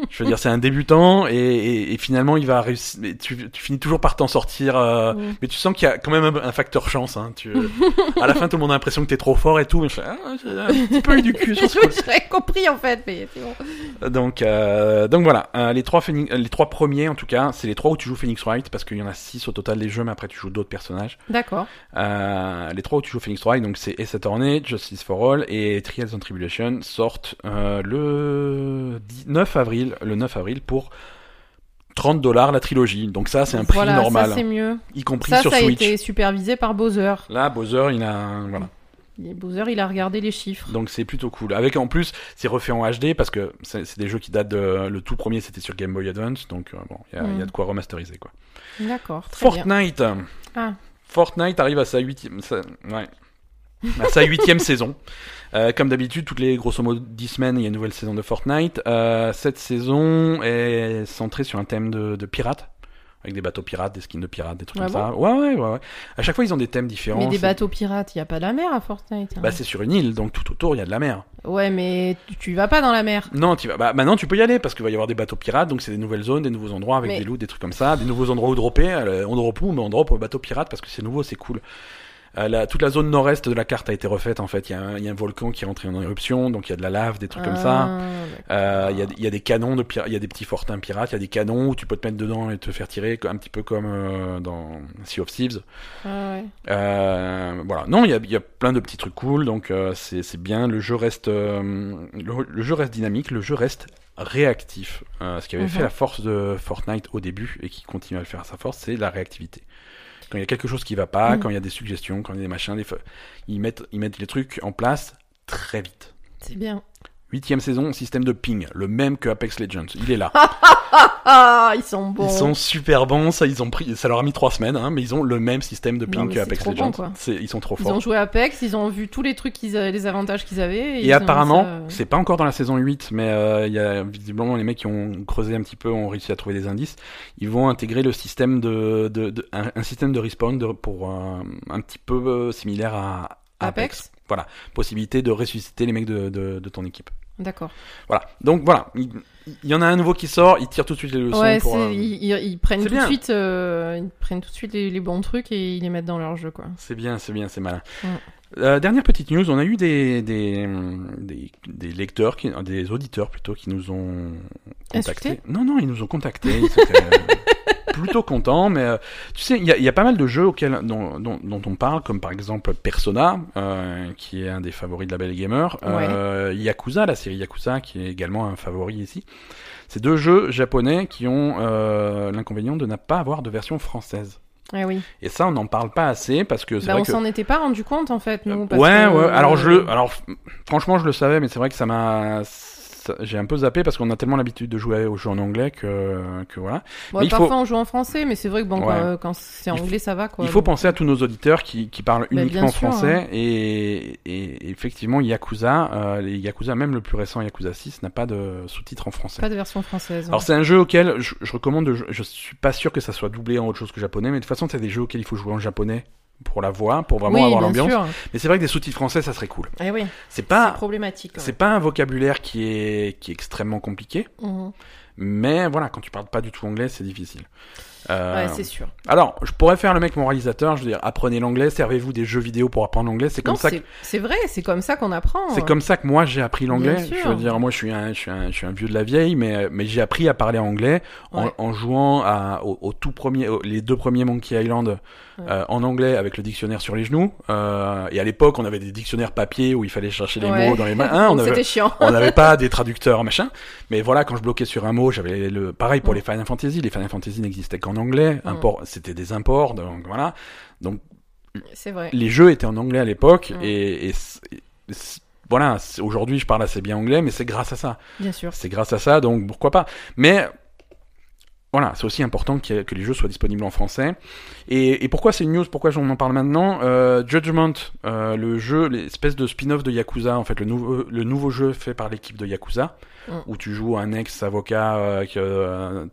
Speaker 1: Je veux dire, c'est un débutant et, et- et finalement il va réussir. mais Tu, tu finis toujours par t'en sortir. euh,
Speaker 2: Mm.
Speaker 1: Mais tu sens qu'il y a quand même un, un facteur chance. Hein. Tu, à la fin, tout le monde a l'impression que t'es trop fort et tout. Mais je fais, ah, j'ai un petit peu eu du cul sur ce coup.
Speaker 2: J'avais compris en fait, mais c'est bon.
Speaker 1: Donc, euh, donc voilà, Euh, les, trois Phoenix- euh, les trois premiers en tout cas, c'est les trois où tu joues Phoenix Wright, parce qu'il y en a six au total des jeux, mais après tu joues d'autres personnages.
Speaker 2: D'accord.
Speaker 1: Euh, les trois où tu joues Phoenix Wright, donc c'est Ace Attorney, Justice for All et Trials and Tribulation sortent euh, le 10 9 avril, le 9 avril pour 30 dollars la trilogie. Donc ça, c'est un prix
Speaker 2: voilà,
Speaker 1: normal,
Speaker 2: ça c'est mieux.
Speaker 1: y compris
Speaker 2: Ça,
Speaker 1: sur
Speaker 2: ça a
Speaker 1: Switch.
Speaker 2: été supervisé par Bowser.
Speaker 1: Là, Bowser, il a un- voilà.
Speaker 2: Et Bowser, il a regardé les chiffres.
Speaker 1: Donc c'est plutôt cool. Avec en plus, c'est refait en HD parce que c'est c'est des jeux qui datent de. Le tout premier c'était sur Game Boy Advance, donc euh, bon, il y, a- il y a
Speaker 2: Mm.
Speaker 1: de quoi remasteriser quoi.
Speaker 2: D'accord. Très bien.
Speaker 1: Fortnite
Speaker 2: Ah.
Speaker 1: Fortnite arrive à sa huitième. sa- ouais. À sa huitième saison. Euh, comme d'habitude, toutes les grosso modo 10 semaines, il y a une nouvelle saison de Fortnite. Euh, cette saison est centrée sur un thème de, de pirates. Avec des bateaux pirates, des skins de pirates, des trucs
Speaker 2: Ah
Speaker 1: comme ça. Ouais, ouais, ouais, ouais. À chaque fois, ils ont des thèmes différents.
Speaker 2: Mais des
Speaker 1: C'est-
Speaker 2: bateaux pirates, il y a pas la mer à Fortnite. hein.
Speaker 1: Bah, c'est sur une île, donc tout autour, il y a de la mer.
Speaker 2: ouais, mais tu- tu vas pas dans la mer.
Speaker 1: Non, tu vas. Bah, maintenant, tu peux y aller parce qu'il va y avoir des bateaux pirates, donc c'est des nouvelles zones, des nouveaux endroits avec
Speaker 2: Mais-
Speaker 1: des loups, des trucs comme ça, des nouveaux endroits où dropper. Euh, On drop où Mais on drop au bateau pirate parce que c'est nouveau, c'est cool. Euh, la- toute la zone nord-est de la carte a été refaite en fait. Il y, a un- il y a un volcan qui est rentré en éruption, donc il y a de la lave, des trucs comme ça.
Speaker 2: Ah,
Speaker 1: Euh, Il y, a, il y a des canons de pirates, il y a des petits fortins pirates, il y a des canons où tu peux te mettre dedans et te faire tirer, un petit peu comme euh, dans Sea of Thieves.
Speaker 2: Ah ouais.
Speaker 1: Euh, voilà. Non, il y a, il y a plein de petits trucs cool, donc euh, c'est c'est bien. Le jeu reste, euh, le, le jeu reste dynamique, le jeu reste réactif. Euh, ce qui avait
Speaker 2: Mhm.
Speaker 1: fait la force de Fortnite au début et qui continue à le faire à sa force, c'est la réactivité. Quand il y a quelque chose qui va pas,
Speaker 2: Mhm.
Speaker 1: quand il y a des suggestions, quand il y a des machins, des feux, ils mettent, ils mettent les trucs en place très vite.
Speaker 2: C'est bien.
Speaker 1: Huitième saison, système de ping, le même que Apex Legends. Il est là.
Speaker 2: Ah, ils sont bons.
Speaker 1: Ils sont super bons, ça, ils ont pris, ça leur a mis trois semaines, hein, mais ils ont le même système de
Speaker 2: Non,
Speaker 1: ping
Speaker 2: mais
Speaker 1: que
Speaker 2: c'est
Speaker 1: Apex
Speaker 2: trop bon,
Speaker 1: Legends.
Speaker 2: quoi.
Speaker 1: C'est- ils sont trop
Speaker 2: Ils
Speaker 1: forts.
Speaker 2: ont joué Apex, ils ont vu tous les trucs, qu'ils avaient- les avantages qu'ils avaient.
Speaker 1: Et
Speaker 2: ils ont
Speaker 1: apparemment,
Speaker 2: mis ça, euh,
Speaker 1: c'est pas encore dans la saison 8, mais euh, il y a visiblement les mecs qui ont creusé un petit peu, ont réussi à trouver des indices. Ils vont intégrer le système de, de- de- un, un système de respawn de- pour euh, un petit peu euh, similaire à à Apex.
Speaker 2: Apex.
Speaker 1: Possibilité de ressusciter les mecs de, de- de ton équipe.
Speaker 2: D'accord.
Speaker 1: Voilà. Donc voilà, il, il y en a un nouveau qui sort, il tire tout de suite les leçons
Speaker 2: Ouais,
Speaker 1: pour.
Speaker 2: c'est-
Speaker 1: euh,
Speaker 2: ils, ils- ils prennent
Speaker 1: c'est
Speaker 2: tout de
Speaker 1: bien.
Speaker 2: suite, euh, ils prennent tout de suite les, les bons trucs et ils les mettent dans leur jeu, quoi.
Speaker 1: C'est bien, c'est bien, c'est malin.
Speaker 2: Mm.
Speaker 1: Euh, dernière petite news, on a eu des, des, des, des lecteurs, qui, des auditeurs plutôt, qui nous ont contactés.
Speaker 2: Insultés
Speaker 1: non, non, ils nous ont contactés. Ils étaient euh, plutôt contents, mais euh, tu sais, il y, a- il y a pas mal de jeux auxquels, dont, dont, dont on parle, comme par exemple Persona, euh, qui est un des favoris de la Belle Gamer, euh, Yakuza, la série Yakuza, qui est également un favori ici. C'est deux jeux japonais qui ont euh, l'inconvénient de ne pas avoir de version française.
Speaker 2: Ah oui.
Speaker 1: Et ça, on n'en parle pas assez parce que c'est
Speaker 2: Bah,
Speaker 1: vrai
Speaker 2: on
Speaker 1: que
Speaker 2: s'en était pas rendu compte en fait, nous.
Speaker 1: euh,
Speaker 2: parce
Speaker 1: ouais,
Speaker 2: que-
Speaker 1: ouais. Alors je le, alors f- franchement, je le savais, mais c'est vrai que ça m'a, ça- j'ai un peu zappé parce qu'on a tellement l'habitude de jouer aux jeux en anglais que, que voilà.
Speaker 2: Bon,
Speaker 1: Mais il
Speaker 2: parfois
Speaker 1: faut-
Speaker 2: on joue en français, mais c'est vrai que bon,
Speaker 1: Ouais.
Speaker 2: quand, euh, quand c'est
Speaker 1: Il faut-
Speaker 2: anglais, ça va quoi.
Speaker 1: Il faut
Speaker 2: Donc,
Speaker 1: penser à tous nos auditeurs qui, qui parlent
Speaker 2: Bah, bien
Speaker 1: uniquement
Speaker 2: sûr,
Speaker 1: français et, et effectivement Yakuza, euh, les Yakuza, même le plus récent Yakuza 6 n'a pas de sous-titres en français.
Speaker 2: Pas de version française.
Speaker 1: Alors c'est un jeu auquel je, je recommande, de jou- je suis pas sûr que ça soit doublé en autre chose que japonais, mais de toute façon c'est des jeux auxquels il faut jouer en japonais pour la voix, pour vraiment
Speaker 2: oui,
Speaker 1: avoir
Speaker 2: bien
Speaker 1: l'ambiance.
Speaker 2: sûr.
Speaker 1: Mais c'est vrai que des sous-titres français ça serait cool.
Speaker 2: Eh oui,
Speaker 1: C'est
Speaker 2: c'est
Speaker 1: pas,
Speaker 2: problématique.
Speaker 1: c'est pas un vocabulaire qui est, qui est extrêmement compliqué,
Speaker 2: ouais. Mhm.
Speaker 1: mais voilà, quand tu parles pas du tout anglais c'est difficile. Euh,
Speaker 2: Ouais, c'est sûr.
Speaker 1: alors, je pourrais faire le mec mon réalisateur, je veux dire, apprenez l'anglais, servez-vous des jeux vidéo pour apprendre l'anglais, c'est comme
Speaker 2: Non,
Speaker 1: ça que
Speaker 2: c'est- c'est vrai, c'est comme ça qu'on apprend. hein.
Speaker 1: C'est comme ça que moi j'ai appris l'anglais.
Speaker 2: Bien sûr.
Speaker 1: Je veux dire, moi je suis un, je suis un, je suis un vieux de la vieille, mais, mais j'ai appris à parler anglais en,
Speaker 2: Ouais.
Speaker 1: en jouant à, au, au tout premier, au- les deux premiers Monkey Island
Speaker 2: Ouais.
Speaker 1: euh, en anglais avec le dictionnaire sur les genoux. Euh, et à l'époque, on avait des dictionnaires papier où il fallait chercher les
Speaker 2: Ouais.
Speaker 1: mots dans les mains. Hein, on
Speaker 2: Donc,
Speaker 1: avait-
Speaker 2: C'était chiant.
Speaker 1: on n'avait pas des traducteurs machin mais voilà quand je bloquais sur un mot j'avais le pareil pour
Speaker 2: Mm.
Speaker 1: les Final Fantasy les Final Fantasy n'existaient qu'en anglais
Speaker 2: Mm.
Speaker 1: import c'était des imports donc voilà donc
Speaker 2: C'est vrai.
Speaker 1: les jeux étaient en anglais à l'époque
Speaker 2: Mm.
Speaker 1: et, et c- et c- voilà c'est- aujourd'hui je parle assez bien anglais mais c'est grâce à ça
Speaker 2: Bien sûr.
Speaker 1: c'est grâce à ça donc pourquoi pas mais voilà, c'est aussi important que, que les jeux soient disponibles en français. Et, et pourquoi c'est une news Pourquoi j'en en parle maintenant Euh, Judgment, euh, le jeu, l'espèce de spin-off de Yakuza, en fait, le nouveau, le nouveau jeu fait par l'équipe de Yakuza,
Speaker 2: Mm.
Speaker 1: où tu joues un ex-avocat euh, qui, euh,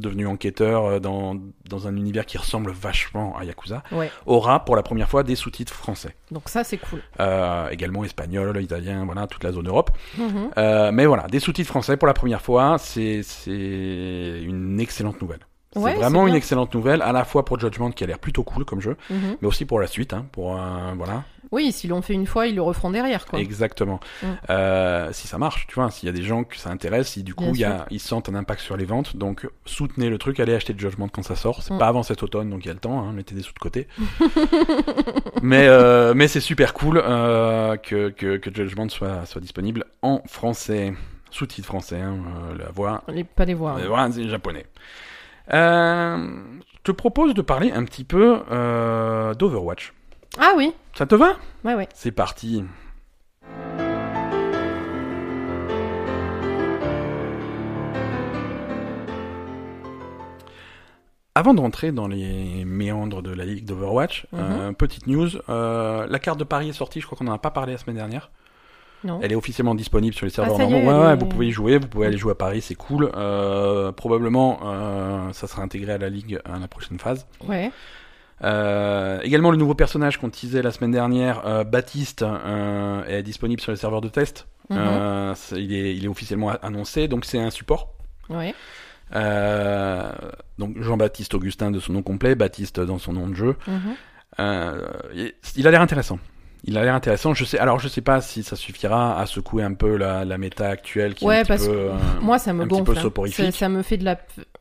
Speaker 1: devenu enquêteur euh, dans, dans un univers qui ressemble vachement à Yakuza,
Speaker 2: Ouais.
Speaker 1: aura pour la première fois des sous-titres français.
Speaker 2: Donc ça, c'est cool.
Speaker 1: Euh, également espagnol, italien, voilà, toute la zone Europe.
Speaker 2: Mhm.
Speaker 1: Euh, mais voilà, des sous-titres français pour la première fois, c'est c'est une excellente nouvelle.
Speaker 2: Ouais,
Speaker 1: c'est vraiment
Speaker 2: c'est
Speaker 1: une
Speaker 2: bien.
Speaker 1: excellente nouvelle, à la fois pour Judgment qui a l'air plutôt cool comme jeu,
Speaker 2: Mhm.
Speaker 1: mais aussi pour la suite, hein, pour un voilà,
Speaker 2: Oui, s'ils l'ont fait une fois, ils le referont derrière quoi.
Speaker 1: exactement.
Speaker 2: Mm.
Speaker 1: Euh, si ça marche, tu vois, s'il y a des gens que ça intéresse, si du coup
Speaker 2: Bien
Speaker 1: il y a, ils sentent un impact sur les ventes, donc soutenez le truc, allez acheter Judgment quand ça sort. C'est
Speaker 2: Mm.
Speaker 1: pas avant cet automne, donc il y a le temps, hein, mettez des sous de côté. mais euh, mais c'est super cool euh, que, que que Judgment soit soit disponible en français, sous-titres français, hein, euh, la voix
Speaker 2: Les- Pas les voir.
Speaker 1: euh, voilà, c'est japonais. Euh, je te propose de parler un petit peu euh, d'Overwatch.
Speaker 2: Ah oui.
Speaker 1: Ça te va
Speaker 2: Ouais, ouais.
Speaker 1: C'est parti. Avant de rentrer dans les méandres de la ligue d'Overwatch,
Speaker 2: Mhm.
Speaker 1: euh, petite news, euh, la carte de Paris est sortie, je crois qu'on n'en a pas parlé la semaine dernière.
Speaker 2: Non. Ah,
Speaker 1: Elle est officiellement disponible sur les serveurs
Speaker 2: ça y est,
Speaker 1: normaux. Ouais,
Speaker 2: elle
Speaker 1: ouais,
Speaker 2: est-
Speaker 1: vous pouvez y jouer, vous pouvez aller jouer à Paris, c'est cool. Euh, probablement, euh, ça sera intégré à la ligue à la prochaine phase.
Speaker 2: Ouais.
Speaker 1: Euh, également, le nouveau personnage qu'on teasait la semaine dernière, euh, Baptiste, euh, est disponible sur les serveurs de test.
Speaker 2: Mhm.
Speaker 1: Euh, c'est- il, est, il est officiellement a- annoncé, donc c'est un support.
Speaker 2: Mhm. Ouais.
Speaker 1: Euh, donc Jean-Baptiste Augustin de son nom complet, Baptiste dans son nom de jeu.
Speaker 2: Mhm.
Speaker 1: Euh, il- il a l'air intéressant. Il a l'air intéressant. Je sais, alors je sais pas si ça suffira à secouer un peu la, la méta actuelle qui est
Speaker 2: Ouais,
Speaker 1: un petit
Speaker 2: parce
Speaker 1: peu.
Speaker 2: que
Speaker 1: euh,
Speaker 2: Moi, ça me
Speaker 1: un petit
Speaker 2: gonfle.
Speaker 1: peu
Speaker 2: hein.
Speaker 1: soporifique.
Speaker 2: Ça, ça me fait de la.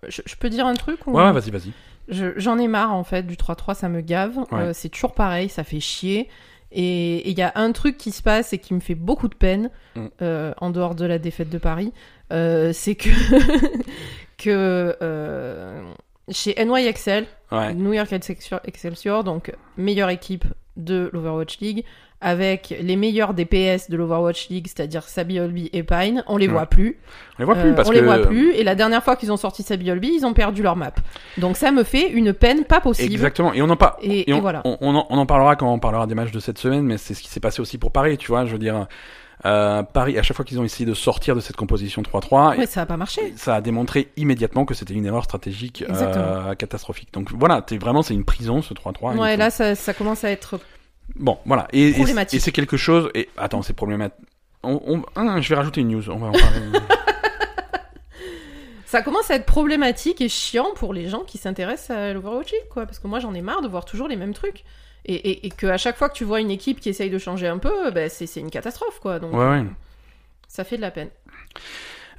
Speaker 2: Je, je peux dire un truc ou...
Speaker 1: Ouais, ouais, vas-y, vas-y.
Speaker 2: Je- J'en ai marre en fait du 3-3, ça me gave. Euh, c'est toujours pareil, ça fait chier. Et il y a un truc qui se passe et qui me fait beaucoup de peine,
Speaker 1: Mm.
Speaker 2: euh, en dehors de la défaite de Paris, euh, c'est que, que euh, chez NYXL,
Speaker 1: Ouais.
Speaker 2: New York Excelsior, Excelsior, donc meilleure équipe de l'Overwatch League, avec les meilleurs DPS de l'Overwatch League, c'est-à-dire Sabi Olby et Pine, on les
Speaker 1: Ouais.
Speaker 2: voit plus.
Speaker 1: On les voit plus
Speaker 2: Euh,
Speaker 1: parce
Speaker 2: on
Speaker 1: que.
Speaker 2: les voit plus. Et la dernière fois qu'ils ont sorti Sabi Olby, ils ont perdu leur map. Donc ça me fait une peine pas possible.
Speaker 1: Exactement. Et on en parle.
Speaker 2: Et,
Speaker 1: Et
Speaker 2: et
Speaker 1: on,
Speaker 2: voilà.
Speaker 1: on, on en, on en parlera quand on parlera des matchs de cette semaine, mais c'est ce qui s'est passé aussi pour Paris, tu vois. Je veux dire, euh, Paris, à chaque fois qu'ils ont essayé de sortir de cette composition 3-3,
Speaker 2: Ouais, ça a pas marché.
Speaker 1: ça a démontré immédiatement que c'était une erreur stratégique euh,
Speaker 2: Exactement.
Speaker 1: catastrophique. Donc voilà, t'es vraiment, c'est une prison ce 3-3.
Speaker 2: Ouais,
Speaker 1: Il
Speaker 2: là, ça, ça commence à être.
Speaker 1: Bon, voilà. Et, et-
Speaker 2: Problématique.
Speaker 1: et c'est quelque chose. Et attends, c'est problématique. On, on- hein, je vais rajouter une news. On va en parler.
Speaker 2: Ça commence à être problématique et chiant pour les gens qui s'intéressent à l'Overwatch League, quoi. Parce que moi, j'en ai marre de voir toujours les mêmes trucs. Et, et, et que à chaque fois que tu vois une équipe qui essaye de changer un peu, ben, c'est c'est une catastrophe, quoi. Donc,
Speaker 1: ouais, ouais.
Speaker 2: ça fait de la peine.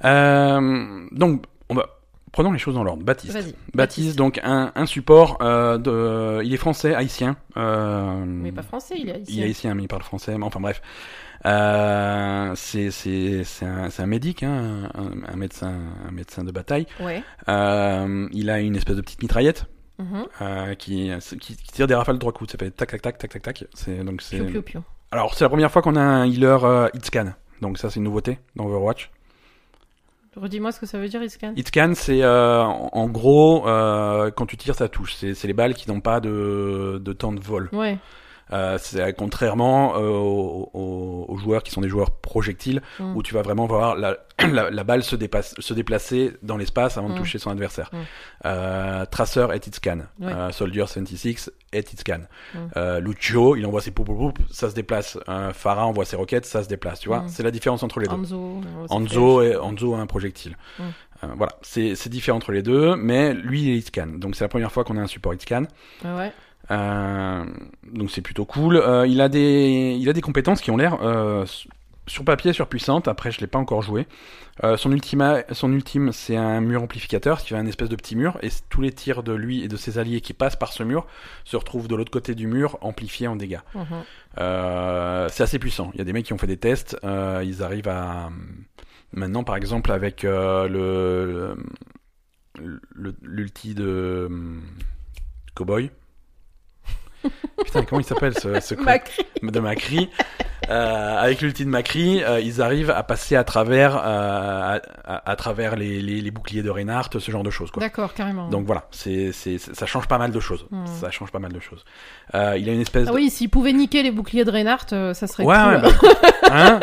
Speaker 1: Euh, donc, on va prenons les choses dans l'ordre. Baptiste.
Speaker 2: Vas-y.
Speaker 1: Baptiste, donc un, un support. euh, de, il est français, haïtien. euh,
Speaker 2: Mais pas français, il est
Speaker 1: il
Speaker 2: haïtien.
Speaker 1: est haïtien, mais il parle français. mais Enfin bref, Euh, c'est c'est c'est un, c'est un médic, hein, un, un médecin, un médecin de bataille.
Speaker 2: Ouais.
Speaker 1: Euh, il a une espèce de petite mitraillette
Speaker 2: Mhm.
Speaker 1: euh, qui, qui qui tire des rafales de trois coups. Ça fait tac tac tac tac tac tac. C'est donc c'est
Speaker 2: Piou, piou, piou.
Speaker 1: alors, c'est la première fois qu'on a un healer euh, hitscan. Donc ça, c'est une nouveauté dans Overwatch.
Speaker 2: Redis-moi ce que ça veut dire, Iscan.
Speaker 1: Hit can, c'est euh, en en gros euh, quand tu tires, ça touche. C'est c'est les balles qui n'ont pas de, de temps de vol.
Speaker 2: Ouais,
Speaker 1: Euh, c'est contrairement euh, aux, aux- aux joueurs qui sont des joueurs projectiles,
Speaker 2: Mm.
Speaker 1: où tu vas vraiment voir la, la- la balle se, dépasse- se déplacer dans l'espace avant de
Speaker 2: Mm.
Speaker 1: toucher son adversaire.
Speaker 2: Mm.
Speaker 1: Euh, Tracer est hit scan.
Speaker 2: Ouais.
Speaker 1: Euh, Soldier 76 est hit scan.
Speaker 2: Mm.
Speaker 1: Euh, Lucio, il envoie ses poup poup poup, ça se déplace. Euh, Farah envoie ses roquettes, ça se déplace. Tu vois,
Speaker 2: Mm.
Speaker 1: c'est la différence entre les deux.
Speaker 2: Anzo. euh,
Speaker 1: Anzo, est, Anzo a un projectile.
Speaker 2: Mm.
Speaker 1: Euh, voilà, c'est c'est différent entre les deux, mais lui il est hit scan. Donc c'est la première fois qu'on a un support hit scan.
Speaker 2: Ah ouais.
Speaker 1: Euh, donc c'est plutôt cool. Euh, il, a des, il a des compétences qui ont l'air euh, s- sur papier surpuissantes. Après, je l'ai pas encore joué. Euh, son, ultima, son ultime, c'est un mur amplificateur, ce qui fait un espèce de petit mur. Et c- tous les tirs de lui et de ses alliés qui passent par ce mur se retrouvent de l'autre côté du mur, amplifiés en dégâts.
Speaker 2: Mhm.
Speaker 1: Euh, c'est assez puissant. Il y a des mecs qui ont fait des tests. euh, ils arrivent à. hum, Maintenant, par exemple, avec euh, le. le- L'ulti de. hum, Cowboy. Putain, comment il s'appelle ce, ce con
Speaker 2: Macri.
Speaker 1: de Macri Euh, Avec l'ulti de Macri, euh, ils arrivent à passer à travers, euh, à, à- à travers les, les- les boucliers de Reinhardt, ce genre de choses. Quoi.
Speaker 2: D'accord, carrément.
Speaker 1: Donc voilà, c'est c'est- ça change pas mal de choses.
Speaker 2: Hmm.
Speaker 1: Ça change pas mal de choses. Euh, il a une espèce
Speaker 2: Ah
Speaker 1: de-
Speaker 2: oui, s'il pouvait niquer les boucliers de Reinhardt, euh, ça serait
Speaker 1: Ouais,
Speaker 2: cool.
Speaker 1: ouais, bah, écoute, hein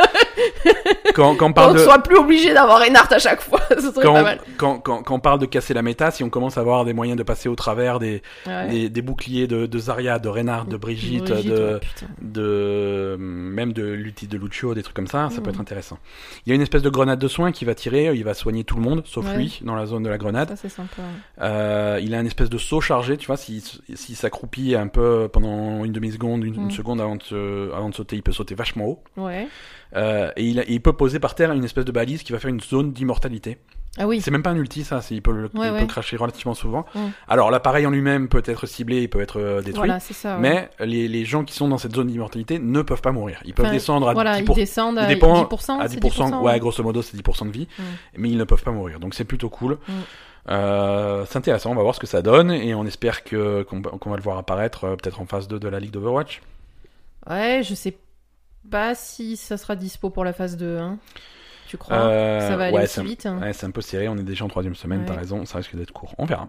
Speaker 1: quand, quand on
Speaker 2: Qu'on
Speaker 1: parle de.
Speaker 2: soit plus obligé d'avoir Reinhardt à chaque fois, ce serait
Speaker 1: Quand,
Speaker 2: pas mal.
Speaker 1: quand, quand, quand on parle de casser la méta, si on commence à avoir des moyens de passer au travers des,
Speaker 2: Ouais.
Speaker 1: des, des boucliers de, de Zarya, de Reinhardt, de Brigitte, de,
Speaker 2: ouais, putain.
Speaker 1: de même de l'outil de Lucio, des trucs comme ça, ça
Speaker 2: Mm.
Speaker 1: peut être intéressant. Il y a une espèce de grenade de soin qui va tirer, il va soigner tout le monde, sauf
Speaker 2: Ouais.
Speaker 1: lui, dans la zone de la grenade.
Speaker 2: Ça, c'est sympa.
Speaker 1: Euh, il a une espèce de saut chargé, tu vois, s'il s'il s'accroupit un peu pendant une demi-seconde, une, une
Speaker 2: Mm.
Speaker 1: seconde avant de, se- avant de sauter, il peut sauter vachement haut.
Speaker 2: Ouais.
Speaker 1: Euh, et, il a- et il peut poser par terre une espèce de balise qui va faire une zone d'immortalité.
Speaker 2: Ah oui.
Speaker 1: C'est même pas un ulti, ça, c'est- il peut le il
Speaker 2: Ouais,
Speaker 1: peut
Speaker 2: ouais.
Speaker 1: cracher relativement souvent.
Speaker 2: Mm.
Speaker 1: Alors, l'appareil en lui-même peut être ciblé, il peut être euh, détruit.
Speaker 2: Voilà, c'est ça. ouais.
Speaker 1: Mais les, les gens qui sont dans cette zone d'immortalité ne peuvent pas mourir. Ils peuvent
Speaker 2: Enfin,
Speaker 1: descendre à
Speaker 2: voilà,
Speaker 1: 10%,
Speaker 2: ils descendent à
Speaker 1: il dépend
Speaker 2: 10%.
Speaker 1: à
Speaker 2: c'est
Speaker 1: 10%, ouais,
Speaker 2: ouais.
Speaker 1: grosso modo, c'est 10% de vie,
Speaker 2: Mm.
Speaker 1: mais ils ne peuvent pas mourir. Donc c'est plutôt cool.
Speaker 2: Mm.
Speaker 1: Euh, c'est intéressant, on va voir ce que ça donne et on espère que qu'on qu'on va le voir apparaître euh, peut-être en phase 2 de la Ligue d'Overwatch.
Speaker 2: Ouais, je sais pas si ça sera dispo pour la phase 2. Hein. Tu crois
Speaker 1: Euh,
Speaker 2: Ça va aller
Speaker 1: ouais,
Speaker 2: aussi
Speaker 1: c'est un-
Speaker 2: vite. hein.
Speaker 1: ouais, c'est un peu serré, on est déjà en troisième semaine,
Speaker 2: Ouais.
Speaker 1: t'as raison, ça risque d'être court. On verra.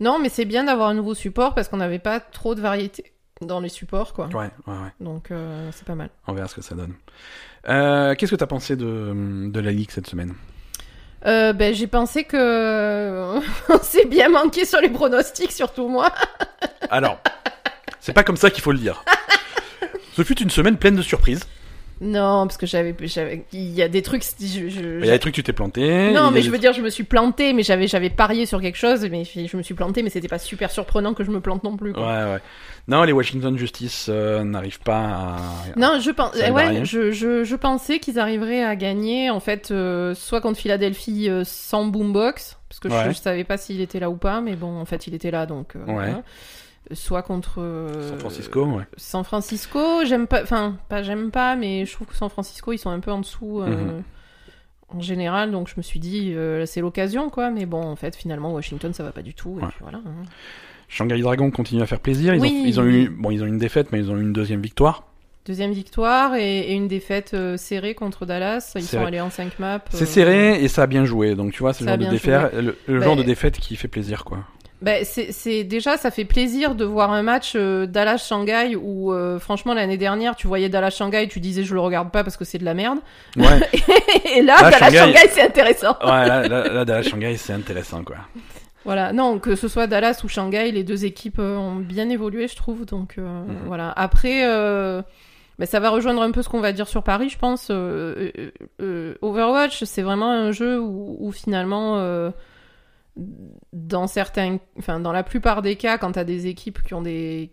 Speaker 2: Non, mais c'est bien d'avoir un nouveau support parce qu'on n'avait pas trop de variété dans les supports, quoi.
Speaker 1: Ouais, ouais, ouais.
Speaker 2: Donc euh, c'est pas mal.
Speaker 1: On verra ce que ça donne. Euh, Qu'est-ce que t'as pensé de, de la Ligue cette semaine
Speaker 2: Euh, ben, j'ai pensé que on s'est bien manqué sur les pronostics, surtout moi.
Speaker 1: Alors, c'est pas comme ça qu'il faut le dire. Ce fut une semaine pleine de surprises.
Speaker 2: Non, parce que j'avais, j'avais- il y a des trucs. je- je-
Speaker 1: Il y a des trucs que tu t'es planté. il y
Speaker 2: Non,
Speaker 1: a
Speaker 2: mais
Speaker 1: des
Speaker 2: je veux dire, je me suis plantée, mais j'avais, j'avais parié sur quelque chose, mais je je me suis plantée, mais c'était pas super surprenant que je me plante non plus.
Speaker 1: Ouais,
Speaker 2: quoi.
Speaker 1: ouais. Non, les Washington Justice euh, n'arrivent pas à.
Speaker 2: Non, je, pense,
Speaker 1: Ça hein. arrive à rien.
Speaker 2: ouais, je, je, je pensais qu'ils arriveraient à gagner, en fait, euh, soit contre Philadelphie euh, sans boombox, parce que je-
Speaker 1: Ouais.
Speaker 2: je, savais pas s'il était là ou pas, mais bon, en fait, il était là, donc. euh,
Speaker 1: Ouais.
Speaker 2: voilà. Soit contre. euh,
Speaker 1: San Francisco, ouais.
Speaker 2: San Francisco, j'aime pas, enfin, pas j'aime pas, mais je trouve que San Francisco, ils sont un peu en dessous euh,
Speaker 1: Mhm.
Speaker 2: en général, donc je me suis dit, euh, c'est l'occasion, quoi, mais bon, en fait, finalement, Washington, ça va pas du tout, et
Speaker 1: Ouais.
Speaker 2: puis voilà. hein.
Speaker 1: Shanghai Dragon continue à faire plaisir. Ils,
Speaker 2: Oui.
Speaker 1: ont, ils ont eu, bon, ils ont eu une défaite, mais ils ont eu une deuxième victoire.
Speaker 2: Deuxième victoire et, et une défaite euh, serrée contre Dallas, ils
Speaker 1: Serré.
Speaker 2: sont allés en 5 maps. euh,
Speaker 1: C'est serré et ça a bien joué. Donc tu vois, c'est le
Speaker 2: Ça a
Speaker 1: genre de
Speaker 2: bien
Speaker 1: défaire, le, le
Speaker 2: Bah,
Speaker 1: genre de défaite qui fait plaisir, quoi.
Speaker 2: Ben, c'est- c'est déjà ça fait plaisir de voir un match euh, Dallas Shanghai où euh, franchement l'année dernière tu voyais Dallas Shanghai tu disais je le regarde pas parce que c'est de la merde
Speaker 1: Ouais,
Speaker 2: et là,
Speaker 1: Là,
Speaker 2: Dallas
Speaker 1: Shanghai-
Speaker 2: Shanghai, c'est intéressant
Speaker 1: ouais. Là, là, là, Dallas Shanghai, c'est intéressant, quoi.
Speaker 2: voilà non que ce soit Dallas ou Shanghai les deux équipes euh, ont bien évolué je trouve donc euh,
Speaker 1: Mhm.
Speaker 2: voilà après euh, ben, ça va rejoindre un peu ce qu'on va dire sur Paris je pense Euh, euh, euh, Overwatch c'est vraiment un jeu où, où finalement euh, dans certains, enfin dans la plupart des cas, quand t'as des équipes qui ont des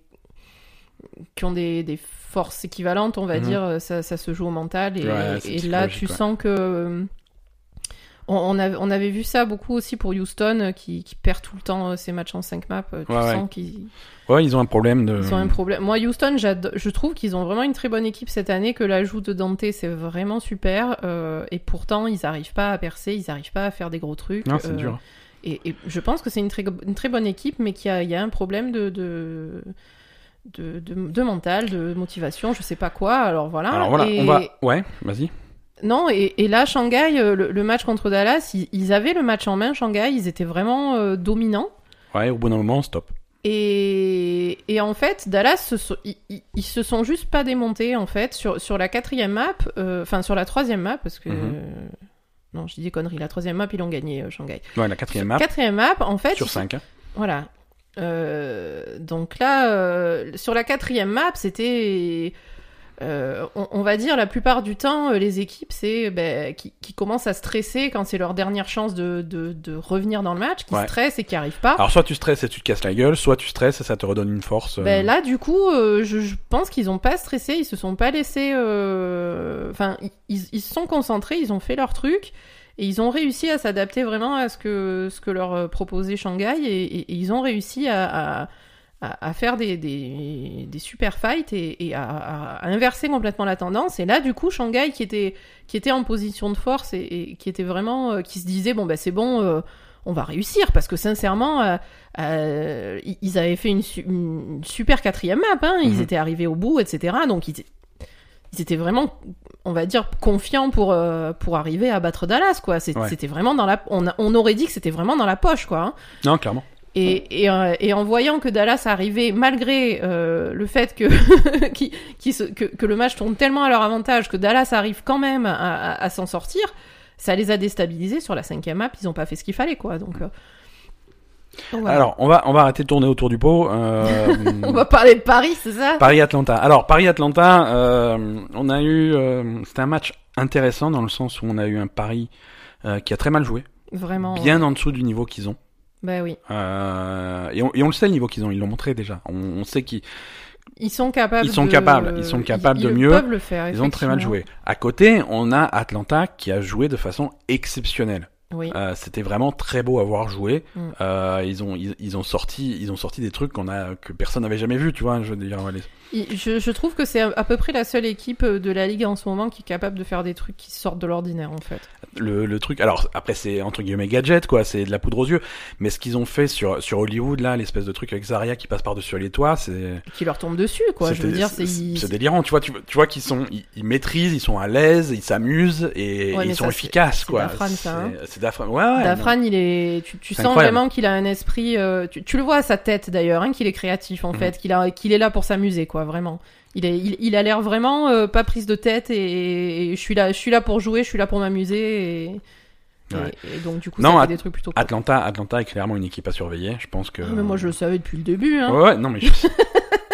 Speaker 2: qui ont des, des forces équivalentes, on va
Speaker 1: Mhm.
Speaker 2: dire, euh, ça, ça se joue au mental. Et,
Speaker 1: Ouais, c'est
Speaker 2: et là, tu
Speaker 1: psychologique, ouais.
Speaker 2: sens que euh, on, on a- on avait vu ça beaucoup aussi pour Houston, euh, qui, qui perd tout le temps euh, ses matchs en 5 maps. euh, Tu
Speaker 1: Ouais, Euh.
Speaker 2: sens qu'ils
Speaker 1: Ouais, ils ont un problème de.
Speaker 2: ils ont un problème. Moi, Houston, j'ado- je trouve qu'ils ont vraiment une très bonne équipe cette année, que l'ajout de Dante, c'est vraiment super. euh, et pourtant, ils n'arrivent pas à percer, ils n'arrivent pas à faire des gros trucs.
Speaker 1: Non, c'est
Speaker 2: euh,
Speaker 1: dur.
Speaker 2: et, et je pense que c'est une très, une très bonne équipe, mais qu'il y a, il y a un problème de, de, de, de- de mental, de motivation, je sais pas quoi. Alors voilà.
Speaker 1: Alors voilà,
Speaker 2: Ah, Et-
Speaker 1: on va. Ouais, vas-y.
Speaker 2: non, et, et là, Shanghai, euh, le, le match contre Dallas, ils, ils avaient le match en main, Shanghai, ils étaient vraiment euh, dominants.
Speaker 1: Ouais, au bout d'un moment, stop.
Speaker 2: Et, et en fait, Dallas, se sont- ils, ils- ils se sont juste pas démontés, en fait, sur, sur la quatrième map, euh, enfin, sur la troisième map, parce que...
Speaker 1: Mhm.
Speaker 2: euh, Non, je dis des conneries, la troisième map, ils l'ont gagné, euh, Shanghai.
Speaker 1: Ouais, la quatrième map
Speaker 2: Quatrième map, en fait...
Speaker 1: sur hein.
Speaker 2: ils-
Speaker 1: 5.
Speaker 2: Voilà. Euh, donc là, euh, sur la quatrième map, c'était, euh, on, on va dire, la plupart du temps, euh, les équipes, c'est ben, qui, qui commencent à stresser quand c'est leur dernière chance de, de, de revenir dans le match, qui
Speaker 1: Ouais.
Speaker 2: stressent et qui arrivent pas.
Speaker 1: Alors, soit tu stresses et tu te casses la gueule, soit tu stresses et ça te redonne une force. euh,
Speaker 2: Ben là, du coup, euh, je, je pense qu'ils ont pas stressé, ils se sont pas laissés. euh, Enfin, ils- ils, ils se sont concentrés, ils ont fait leur truc et ils ont réussi à s'adapter vraiment à ce que ce que leur euh, proposait Shanghai et, et- et ils ont réussi à, à- à- à faire des, des, des super fights et, et à, à inverser complètement la tendance. Et là, du coup, Shanghai qui était qui était en position de force et, et qui était vraiment euh, qui se disait bon ben c'est bon. euh, on va réussir parce que sincèrement, euh, euh, ils- ils avaient fait une, su- une super quatrième map, hein, ils
Speaker 1: Mhm.
Speaker 2: étaient arrivés au bout, etc. Donc ils, ils étaient vraiment, on va dire, confiants pour, euh, pour arriver à battre Dallas, quoi. C'est-
Speaker 1: Ouais.
Speaker 2: C'était vraiment dans la, on, a- on aurait dit que c'était vraiment dans la poche, quoi. hein.
Speaker 1: Non, clairement.
Speaker 2: Et, et, euh, et en voyant que Dallas arrivait, malgré euh, le fait que, qui, qui se- que, que le match tourne tellement à leur avantage, que Dallas arrive quand même à, à- à s'en sortir, ça les a déstabilisés sur la cinquième map. Ils n'ont pas fait ce qu'il fallait, quoi. Donc, euh, donc voilà.
Speaker 1: Alors, on va, on va arrêter de tourner autour du pot. euh,
Speaker 2: on va parler de Paris, c'est ça
Speaker 1: Paris-Atlanta. Alors, Paris-Atlanta, euh, on a eu. euh, C'était un match intéressant dans le sens où on a eu un Paris euh, qui a très mal joué,
Speaker 2: Vraiment.
Speaker 1: bien en dessous du niveau qu'ils ont.
Speaker 2: Bah oui.
Speaker 1: Euh, et, on, et on le sait, le niveau qu'ils ont, ils l'ont montré déjà. On, on sait qu'ils
Speaker 2: Ils sont capables.
Speaker 1: Ils sont
Speaker 2: de-
Speaker 1: capables, ils sont capables
Speaker 2: ils
Speaker 1: de
Speaker 2: le
Speaker 1: mieux.
Speaker 2: peuvent le faire.
Speaker 1: ils ont très mal
Speaker 2: effectivement.
Speaker 1: joué. À côté, on a Atlanta qui a joué de façon exceptionnelle.
Speaker 2: Oui.
Speaker 1: Euh, C'était vraiment très beau à voir jouer.
Speaker 2: Mm.
Speaker 1: Euh, ils, ont, ils, ils ont sorti, ils ont sorti des trucs qu'on a que personne n'avait jamais vu, tu vois. Je veux dire, les-
Speaker 2: Ils- Je, je trouve que c'est à peu près la seule équipe euh, de la ligue en ce moment qui est capable de faire des trucs qui sortent de l'ordinaire, en fait.
Speaker 1: le, le truc. Alors après c'est entre guillemets gadget quoi, c'est de la poudre aux yeux. Mais ce qu'ils ont fait sur sur Hollywood là, l'espèce de truc avec Zaria qui passe par dessus les toits, c'est
Speaker 2: Qui leur tombe dessus, quoi. Je veux
Speaker 1: c'était-
Speaker 2: dire, c'est.
Speaker 1: c'est
Speaker 2: ils-
Speaker 1: c'est délirant. Tu vois, tu, tu vois qu'ils sont ils, ils maîtrisent, ils sont à l'aise, ils s'amusent et,
Speaker 2: Ouais,
Speaker 1: et
Speaker 2: mais
Speaker 1: ils sont
Speaker 2: ça, c'est-
Speaker 1: efficaces
Speaker 2: c'est
Speaker 1: quoi.
Speaker 2: Dafran, ça, hein.
Speaker 1: C'est d'Afran. Ouais, ouais,
Speaker 2: Dafran, il est. Tu, tu
Speaker 1: C'est
Speaker 2: sens
Speaker 1: incroyable.
Speaker 2: vraiment qu'il a un esprit. euh, tu, tu le vois à sa tête d'ailleurs, hein, qu'il est créatif en
Speaker 1: Mhm.
Speaker 2: fait, qu'il a, qu'il est là pour s'amuser, quoi, vraiment. Il est, il, il a l'air vraiment euh, pas prise de tête et, et je suis là, je suis là pour jouer, je suis là pour m'amuser et, et-
Speaker 1: Ouais.
Speaker 2: et donc du coup,
Speaker 1: Non, At-
Speaker 2: ça fait des trucs plutôt. cool.
Speaker 1: Atlanta, Atlanta est clairement une équipe à surveiller. Je pense que.
Speaker 2: Ah, mais moi, je le savais depuis le début. Hein.
Speaker 1: Ouais, ouais, non mais je-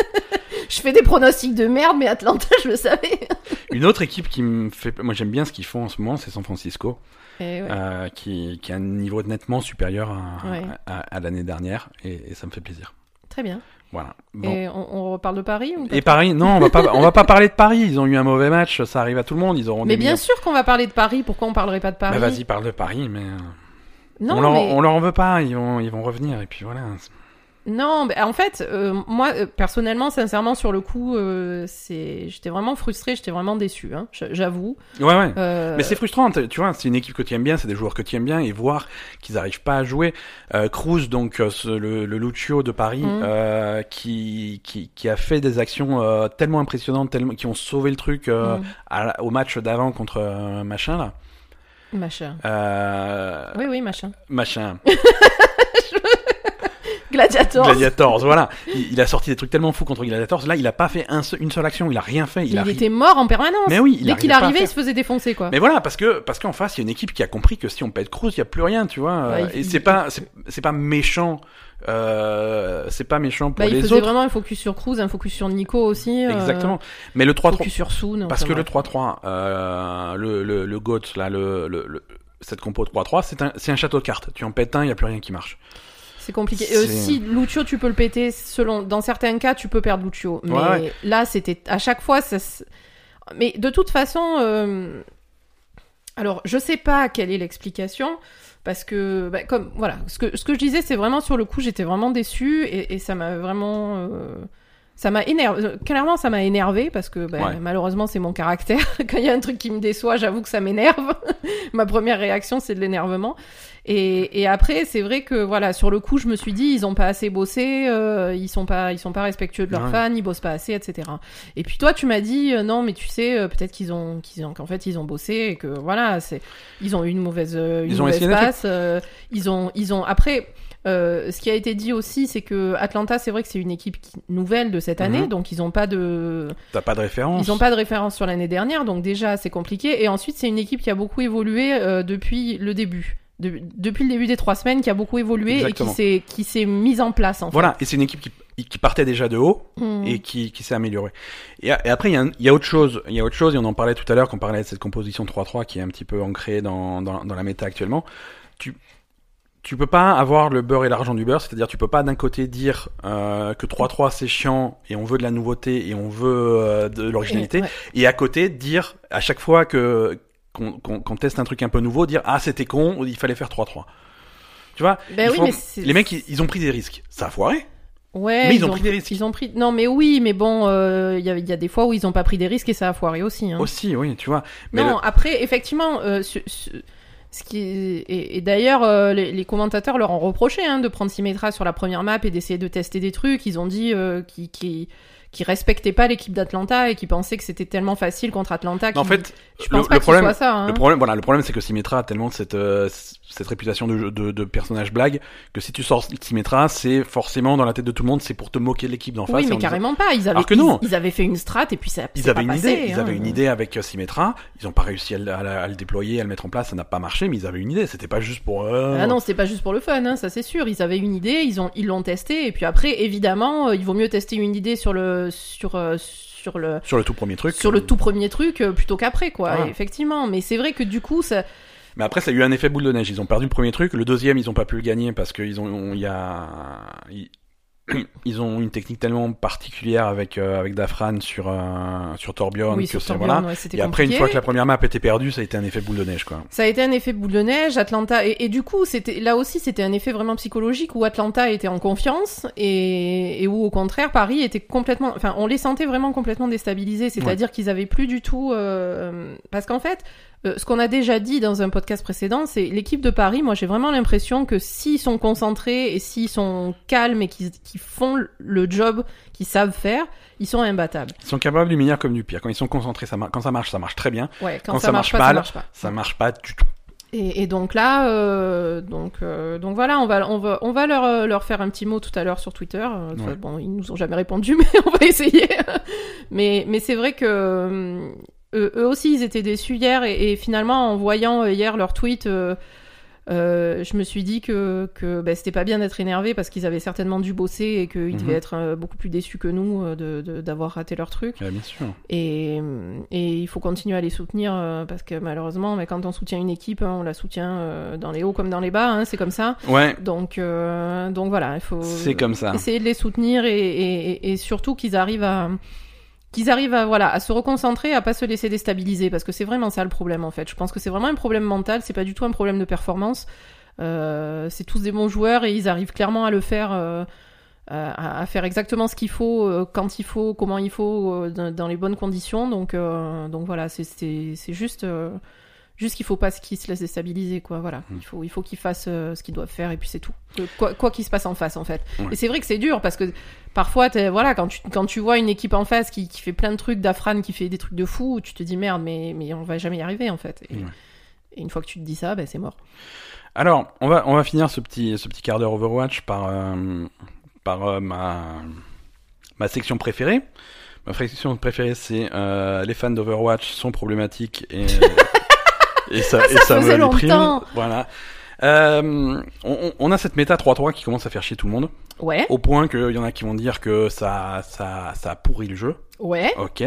Speaker 2: Je fais des pronostics de merde, mais Atlanta, je le savais.
Speaker 1: une autre équipe qui me fait, moi j'aime bien ce qu'ils font en ce moment, c'est San Francisco,
Speaker 2: Et ouais.
Speaker 1: euh, qui, qui a un niveau nettement supérieur à,
Speaker 2: Ouais.
Speaker 1: à, à l'année dernière, et- et ça me fait plaisir.
Speaker 2: Très bien.
Speaker 1: Voilà. Bon.
Speaker 2: Et on, on reparle de Paris ou pas
Speaker 1: Et Paris, non, on va pas, on va pas parler de Paris. Ils ont eu un mauvais match, ça arrive à tout le monde. Ils auront
Speaker 2: Mais
Speaker 1: des
Speaker 2: bien
Speaker 1: millions-
Speaker 2: sûr qu'on va parler de Paris. Pourquoi on parlerait pas de Paris
Speaker 1: Bah vas-y, parle de Paris, mais euh,
Speaker 2: Non,
Speaker 1: on, leur,
Speaker 2: mais-
Speaker 1: on leur en veut pas. Ils vont, ils vont revenir et puis voilà.
Speaker 2: Non, mais en fait, euh, moi, euh, personnellement, sincèrement, sur le coup, euh, c'est... j'étais vraiment frustrée, j'étais vraiment déçue, hein, j- j'avoue.
Speaker 1: Ouais, ouais.
Speaker 2: Euh,
Speaker 1: Mais c'est frustrant, t- tu vois, c'est une équipe que tu aimes bien, c'est des joueurs que tu aimes bien, et voir qu'ils arrivent pas à jouer. Euh, Cruz, donc euh, ce- le, le Lucio de Paris,
Speaker 2: Mm.
Speaker 1: euh, qui, qui, qui a fait des actions euh, tellement impressionnantes, tellement, qui ont sauvé le truc euh,
Speaker 2: mm,
Speaker 1: à la- au match d'avant contre euh, machin là.
Speaker 2: Machin.
Speaker 1: Euh,
Speaker 2: Oui, oui, machin.
Speaker 1: Machin.
Speaker 2: Gladiator.
Speaker 1: Gladiators, voilà. Il, il a sorti des trucs tellement fous contre Gladiators. Là, il a pas fait un seul- une seule action. Il a rien fait.
Speaker 2: Il,
Speaker 1: Il, a ri-
Speaker 2: était mort en permanence.
Speaker 1: Mais oui, il
Speaker 2: Dès
Speaker 1: arrivait
Speaker 2: qu'il
Speaker 1: pas à
Speaker 2: arrivait, il
Speaker 1: faire.
Speaker 2: se faisait défoncer, quoi.
Speaker 1: Mais voilà, parce que parce qu'en face, il y a une équipe qui a compris que si on pète Cruz, il y a plus rien, tu vois.
Speaker 2: Bah,
Speaker 1: Euh,
Speaker 2: il-
Speaker 1: Et c'est
Speaker 2: il-
Speaker 1: pas c'est c'est pas méchant. Euh, c'est pas méchant pour
Speaker 2: Bah, il
Speaker 1: les
Speaker 2: faisait
Speaker 1: autres.
Speaker 2: vraiment un focus sur Cruz, un focus sur Nico aussi. euh,
Speaker 1: Exactement. Mais le 3-3
Speaker 2: Focus sur Soon.
Speaker 1: parce
Speaker 2: enfin,
Speaker 1: que le
Speaker 2: bref.
Speaker 1: 3-3 euh, le le le GOAT là le, le, le- cette compo 3-3, c'est un, c'est un château de cartes. Tu en pètes un, il n'y a plus rien qui marche.
Speaker 2: C'est compliqué. Euh,
Speaker 1: C'est-
Speaker 2: si Lucio, tu peux le péter, selon dans certains cas, tu peux perdre Lucio. Mais
Speaker 1: Ouais, ouais.
Speaker 2: là, c'était à chaque fois. ça se- Mais de toute façon, euh, alors je sais pas quelle est l'explication. Parce que, bah, comme voilà, ce que, ce que je disais, c'est vraiment sur le coup, j'étais vraiment déçue et, et ça m'a vraiment euh, ça m'a énervé. Clairement, ça m'a énervé parce que ben,
Speaker 1: Ouais.
Speaker 2: malheureusement, c'est mon caractère. Quand il y a un truc qui me déçoit, j'avoue que ça m'énerve. Ma première réaction, c'est de l'énervement. Et, et après, c'est vrai que voilà, sur le coup, je me suis dit, ils ont pas assez bossé, euh, ils sont pas, ils sont pas respectueux de leurs
Speaker 1: Ouais.
Speaker 2: fans, ils bossent pas assez, etc. Et puis toi, tu m'as dit, euh, non, mais tu sais, euh, peut-être qu'ils ont, qu'ils ont, qu'en fait, ils ont bossé et que voilà, c'est, ils ont eu une mauvaise, euh, une
Speaker 1: Ils ont
Speaker 2: mauvaise
Speaker 1: essayé d'être-
Speaker 2: passe. euh, ils ont, ils ont. Après, euh, ce qui a été dit aussi, c'est que Atlanta, c'est vrai que c'est une équipe qui- nouvelle de cette année,
Speaker 1: Mhm.
Speaker 2: donc ils n'ont pas de,
Speaker 1: T'as pas de référence.
Speaker 2: ils n'ont pas de référence sur l'année dernière, donc déjà c'est compliqué. Et ensuite, c'est une équipe qui a beaucoup évolué euh, depuis le début, De- depuis le début des trois semaines, qui a beaucoup évolué
Speaker 1: Exactement.
Speaker 2: et qui s'est qui s'est mise en place en
Speaker 1: Voilà, et c'est une équipe qui, qui partait déjà de haut
Speaker 2: fait. Hmm.
Speaker 1: et qui, qui s'est améliorée. Et, a- et après, il y, a un- il y a autre chose, il y a autre chose, et on en parlait tout à l'heure quand on parlait de cette composition 3-3 qui est un petit peu ancrée dans, dans, dans la méta actuellement. Tu, tu peux pas avoir le beurre et l'argent du beurre, c'est-à-dire tu peux pas d'un côté dire euh, que 3-3 c'est chiant et on veut de la nouveauté et on veut euh, de l'originalité,
Speaker 2: Et- ouais.
Speaker 1: et à côté dire à chaque fois que qu'on qu'on- qu'on teste un truc un peu nouveau dire ah c'était con il fallait faire 3-3 tu vois
Speaker 2: Ben
Speaker 1: il
Speaker 2: oui,
Speaker 1: faut-
Speaker 2: mais c'est-
Speaker 1: les mecs ils, ils ont pris des risques ça a foiré
Speaker 2: Ouais,
Speaker 1: mais ils ont pris des risques.
Speaker 2: Ils ont pris. Non, mais oui, mais bon, euh, il y, a- il y a des fois où ils n'ont pas pris des risques et ça a foiré aussi. hein.
Speaker 1: aussi oui tu vois mais
Speaker 2: non, après, effectivement, euh, ce, ce- ce qui est- et, et d'ailleurs, euh, les, les commentateurs leur ont reproché hein, de prendre Symmetra sur la première map et d'essayer de tester des trucs. Ils ont dit euh, qu'ils qui, qui respectaient pas l'équipe d'Atlanta et qu'ils pensaient que c'était tellement facile contre Atlanta.
Speaker 1: le- en
Speaker 2: qu'ils-
Speaker 1: fait
Speaker 2: je
Speaker 1: le,
Speaker 2: pense pas
Speaker 1: le
Speaker 2: que ce
Speaker 1: problème
Speaker 2: soit ça. hein.
Speaker 1: le problème voilà le problème c'est que Symmetra a tellement cette euh, cette réputation de, de, de personnage blague que si tu sors Symmetra c'est forcément dans la tête de tout le monde c'est pour te moquer de l'équipe d'en face
Speaker 2: oui,
Speaker 1: et
Speaker 2: mais
Speaker 1: en disant-
Speaker 2: carrément pas. Ils avaient,
Speaker 1: Alors que non.
Speaker 2: Ils, ils avaient fait une strat et puis ça. c'est
Speaker 1: Ils avaient,
Speaker 2: pas
Speaker 1: une
Speaker 2: passé,
Speaker 1: idée, ils
Speaker 2: hein.
Speaker 1: avaient une idée avec euh, Symmetra, ils n'ont pas réussi à, le- à la- à le déployer, à le mettre en place, ça n'a pas marché, mais ils avaient une idée, c'était pas juste pour... euh,
Speaker 2: Ah non, c'était pas juste pour le fun, hein, ça c'est sûr. Ils avaient une idée, ils ont ils l'ont testé et puis après évidemment, euh, il vaut mieux tester une idée sur le sur euh, sur le
Speaker 1: Sur le tout premier truc.
Speaker 2: sur le tout premier truc euh, plutôt qu'après quoi
Speaker 1: Voilà.
Speaker 2: effectivement mais c'est vrai que du coup ça
Speaker 1: Mais après, ça a eu un effet boule de neige. Ils ont perdu le premier truc. Le deuxième, ils n'ont pas pu le gagner parce qu'ils ont, on- il y a, ils, ils ont une technique tellement particulière avec euh, avec Dafran sur euh, sur Torbjorn
Speaker 2: oui
Speaker 1: que
Speaker 2: sur
Speaker 1: c'est
Speaker 2: Torbjörn,
Speaker 1: voilà.
Speaker 2: ouais, c'était
Speaker 1: Et après, une
Speaker 2: compliqué.
Speaker 1: fois que la première map était perdue, ça a été un effet boule de neige, quoi.
Speaker 2: ça a été un effet boule de neige Atlanta et, et du coup c'était là aussi c'était un effet vraiment psychologique où Atlanta était en confiance et, et où au contraire Paris était complètement enfin on les sentait vraiment complètement déstabilisés c'est-à-dire qu'ils avaient plus du tout euh, parce qu'en fait euh, ce qu'on a déjà dit dans un podcast précédent, c'est l'équipe de Paris. Moi, j'ai vraiment l'impression que s'ils sont concentrés et s'ils sont calmes et qu'ils qu'ils font le job qu'ils savent faire, ils sont imbattables.
Speaker 1: Ils sont capables du meilleur comme du pire. Quand ils sont concentrés, ça mar- quand ça marche, ça marche très bien.
Speaker 2: Ouais, quand, ça, marche, pas, ça
Speaker 1: mal,
Speaker 2: marche pas.
Speaker 1: Ça marche pas du tout.
Speaker 2: Et, et donc là, euh, donc, euh, donc voilà, on va, on va, on va leur, euh, leur faire un petit mot tout à l'heure sur Twitter. Euh,
Speaker 1: Ouais.
Speaker 2: Bon, ils nous ont jamais répondu, mais on va essayer. mais mais c'est vrai que euh, eux, eux aussi, ils étaient déçus hier. Et, et finalement, en voyant euh, hier leur tweet, euh, euh, je me suis dit que, que bah, c'était pas bien d'être énervé parce qu'ils avaient certainement dû bosser et qu'ils
Speaker 1: Mhm.
Speaker 2: devaient être euh, beaucoup plus déçus que nous euh, de- de- d'avoir raté leur truc.
Speaker 1: Ouais, bien sûr.
Speaker 2: Et, et il faut continuer à les soutenir euh, parce que malheureusement, mais quand on soutient une équipe, hein, on la soutient euh, dans les hauts comme dans les bas, hein, c'est comme ça.
Speaker 1: Ouais,
Speaker 2: Donc, euh, donc voilà, il faut
Speaker 1: c'est comme ça.
Speaker 2: essayer de les soutenir et, et- et- et surtout qu'ils arrivent à qu'ils arrivent à voilà à se reconcentrer, à pas se laisser déstabiliser parce que c'est vraiment ça le problème en fait. Je pense que c'est vraiment un problème mental, c'est pas du tout un problème de performance. Euh, c'est tous des bons joueurs et ils arrivent clairement à le faire. euh, euh, à à faire exactement ce qu'il faut, euh, quand il faut, comment il faut, euh, dans, dans les bonnes conditions. Donc, euh, donc voilà, c'est- c'est c'est juste, euh, juste qu'il faut pas qu'ils se laissent déstabiliser, quoi. Voilà,
Speaker 1: Mm.
Speaker 2: il faut, il faut qu'ils fassent euh, ce qu'ils doivent faire et puis c'est tout. Que- Quoi quoi qu'il se passe en face, en fait.
Speaker 1: Ouais.
Speaker 2: Et c'est vrai que c'est dur parce que parfois, t'es- voilà, quand tu, quand tu vois une équipe en face qui, qui fait plein de trucs, d'Afran qui fait des trucs de fou, tu te dis merde, mais, mais on va jamais y arriver, en fait. Et,
Speaker 1: Ouais.
Speaker 2: et une fois que tu te dis ça, ben, c'est mort.
Speaker 1: Alors, on va, on va finir ce petit, ce petit quart d'heure Overwatch par, euh, par euh, ma, ma section préférée. Ma section préférée, c'est euh, les fans d'Overwatch sont problématiques et, et ça, et ça
Speaker 2: faisait
Speaker 1: me déprime.
Speaker 2: longtemps.
Speaker 1: Voilà. Euh, on, on- on a cette méta 3-3 qui commence à faire chier tout le monde,
Speaker 2: Ouais,
Speaker 1: au point qu'il y en a qui vont dire que ça, ça, ça a pourri le jeu.
Speaker 2: ouais,
Speaker 1: Ok.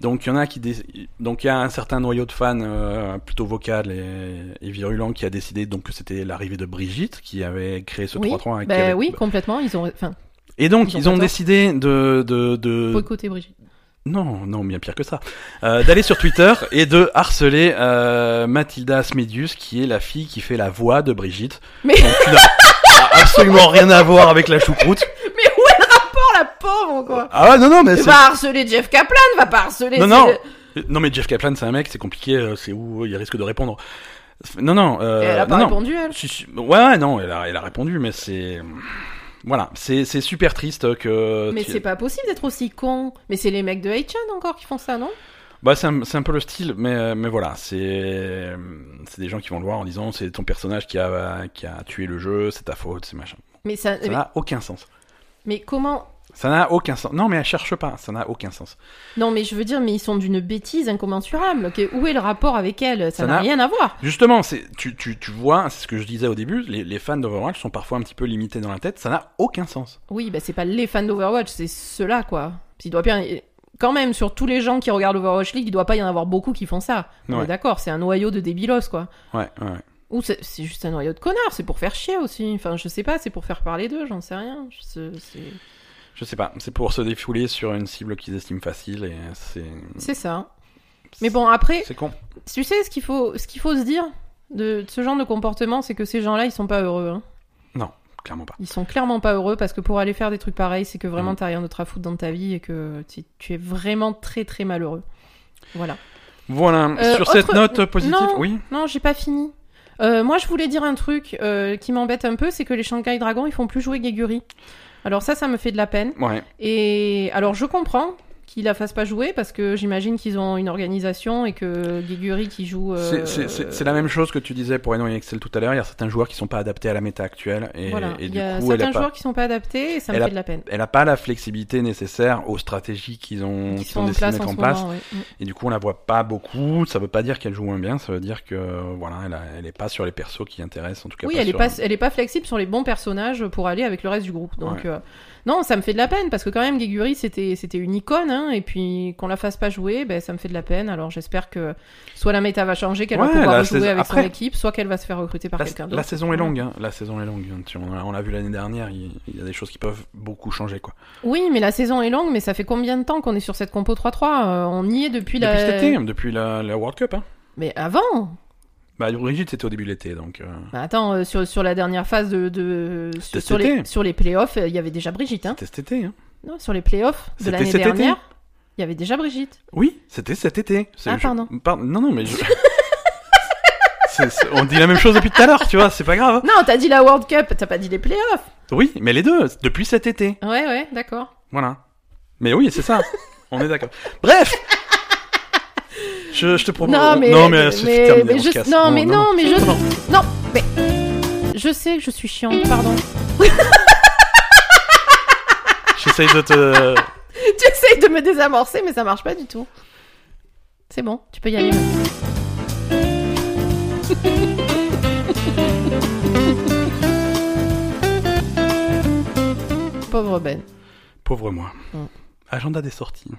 Speaker 1: Donc il y en a qui dé- donc il y a un certain noyau de fans euh, plutôt vocal et, et virulent qui a décidé donc que c'était l'arrivée de Brigitte qui avait créé ce
Speaker 2: oui.
Speaker 1: 3-3 et qui
Speaker 2: Ben
Speaker 1: avait-
Speaker 2: oui, complètement. Ils ont, enfin,
Speaker 1: et donc
Speaker 2: Ils ont
Speaker 1: ils
Speaker 2: pas
Speaker 1: ont
Speaker 2: tort.
Speaker 1: décidé de de, de...
Speaker 2: boycotter Brigitte.
Speaker 1: non non bien pire que ça Euh, d'aller sur Twitter et de harceler euh, Mathilda Asmedius qui est la fille qui fait la voix de Brigitte
Speaker 2: Mais-
Speaker 1: Donc, qui n'a absolument rien à voir avec la choucroute
Speaker 2: Mais où est le rapport, Oh, la pauvre, quoi.
Speaker 1: Ah ouais, non, non, mais
Speaker 2: Tu
Speaker 1: c'est.
Speaker 2: vas harceler Jeff Kaplan, va pas harceler.
Speaker 1: Non,
Speaker 2: c'est
Speaker 1: non.
Speaker 2: le-
Speaker 1: Non, mais Jeff Kaplan, c'est un mec, c'est compliqué, euh, c'est où il risque de répondre. Non, non. euh,
Speaker 2: Et elle a pas
Speaker 1: non, non.
Speaker 2: répondu, elle.
Speaker 1: Si, si. Ouais, ouais, non, elle a, elle a répondu, mais c'est. Voilà, c'est c'est super triste que.
Speaker 2: Mais
Speaker 1: tu-
Speaker 2: c'est pas possible d'être aussi con. Mais c'est les mecs de Haitian encore qui font ça, non
Speaker 1: Bah, c'est un, c'est un peu le style, mais, euh, mais voilà, c'est c'est des gens qui vont le voir en disant c'est ton personnage qui a, qui a tué le jeu, c'est ta faute, c'est machin.
Speaker 2: Mais ça,
Speaker 1: Ça
Speaker 2: mais,
Speaker 1: n'a aucun sens.
Speaker 2: mais comment
Speaker 1: Ça n'a aucun sens. Non, mais elle cherche pas, ça n'a aucun sens.
Speaker 2: Non, mais je veux dire, mais ils sont d'une bêtise incommensurable. Que- Où est le rapport avec elle
Speaker 1: Ça
Speaker 2: Ça n'a
Speaker 1: n'a-
Speaker 2: rien à voir.
Speaker 1: Justement, c'est tu, tu, tu vois, c'est ce que je disais au début, les, les fans d'Overwatch sont parfois un petit peu limités dans la tête, ça n'a aucun sens.
Speaker 2: Oui, bah c'est pas les fans d'Overwatch, c'est ceux-là, quoi. Il doit bien. Quand même, sur tous les gens qui regardent Overwatch League, il doit pas y en avoir beaucoup qui font ça. On
Speaker 1: Ouais.
Speaker 2: est d'accord, c'est un noyau de débilos, quoi.
Speaker 1: Ouais, ouais, ouais.
Speaker 2: Ou c'est c'est juste un noyau de connards, c'est pour faire chier aussi. Enfin, je sais pas, c'est pour faire parler d'eux, j'en sais rien. Je sais- c'est-
Speaker 1: Je sais pas, c'est pour se défouler sur une cible qu'ils estiment facile et c'est.
Speaker 2: C'est ça. Mais bon, après,
Speaker 1: C'est con.
Speaker 2: tu sais, ce qu'il faut, ce qu'il faut se dire de, de ce genre de comportement, c'est que ces gens-là, ils sont pas heureux. hein.
Speaker 1: Clairement pas.
Speaker 2: Ils sont clairement pas heureux parce que pour aller faire des trucs pareils, c'est que vraiment
Speaker 1: Mhm.
Speaker 2: t'as rien d'autre à foutre dans ta vie et que tu, tu es vraiment très très malheureux. Voilà.
Speaker 1: Voilà,
Speaker 2: Euh,
Speaker 1: sur
Speaker 2: autre-
Speaker 1: cette note positive,
Speaker 2: Non.
Speaker 1: oui.
Speaker 2: Non, j'ai pas fini. Euh, moi, je voulais dire un truc euh, qui m'embête un peu, c'est que les Shanghai Dragons, ils font plus jouer Guégury. Alors ça, ça me fait de la peine.
Speaker 1: Ouais,
Speaker 2: Et alors, je comprends qu'ils la fassent pas jouer parce que j'imagine qu'ils ont une organisation et que Guégury qui joue. euh,
Speaker 1: C'est- c'est- c'est c'est la même chose que tu disais pour Eno et Excel tout à l'heure. Il y a certains joueurs qui sont pas adaptés à la méta actuelle et,
Speaker 2: Voilà.
Speaker 1: et
Speaker 2: Il
Speaker 1: du
Speaker 2: y a
Speaker 1: coup, elle
Speaker 2: certains
Speaker 1: a
Speaker 2: joueurs
Speaker 1: pas,
Speaker 2: qui sont pas adaptés et ça
Speaker 1: Elle
Speaker 2: me
Speaker 1: a-
Speaker 2: fait de la peine.
Speaker 1: elle a pas la flexibilité nécessaire aux stratégies qu'ils ont,
Speaker 2: Qui
Speaker 1: qu'ils
Speaker 2: sont
Speaker 1: ont
Speaker 2: en
Speaker 1: décidé de
Speaker 2: place
Speaker 1: mettre
Speaker 2: en
Speaker 1: en
Speaker 2: ce
Speaker 1: place.
Speaker 2: moment. ouais. Mm.
Speaker 1: Et du coup, on la voit pas beaucoup. Ça veut pas dire qu'elle joue moins bien. Ça veut dire que voilà, elle, a- elle est pas sur les persos qui intéressent en tout cas.
Speaker 2: Oui,
Speaker 1: pas
Speaker 2: elle est
Speaker 1: sur-
Speaker 2: pas, elle est pas flexible sur les bons personnages pour aller avec le reste du groupe. Donc
Speaker 1: Ouais.
Speaker 2: euh, non, ça me fait de la peine parce que quand même Guégury c'était c'était une icône hein, et puis qu'on la fasse pas jouer, ben ça me fait de la peine. Alors j'espère que soit la méta va changer, qu'elle
Speaker 1: Ouais,
Speaker 2: va pouvoir
Speaker 1: la
Speaker 2: jouer
Speaker 1: saison-
Speaker 2: avec
Speaker 1: après-
Speaker 2: son équipe, soit qu'elle va se faire recruter par
Speaker 1: La,
Speaker 2: quelqu'un
Speaker 1: la
Speaker 2: d'autre.
Speaker 1: saison est longue. hein. La saison est longue. Tu- on l'a- on l'a vu l'année dernière. Il, il y a des choses qui peuvent beaucoup changer quoi.
Speaker 2: Oui, mais la saison est longue, mais ça fait combien de temps qu'on est sur cette compo 3-3 Euh, On y est depuis,
Speaker 1: depuis cet
Speaker 2: la.
Speaker 1: été, hein, depuis la, la World Cup. Hein.
Speaker 2: mais avant.
Speaker 1: Bah, Brigitte, c'était au début de l'été, donc. euh,
Speaker 2: Bah, attends, euh, sur, sur la dernière phase de, de sur,
Speaker 1: C'était
Speaker 2: sur
Speaker 1: cet
Speaker 2: les
Speaker 1: été.
Speaker 2: sur les playoffs, euh, il y avait déjà Brigitte. Hein.
Speaker 1: C'était cet été. Hein.
Speaker 2: Non, sur les playoffs de
Speaker 1: C'était
Speaker 2: l'année
Speaker 1: cet été.
Speaker 2: dernière, il y avait déjà Brigitte.
Speaker 1: Oui, c'était cet été. C'est-
Speaker 2: Ah,
Speaker 1: je-
Speaker 2: pardon.
Speaker 1: par- Non, non, mais je- C'est- c'est- on dit la même chose depuis tout à l'heure, tu vois, c'est pas grave. hein.
Speaker 2: Non, t'as dit la World Cup, t'as pas dit les playoffs.
Speaker 1: Oui, mais les deux, c'est depuis cet été.
Speaker 2: Ouais, ouais, d'accord.
Speaker 1: Voilà. Mais oui, c'est ça. on est d'accord. Bref je, je te propose.
Speaker 2: Non, mais,
Speaker 1: c'est
Speaker 2: mais-
Speaker 1: terminé,
Speaker 2: mais
Speaker 1: on se
Speaker 2: je-
Speaker 1: casse.
Speaker 2: non, mais non, mais je,
Speaker 1: Pardon.
Speaker 2: non, mais je sais que je suis chiante, pardon.
Speaker 1: J'essaye de te.
Speaker 2: tu essayes de me désamorcer, mais ça marche pas du tout. C'est bon, tu peux y aller. maintenant. Pauvre Ben.
Speaker 1: Pauvre moi.
Speaker 2: Mm.
Speaker 1: Agenda des sorties.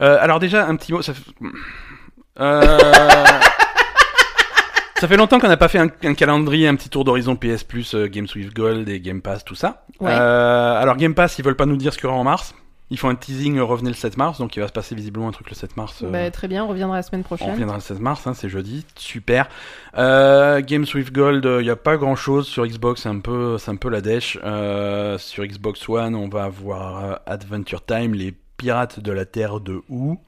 Speaker 1: Euh, alors déjà, un petit mot. Ça fait, Euh, ça fait longtemps qu'on n'a pas fait un, un calendrier, un petit tour d'horizon PS Plus, euh, Games with Gold et Game Pass, tout ça.
Speaker 2: Ouais.
Speaker 1: Euh, alors Game Pass, ils veulent pas nous dire ce qu'il y aura en mars. Ils font un teasing, euh, revenez le 7 mars, donc il va se passer visiblement un truc le 7 mars. euh,
Speaker 2: Bah, très bien, on reviendra la semaine
Speaker 1: on
Speaker 2: prochaine.
Speaker 1: reviendra le 16 mars, hein, c'est jeudi. Super. Euh, Games with Gold, il n'y a pas grand chose sur Xbox, c'est un peu, c'est un peu la dèche. Euh, sur Xbox One, on va avoir euh, Adventure Time, les pirates de la Terre de Who.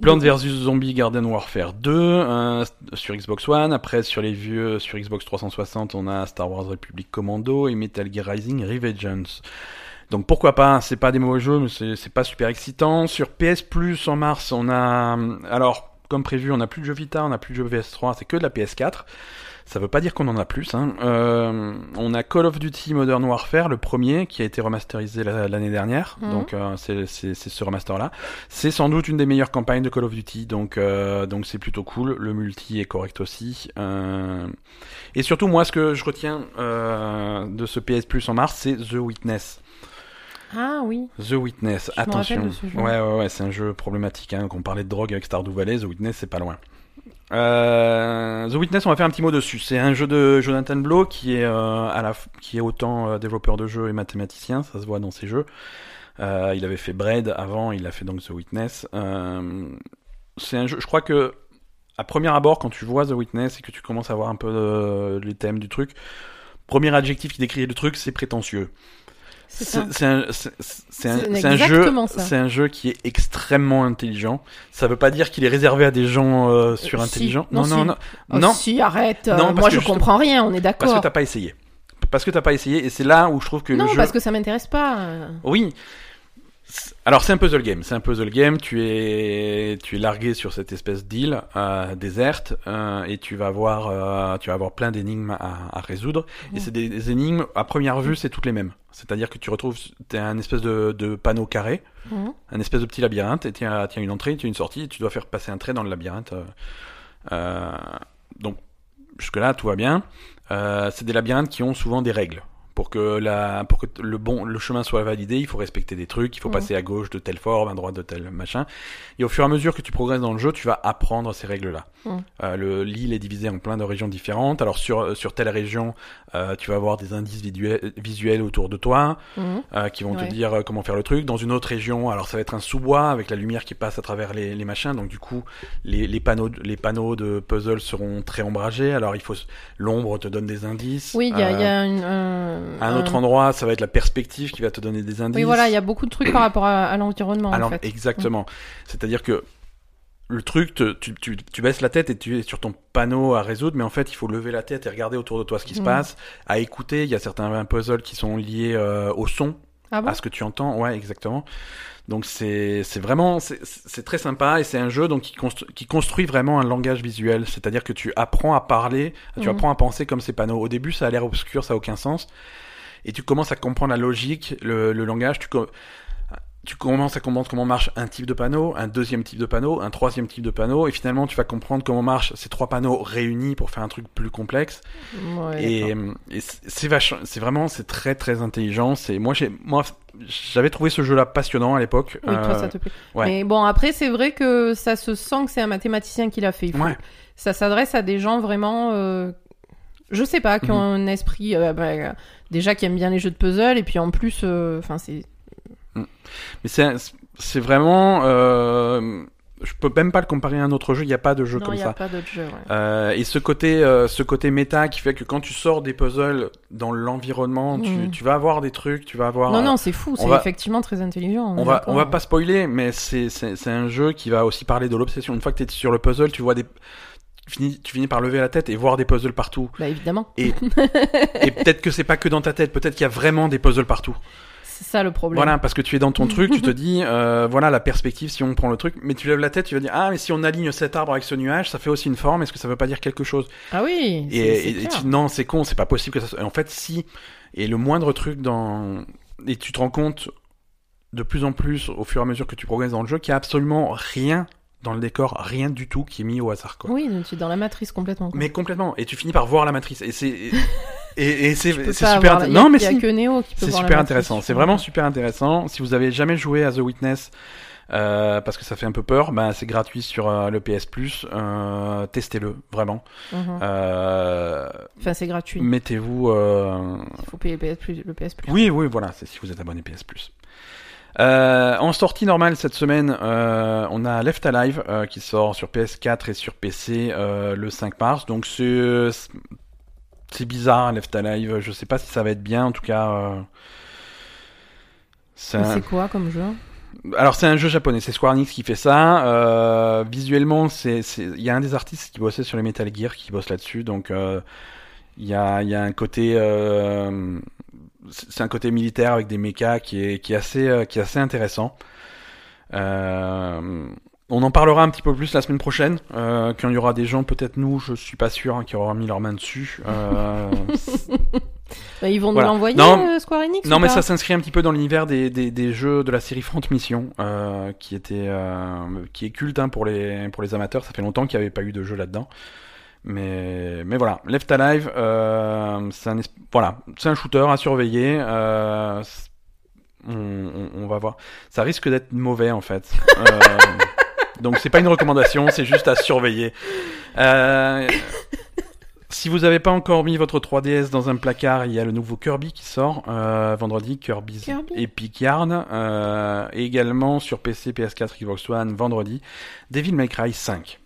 Speaker 1: Plants vs Zombie Garden Warfare 2 euh, sur Xbox One. Après, sur les vieux, sur Xbox 360, on a Star Wars Republic Commando et Metal Gear Rising Revengeance. Donc pourquoi pas, c'est pas des mauvais jeux, mais c'est c'est pas super excitant. Sur PS Plus en mars, on a. Alors, comme prévu, on n'a plus de jeux Vita, on n'a plus de jeux PS3, c'est que de la PS4. Ça veut pas dire qu'on en a plus. Hein. Euh, on a Call of Duty Modern Warfare, le premier, qui a été remasterisé la- l'année dernière.
Speaker 2: Mhm.
Speaker 1: Donc euh, c'est c'est- c'est ce remaster-là. C'est sans doute une des meilleures campagnes de Call of Duty, donc euh, donc c'est plutôt cool. Le multi est correct aussi. Euh, Et surtout, moi, ce que je retiens euh, de ce PS Plus en mars, c'est The Witness.
Speaker 2: Ah oui.
Speaker 1: The Witness,
Speaker 2: Je me
Speaker 1: attention.
Speaker 2: rappelle de ce jeu.
Speaker 1: Ouais, ouais, ouais, c'est un jeu problématique. Hein. Quand on parlait de drogue avec Stardew Valley, The Witness, c'est pas loin. Euh, The Witness, on va faire un petit mot dessus. C'est un jeu de Jonathan Blow qui est, euh, à la f- qui est autant euh, développeur de jeux et mathématicien, ça se voit dans ses jeux. Euh, il avait fait Braid avant, il a fait donc The Witness. Euh, c'est un jeu, je crois que à premier abord, quand tu vois The Witness et que tu commences à voir un peu euh, les thèmes du truc, premier adjectif qui décrit le truc, c'est prétentieux.
Speaker 2: C'est ça.
Speaker 1: C'est un, c'est- c'est- c'est un-
Speaker 2: C'est
Speaker 1: c'est un jeu,
Speaker 2: exactement ça.
Speaker 1: c'est un jeu qui est extrêmement intelligent. Ça veut pas dire qu'il est réservé à des gens euh, surintelligents.
Speaker 2: si.
Speaker 1: non,
Speaker 2: Non, si.
Speaker 1: non,
Speaker 2: Oh,
Speaker 1: non, non,
Speaker 2: si, arrête. euh,
Speaker 1: Non, parce
Speaker 2: moi,
Speaker 1: que
Speaker 2: je
Speaker 1: justement-
Speaker 2: comprends rien, on est
Speaker 1: parce que
Speaker 2: d'accord.
Speaker 1: t'as pas essayé. Parce que t'as pas essayé, et c'est là où je trouve que
Speaker 2: non,
Speaker 1: le jeu.
Speaker 2: parce que ça m'intéresse pas. euh.
Speaker 1: Oui. C'est- Alors c'est un puzzle game, c'est un puzzle game. Tu es, tu es largué sur cette espèce d'île euh, déserte euh, et tu vas avoir, euh, tu vas avoir plein d'énigmes à, à résoudre.
Speaker 2: Mhm.
Speaker 1: Et c'est des, des énigmes à première vue, c'est toutes les mêmes. C'est-à-dire que tu retrouves, t'es un espèce de, de panneau carré,
Speaker 2: Mhm.
Speaker 1: un espèce de petit labyrinthe. Et tiens, tiens une entrée, tiens une sortie. Et tu dois faire passer un trait dans le labyrinthe. euh, euh, donc jusque là tout va bien. Euh, c'est des labyrinthes qui ont souvent des règles. Pour que, la, pour que t- le bon le chemin soit validé, il faut respecter des trucs, il faut
Speaker 2: Mhm.
Speaker 1: passer à gauche de telle forme, à droite de tel machin. Et au fur et à mesure que tu progresses dans le jeu, tu vas apprendre ces règles-là.
Speaker 2: Mhm.
Speaker 1: Euh, le- L'île est divisée en plein de régions différentes. Alors sur, sur telle région, euh, tu vas avoir des indices vidue- visuels autour de toi
Speaker 2: Mhm.
Speaker 1: euh, qui vont
Speaker 2: Ouais.
Speaker 1: te dire euh, comment faire le truc. Dans une autre région, alors ça va être un sous-bois avec la lumière qui passe à travers les, les machins. Donc du coup, les, les panneaux, de- les panneaux de puzzle seront très ombragés. Alors il faut s- l'ombre te donne des indices.
Speaker 2: Oui, il y a, il y
Speaker 1: Euh,
Speaker 2: a une, euh,
Speaker 1: à un autre endroit, ça va être la perspective qui va te donner des indices.
Speaker 2: Oui, voilà, il y a beaucoup de trucs par rapport à, à l'environnement, en
Speaker 1: Alors,
Speaker 2: fait.
Speaker 1: exactement. C'est-à-dire que le truc, te- tu, tu, tu baisses la tête et tu es sur ton panneau à résoudre, mais en fait, il faut lever la tête et regarder autour de toi ce qui se
Speaker 2: Mm.
Speaker 1: passe, à écouter. Il y a certains puzzles qui sont liés euh, au son
Speaker 2: Ah bon
Speaker 1: à ce que tu entends. Ouais, exactement. Donc c'est c'est vraiment c'est- c'est très sympa et c'est un jeu donc qui construit qui construit vraiment un langage visuel, c'est-à-dire que tu apprends à parler, tu
Speaker 2: Mhm.
Speaker 1: apprends à penser comme ces panneaux. Au début, ça a l'air obscur, ça a aucun sens. Et tu commences à comprendre la logique, le, le langage, tu co- tu commences à comprendre comment marche un type de panneau, un deuxième type de panneau, un troisième type de panneau, et finalement tu vas comprendre comment marchent ces trois panneaux réunis pour faire un truc plus complexe.
Speaker 2: Ouais,
Speaker 1: Et, hum, et c'est- c'est vachement, c'est vraiment, c'est très très intelligent. C'est moi, j'ai, moi, j'avais trouvé ce jeu-là passionnant à l'époque.
Speaker 2: Oui, toi,
Speaker 1: Euh,
Speaker 2: ça te plaît.
Speaker 1: ouais.
Speaker 2: Mais bon, après, c'est vrai que ça se sent que c'est un mathématicien qui l'a fait. Il faut-
Speaker 1: Ouais.
Speaker 2: Ça s'adresse à des gens vraiment, euh, je sais pas, qui
Speaker 1: Mmh.
Speaker 2: ont un esprit, euh, bah, euh, déjà qui aiment bien les jeux de puzzle, et puis en plus, euh, enfin, c'est.
Speaker 1: Mais c'est, un- c'est vraiment, euh, je peux même pas le comparer à un autre jeu. Il n'y a pas de jeu
Speaker 2: non,
Speaker 1: comme
Speaker 2: il n'y
Speaker 1: ça.
Speaker 2: a pas d'autre jeu. ouais.
Speaker 1: Euh, et ce côté, euh, ce côté méta qui fait que quand tu sors des puzzles dans l'environnement, tu,
Speaker 2: Mhm.
Speaker 1: tu vas avoir des trucs, tu vas avoir.
Speaker 2: Non,
Speaker 1: euh,
Speaker 2: non, c'est fou, c'est
Speaker 1: va-
Speaker 2: effectivement très intelligent.
Speaker 1: On va,
Speaker 2: d'accord.
Speaker 1: on va pas spoiler, mais c'est c'est- c'est un jeu qui va aussi parler de l'obsession. Une fois que tu es sur le puzzle, tu vois des. Tu finis, tu finis par lever la tête et voir des puzzles partout.
Speaker 2: Bah, évidemment,
Speaker 1: Et, et peut-être que c'est pas que dans ta tête, peut-être qu'il y a vraiment des puzzles partout.
Speaker 2: c'est ça le problème.
Speaker 1: Voilà, parce que tu es dans ton truc, tu te dis, euh, voilà la perspective si on prend le truc, mais tu lèves la tête, tu vas dire, ah, mais si on aligne cet arbre avec ce nuage, ça fait aussi une forme, est-ce que ça veut pas dire quelque chose
Speaker 2: Ah oui, c'est-
Speaker 1: Et,
Speaker 2: c'est
Speaker 1: et- et
Speaker 2: clair.
Speaker 1: tu- non, c'est con, c'est pas possible que ça soit. et En fait, si, et le moindre truc dans. Et tu te rends compte de plus en plus au fur et à mesure que tu progresses dans le jeu qu'il y a absolument rien dans le décor, rien du tout qui est mis au hasard, quoi.
Speaker 2: Oui, donc tu es dans la matrice complètement. quoi.
Speaker 1: Mais complètement, et tu finis par voir la matrice, et c'est. Et, et- et c'est
Speaker 2: Tu peux
Speaker 1: c'est
Speaker 2: pas
Speaker 1: super.
Speaker 2: avoir-
Speaker 1: inté-
Speaker 2: il y a-
Speaker 1: Non, mais
Speaker 2: il y a
Speaker 1: si.
Speaker 2: que Neo qui peut
Speaker 1: C'est
Speaker 2: voir la
Speaker 1: super
Speaker 2: matrice,
Speaker 1: intéressant,
Speaker 2: je
Speaker 1: c'est
Speaker 2: crois.
Speaker 1: vraiment super intéressant. Si vous avez jamais joué à The Witness, euh, parce que ça fait un peu peur, bah, c'est gratuit sur euh, le PS Plus. euh, Testez-le, vraiment.
Speaker 2: Mhm.
Speaker 1: Euh,
Speaker 2: Enfin, c'est gratuit.
Speaker 1: Mettez-vous. euh,
Speaker 2: Il faut payer le PS Plus. Le PS
Speaker 1: Oui, oui, voilà, c'est si vous êtes abonné PS Plus. Euh, en sortie normale cette semaine, euh, on a Left Alive euh, qui sort sur PS4 et sur PC euh, le 5 mars. Donc c'est c'est bizarre Left Alive. Je sais pas si ça va être bien. En tout cas, euh, c'est
Speaker 2: Mais
Speaker 1: un-
Speaker 2: C'est quoi comme jeu
Speaker 1: alors c'est un jeu japonais, c'est Square Enix qui fait ça. Euh, visuellement, c'est c'est- il y a un des artistes qui bossait sur les Metal Gear qui bosse là-dessus, donc euh, il y a il y a un côté euh, c'est un côté militaire avec des mechas qui est qui est assez euh, qui est assez intéressant. Euh, on en parlera un petit peu plus la semaine prochaine euh, quand il y aura des gens, peut-être nous, je suis pas sûr, hein, qui auront mis leurs mains dessus. Euh,
Speaker 2: Bah, Ils vont
Speaker 1: Voilà.
Speaker 2: nous l'envoyer,
Speaker 1: Non.
Speaker 2: euh, Square Enix
Speaker 1: Non,
Speaker 2: ou
Speaker 1: mais
Speaker 2: pas
Speaker 1: ça s'inscrit un petit peu dans l'univers des, des, des jeux de la série Front Mission, euh, qui était euh, qui est culte hein, pour les pour les amateurs. Ça fait longtemps qu'il n'y avait pas eu de jeu là-dedans. Mais mais voilà, Left Alive, euh, c'est un es- voilà, c'est un shooter à surveiller. euh, c'est- on, on- on va voir. Ça risque d'être mauvais en fait. Euh, donc c'est pas une recommandation, c'est juste à surveiller. Euh, si vous n'avez pas encore mis votre 3DS dans un placard, il y a le nouveau Kirby qui sort euh, vendredi, Kirby's
Speaker 2: Kirby.
Speaker 1: Epic Yarn. Euh, et également sur PC, PS4, Xbox One, vendredi, Devil May Cry 5.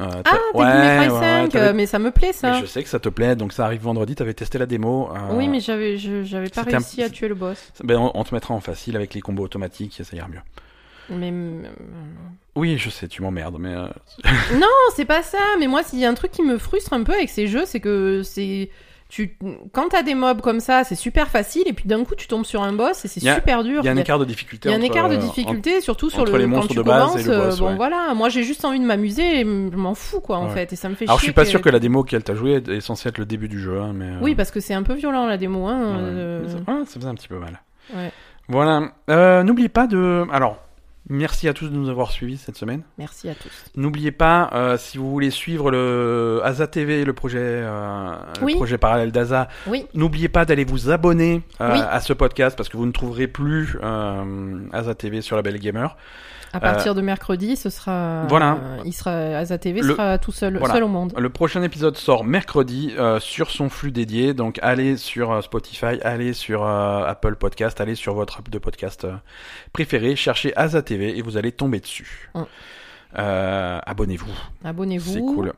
Speaker 1: Euh,
Speaker 2: Ah,
Speaker 1: t'as-
Speaker 2: t'as dit May Cry
Speaker 1: ouais, ouais,
Speaker 2: 5,
Speaker 1: t'avais-
Speaker 2: euh, mais ça me plaît ça.
Speaker 1: Mais je sais que ça te plaît, donc ça arrive vendredi, t'avais testé la démo. euh,
Speaker 2: Oui, mais j'avais je- j'avais pas
Speaker 1: c'était un-
Speaker 2: réussi à tuer le boss.
Speaker 1: ben, on, on te mettra en facile avec les combos automatiques, ça ira mieux.
Speaker 2: Mais euh,
Speaker 1: Oui, je sais, tu m'emmerdes, mais euh,
Speaker 2: non, c'est pas ça. Mais moi, s'il y a un truc qui me frustre un peu avec ces jeux, c'est que c'est tu quand t'as des mobs comme ça, c'est super facile, et puis d'un coup, tu tombes sur un boss et c'est
Speaker 1: Il y a-
Speaker 2: super dur.
Speaker 1: il y a un
Speaker 2: Mais-
Speaker 1: écart de difficulté.
Speaker 2: Il y a un
Speaker 1: entre,
Speaker 2: écart de
Speaker 1: euh,
Speaker 2: difficulté, surtout sur
Speaker 1: entre
Speaker 2: le
Speaker 1: les
Speaker 2: quand
Speaker 1: monstres
Speaker 2: tu
Speaker 1: de base
Speaker 2: commences.
Speaker 1: et le boss,
Speaker 2: euh, bon
Speaker 1: ouais.
Speaker 2: voilà, moi j'ai juste envie de m'amuser, et m- je m'en fous quoi en
Speaker 1: Ouais.
Speaker 2: fait, et ça me fait
Speaker 1: entre- Alors je
Speaker 2: chier.
Speaker 1: suis pas sûr que la démo qu'elle t'a jouée est censée être le début du jeu, hein, mais. euh,
Speaker 2: Oui, parce que c'est un peu violent la démo. Hein,
Speaker 1: ouais.
Speaker 2: euh,
Speaker 1: Ça- ouais, ça faisait un petit peu mal.
Speaker 2: ouais.
Speaker 1: Voilà. Euh, N'oubliez pas de. Alors, merci à tous de nous avoir suivis cette semaine.
Speaker 2: Merci à tous.
Speaker 1: N'oubliez pas, euh, si vous voulez suivre le Asa TV, le projet, euh, le
Speaker 2: Oui.
Speaker 1: projet parallèle d'Asa,
Speaker 2: Oui.
Speaker 1: n'oubliez pas d'aller vous abonner euh,
Speaker 2: Oui.
Speaker 1: à ce podcast parce que vous ne trouverez plus euh, Asa TV sur la Belle Gamer.
Speaker 2: À partir de mercredi, ce sera.
Speaker 1: Euh, Voilà.
Speaker 2: euh, il sera. Asa TV
Speaker 1: Le-
Speaker 2: sera tout seul,
Speaker 1: Voilà.
Speaker 2: seul au monde.
Speaker 1: Le prochain épisode sort mercredi euh, sur son flux dédié, donc allez sur euh, Spotify, allez sur euh, Apple Podcast, allez sur votre app de podcast euh, préféré, cherchez Asa TV et vous allez tomber dessus.
Speaker 2: Mm.
Speaker 1: Euh, Abonnez-vous, c'est
Speaker 2: Abonnez-vous.
Speaker 1: cool.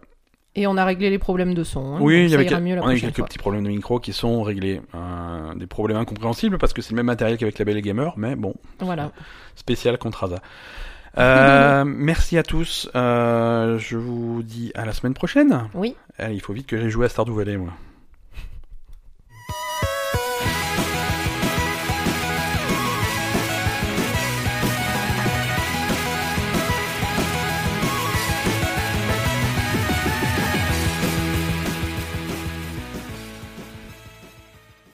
Speaker 2: Et on a réglé les problèmes de son. hein,
Speaker 1: Oui,
Speaker 2: donc
Speaker 1: il y
Speaker 2: ça
Speaker 1: avait
Speaker 2: ira
Speaker 1: quel-
Speaker 2: mieux la
Speaker 1: on a eu
Speaker 2: prochaine
Speaker 1: quelques
Speaker 2: fois.
Speaker 1: petits problèmes de micro qui sont réglés. Euh, des problèmes incompréhensibles parce que c'est le même matériel qu'avec la Belle et Gamer, mais bon,
Speaker 2: Voilà.
Speaker 1: spécial contre Asa. Euh, merci à tous. Euh, je vous dis à la semaine prochaine.
Speaker 2: Oui.
Speaker 1: Allez, il faut vite que j'ai joué à Stardew Valley, moi.